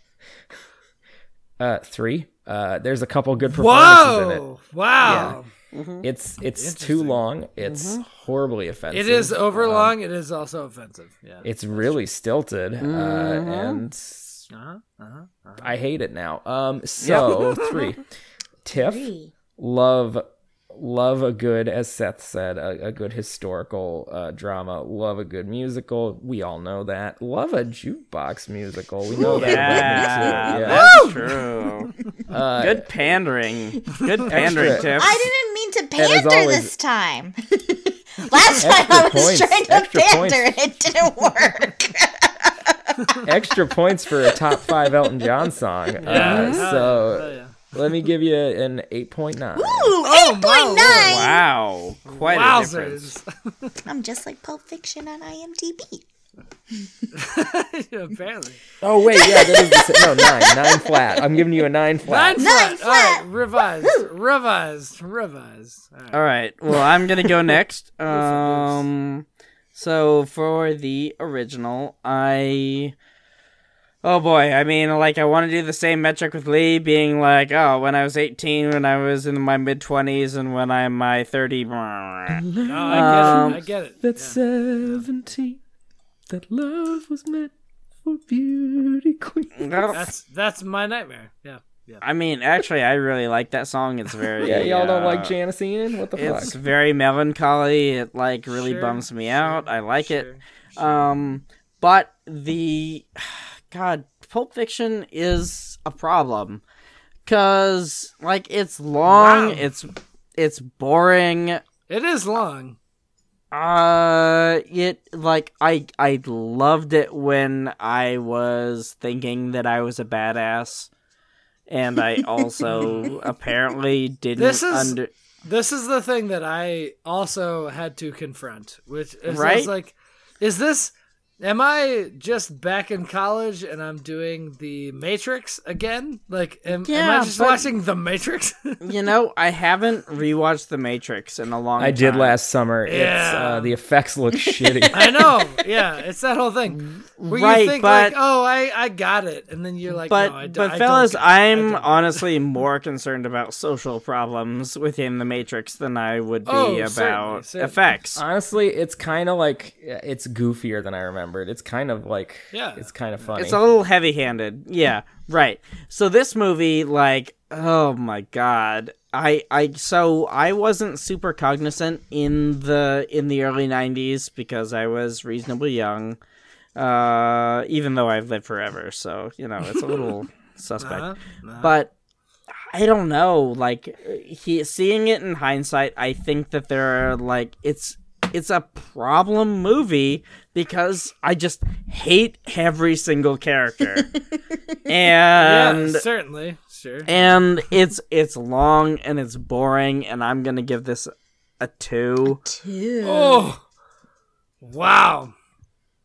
[SPEAKER 4] uh, three. Uh, there's a couple good performances in
[SPEAKER 5] Whoa! Wow!
[SPEAKER 4] it. It's it's too long. It's horribly offensive.
[SPEAKER 5] Mm-hmm.
[SPEAKER 4] Um,
[SPEAKER 5] It is
[SPEAKER 4] Uh,
[SPEAKER 5] overlong. it is also offensive. Yeah.
[SPEAKER 4] It's really stilted,
[SPEAKER 5] Mm-hmm.
[SPEAKER 4] uh, and
[SPEAKER 5] uh-huh. Uh-huh.
[SPEAKER 4] I hate it now. Um, so three. Tiff, love love a good as seth said a, a good historical uh, drama love a good musical we all know that love a jukebox musical we know that about
[SPEAKER 2] Yeah,
[SPEAKER 4] me too.
[SPEAKER 2] that's true.
[SPEAKER 4] Uh,
[SPEAKER 2] Good pandering. Good pandering,
[SPEAKER 4] Extra-
[SPEAKER 2] Tiff.
[SPEAKER 6] I didn't mean to
[SPEAKER 4] And as
[SPEAKER 6] pander
[SPEAKER 4] always-
[SPEAKER 6] this time. Last
[SPEAKER 4] Extra
[SPEAKER 6] time I was
[SPEAKER 4] points,
[SPEAKER 6] trying to
[SPEAKER 4] extra
[SPEAKER 6] pander
[SPEAKER 4] points.
[SPEAKER 6] and it didn't work.
[SPEAKER 4] extra points for a top five elton john song uh,
[SPEAKER 5] Oh,
[SPEAKER 4] so
[SPEAKER 5] yeah.
[SPEAKER 4] let me give you an 8.9
[SPEAKER 6] Ooh, 8.9.
[SPEAKER 2] Wow, quite a difference.
[SPEAKER 5] Wowzers!
[SPEAKER 6] I'm just like Pulp Fiction on IMDb.
[SPEAKER 5] Apparently,
[SPEAKER 4] oh wait yeah that is the sa- no nine nine flat i'm giving you a nine flat
[SPEAKER 5] nine flat.
[SPEAKER 6] flat.
[SPEAKER 5] All right, revised, revised, revised. All right.
[SPEAKER 2] All right. Well, I'm gonna go next. Um, so for the original, I. Oh boy, I mean, like, I want to do the same metric with Lee, being like, oh, when I was 18, when I was in my mid 20s, and when I'm my 30.
[SPEAKER 5] No, I get it. I get it.
[SPEAKER 4] That 17 that love was meant for beauty queen
[SPEAKER 5] That's that's my nightmare. Yeah, yeah.
[SPEAKER 2] I mean, actually, I really like that song. It's very.
[SPEAKER 4] Yeah, y'all don't
[SPEAKER 2] uh,
[SPEAKER 4] like Janice Ian? What the
[SPEAKER 2] It's
[SPEAKER 4] fuck?
[SPEAKER 2] very melancholy. It like really
[SPEAKER 5] Sure,
[SPEAKER 2] bums me out. I like
[SPEAKER 5] sure,
[SPEAKER 2] it. Um, but the God, Pulp Fiction is a problem because like it's long.
[SPEAKER 5] Wow.
[SPEAKER 2] It's it's boring.
[SPEAKER 5] It is long.
[SPEAKER 2] Uh, it like I I loved it when I was thinking that I was a badass, and I also apparently didn't
[SPEAKER 5] This is-
[SPEAKER 2] under.
[SPEAKER 5] This is the thing that I also had to confront, which is I
[SPEAKER 2] Right?
[SPEAKER 5] was like, is this? Am I just back in college and I'm doing the Matrix again? Like, am, am
[SPEAKER 2] Yeah,
[SPEAKER 5] I just
[SPEAKER 2] but-
[SPEAKER 5] watching the Matrix?
[SPEAKER 2] You know, I haven't rewatched The Matrix in a long.
[SPEAKER 4] I did
[SPEAKER 2] time.
[SPEAKER 4] last summer. It's
[SPEAKER 5] Yeah.
[SPEAKER 4] uh, the effects look shitty.
[SPEAKER 5] I know, yeah, it's that whole thing where
[SPEAKER 2] Right,
[SPEAKER 5] you think
[SPEAKER 2] but-
[SPEAKER 5] like, oh, I I got it, and then you're like,
[SPEAKER 2] But
[SPEAKER 5] no, I d-
[SPEAKER 2] but
[SPEAKER 5] I don't
[SPEAKER 2] fellas,
[SPEAKER 5] get it. I
[SPEAKER 2] I'm
[SPEAKER 5] don't." Uh-huh,
[SPEAKER 2] honestly more concerned about social problems within The Matrix than I would be
[SPEAKER 5] Oh,
[SPEAKER 2] about
[SPEAKER 5] certainly, certainly.
[SPEAKER 2] effects.
[SPEAKER 4] Honestly, it's kind of like it's goofier than I remembered. It's kind of like
[SPEAKER 5] Yeah.
[SPEAKER 4] it's kind of funny.
[SPEAKER 2] It's a little heavy-handed. Yeah, right. So this movie, like, oh my god, I, I, so I wasn't super cognizant in the in the early '90s because I was reasonably young, uh, even though I've lived forever. So you know, it's a little suspect.
[SPEAKER 5] Uh-huh.
[SPEAKER 2] But I don't know. Like, he seeing it in hindsight, I think that there are like it's it's a problem movie because I just hate every single character. and
[SPEAKER 5] yeah, certainly, sure.
[SPEAKER 2] and it's it's long and it's boring and I'm going to give this a 2.
[SPEAKER 6] Two.
[SPEAKER 5] Oh, wow,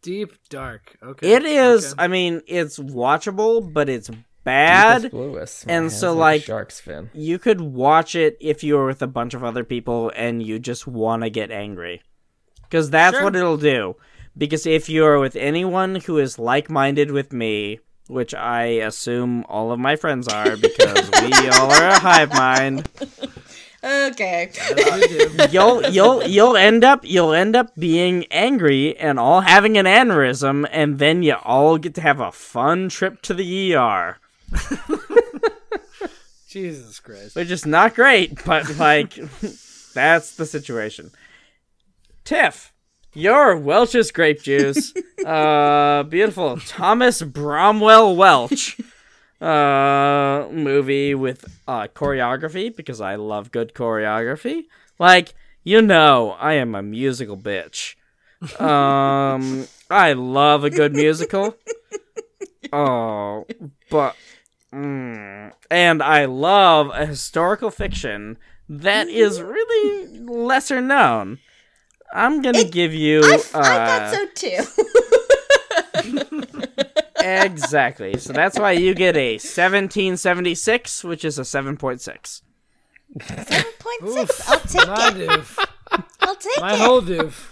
[SPEAKER 5] deep dark. Okay,
[SPEAKER 2] It is
[SPEAKER 5] okay.
[SPEAKER 2] I mean, it's watchable, but it's bad.
[SPEAKER 4] Deepest bluest, my
[SPEAKER 2] and
[SPEAKER 4] hands
[SPEAKER 2] so,
[SPEAKER 4] like a
[SPEAKER 2] like-
[SPEAKER 4] shark's fin.
[SPEAKER 2] You could watch it if you were with a bunch of other people and you just want to get angry. Because that's
[SPEAKER 5] Sure.
[SPEAKER 2] what it'll do. Because if you are with anyone who is like minded with me, which I assume all of my friends are because we all are a hive mind,
[SPEAKER 6] Okay.
[SPEAKER 5] Yes, we do.
[SPEAKER 2] you'll you'll you'll end up you'll end up being angry and all having an aneurysm and then you all get to have a fun trip to the ER.
[SPEAKER 5] Jesus Christ.
[SPEAKER 2] Which is not great, but like that's the situation. Tiff, your Welch's grape juice, uh, beautiful Thomas Bromwell Welch uh, movie with uh, choreography because I love good choreography. Like you know, I am a musical bitch. Um, I love a good musical. Oh, but Mm. And I love a historical fiction that is really lesser known. I'm gonna give you
[SPEAKER 6] I,
[SPEAKER 2] uh,
[SPEAKER 6] I thought so too.
[SPEAKER 2] exactly. So that's why you get a 1776, which is a 7.6.
[SPEAKER 6] Point
[SPEAKER 5] Oof.
[SPEAKER 6] six. I'll
[SPEAKER 5] My
[SPEAKER 6] take it.
[SPEAKER 5] doof.
[SPEAKER 6] I'll take
[SPEAKER 5] My
[SPEAKER 6] it.
[SPEAKER 5] whole doof.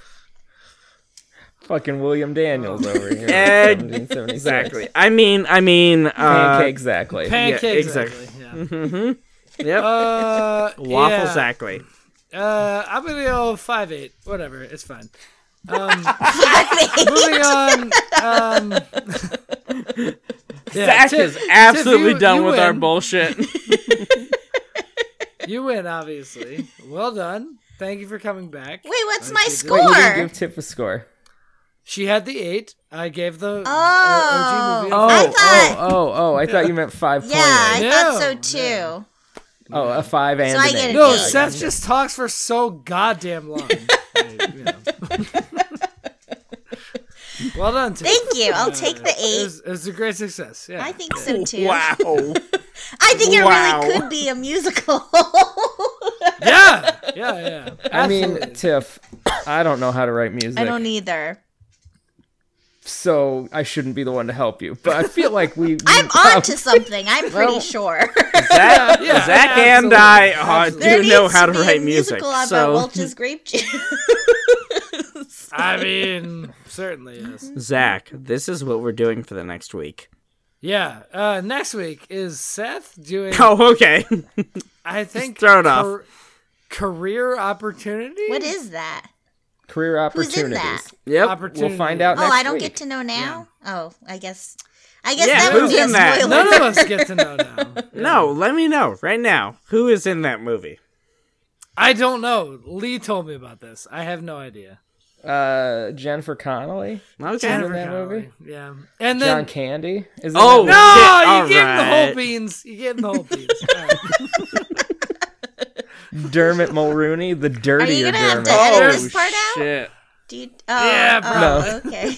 [SPEAKER 4] Fucking William Daniels over here.
[SPEAKER 2] Egg-
[SPEAKER 4] 1776.
[SPEAKER 2] Exactly. I mean, I mean,
[SPEAKER 4] Pancake,
[SPEAKER 2] uh,
[SPEAKER 4] exactly.
[SPEAKER 5] Pancake.
[SPEAKER 2] exactly.
[SPEAKER 5] exactly. Yeah.
[SPEAKER 2] yep.
[SPEAKER 5] Uh,
[SPEAKER 2] Waffle
[SPEAKER 5] yeah.
[SPEAKER 2] Zachary.
[SPEAKER 5] Uh, I'm gonna go five eight. Whatever, it's fine. Um, moving on. Um, yeah,
[SPEAKER 2] Zach
[SPEAKER 5] Tiff-
[SPEAKER 2] is absolutely
[SPEAKER 5] you-
[SPEAKER 2] done
[SPEAKER 5] you
[SPEAKER 2] with our
[SPEAKER 5] win.
[SPEAKER 2] bullshit.
[SPEAKER 5] You win, obviously. Well done. Thank you for coming back.
[SPEAKER 6] Wait, what's my
[SPEAKER 4] Wait, you didn't
[SPEAKER 6] score?
[SPEAKER 4] give Tip a score.
[SPEAKER 5] She had the eight. I gave the uh, OG
[SPEAKER 6] Oh.
[SPEAKER 5] movie. a
[SPEAKER 4] Oh,
[SPEAKER 5] five.
[SPEAKER 6] I thought-
[SPEAKER 4] oh, oh, oh! I thought you meant five
[SPEAKER 6] Yeah, I
[SPEAKER 4] point.
[SPEAKER 6] thought so
[SPEAKER 5] No.
[SPEAKER 6] too.
[SPEAKER 4] Oh, a five and
[SPEAKER 6] So
[SPEAKER 4] an
[SPEAKER 6] I get
[SPEAKER 4] eight.
[SPEAKER 6] an
[SPEAKER 5] No,
[SPEAKER 6] Yeah, I
[SPEAKER 5] Seth just talks for so goddamn long. I- you know. well done, Tiff.
[SPEAKER 6] Thank you. I'll take the
[SPEAKER 5] It
[SPEAKER 6] eight.
[SPEAKER 5] was, it was a great success. Yeah.
[SPEAKER 6] I think so too.
[SPEAKER 2] Wow.
[SPEAKER 6] I think it
[SPEAKER 2] Wow.
[SPEAKER 6] really could be a musical.
[SPEAKER 5] yeah, yeah, yeah.
[SPEAKER 4] I mean,
[SPEAKER 5] Absolutely.
[SPEAKER 4] Tiff, I don't know how to write music,
[SPEAKER 6] I don't e- either.
[SPEAKER 4] so I shouldn't be the one to help you. But I feel like we. we
[SPEAKER 6] I'm on to something. I'm pretty sure.
[SPEAKER 2] Zach,
[SPEAKER 5] Yeah,
[SPEAKER 2] Zach
[SPEAKER 5] yeah,
[SPEAKER 2] and
[SPEAKER 5] absolutely.
[SPEAKER 2] I uh,
[SPEAKER 5] There
[SPEAKER 2] do know how to write music.
[SPEAKER 6] musical about
[SPEAKER 2] so
[SPEAKER 6] Welch's grape juice.
[SPEAKER 5] I mean, certainly is.
[SPEAKER 2] Zach, this is what we're doing for the next week.
[SPEAKER 5] Yeah. Uh, next week is Seth doing.
[SPEAKER 2] Oh, okay.
[SPEAKER 5] I think
[SPEAKER 2] throw it off.
[SPEAKER 5] Career opportunity.
[SPEAKER 6] what is that?
[SPEAKER 4] career
[SPEAKER 6] Who's in
[SPEAKER 4] opportunities.
[SPEAKER 6] that?
[SPEAKER 2] yep.
[SPEAKER 5] opportunity?
[SPEAKER 4] We'll find out
[SPEAKER 6] Oh,
[SPEAKER 4] next
[SPEAKER 6] I don't
[SPEAKER 4] week.
[SPEAKER 6] get to know now. Oh, I guess. I guess
[SPEAKER 2] Yeah,
[SPEAKER 6] that would
[SPEAKER 2] who's
[SPEAKER 6] be a
[SPEAKER 2] in that?
[SPEAKER 6] spoiler.
[SPEAKER 5] None of us get to know now.
[SPEAKER 2] No, let me know right now who is in that movie.
[SPEAKER 5] I don't know. Lee told me about this. I have no idea.
[SPEAKER 4] Uh, Jennifer Connelly,
[SPEAKER 2] Okay.
[SPEAKER 4] that movie?
[SPEAKER 5] Yeah. And then
[SPEAKER 4] John Candy. Is
[SPEAKER 2] Oh,
[SPEAKER 4] in
[SPEAKER 5] No,
[SPEAKER 4] that?
[SPEAKER 2] Shit, all
[SPEAKER 5] you gave him the whole
[SPEAKER 2] right.
[SPEAKER 5] beans. You gave him the whole beans. All right.
[SPEAKER 4] Dermot Mulrooney, the
[SPEAKER 6] Are you
[SPEAKER 4] dirtier
[SPEAKER 6] gonna have
[SPEAKER 4] Dermot.
[SPEAKER 6] to edit
[SPEAKER 5] Oh,
[SPEAKER 6] this part
[SPEAKER 3] shit.
[SPEAKER 6] Do you, oh,
[SPEAKER 5] Yeah,
[SPEAKER 6] oh, okay.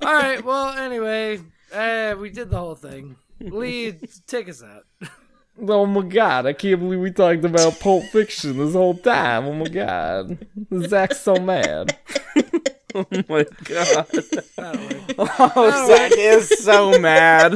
[SPEAKER 5] All right. Well, anyway, uh, we did the whole thing. Lee, take us out.
[SPEAKER 4] Oh my god, I can't believe we talked about Pulp Fiction this whole time. Oh my god. Zach's so mad.
[SPEAKER 3] Oh my god.
[SPEAKER 2] Zach is Oh, so mad.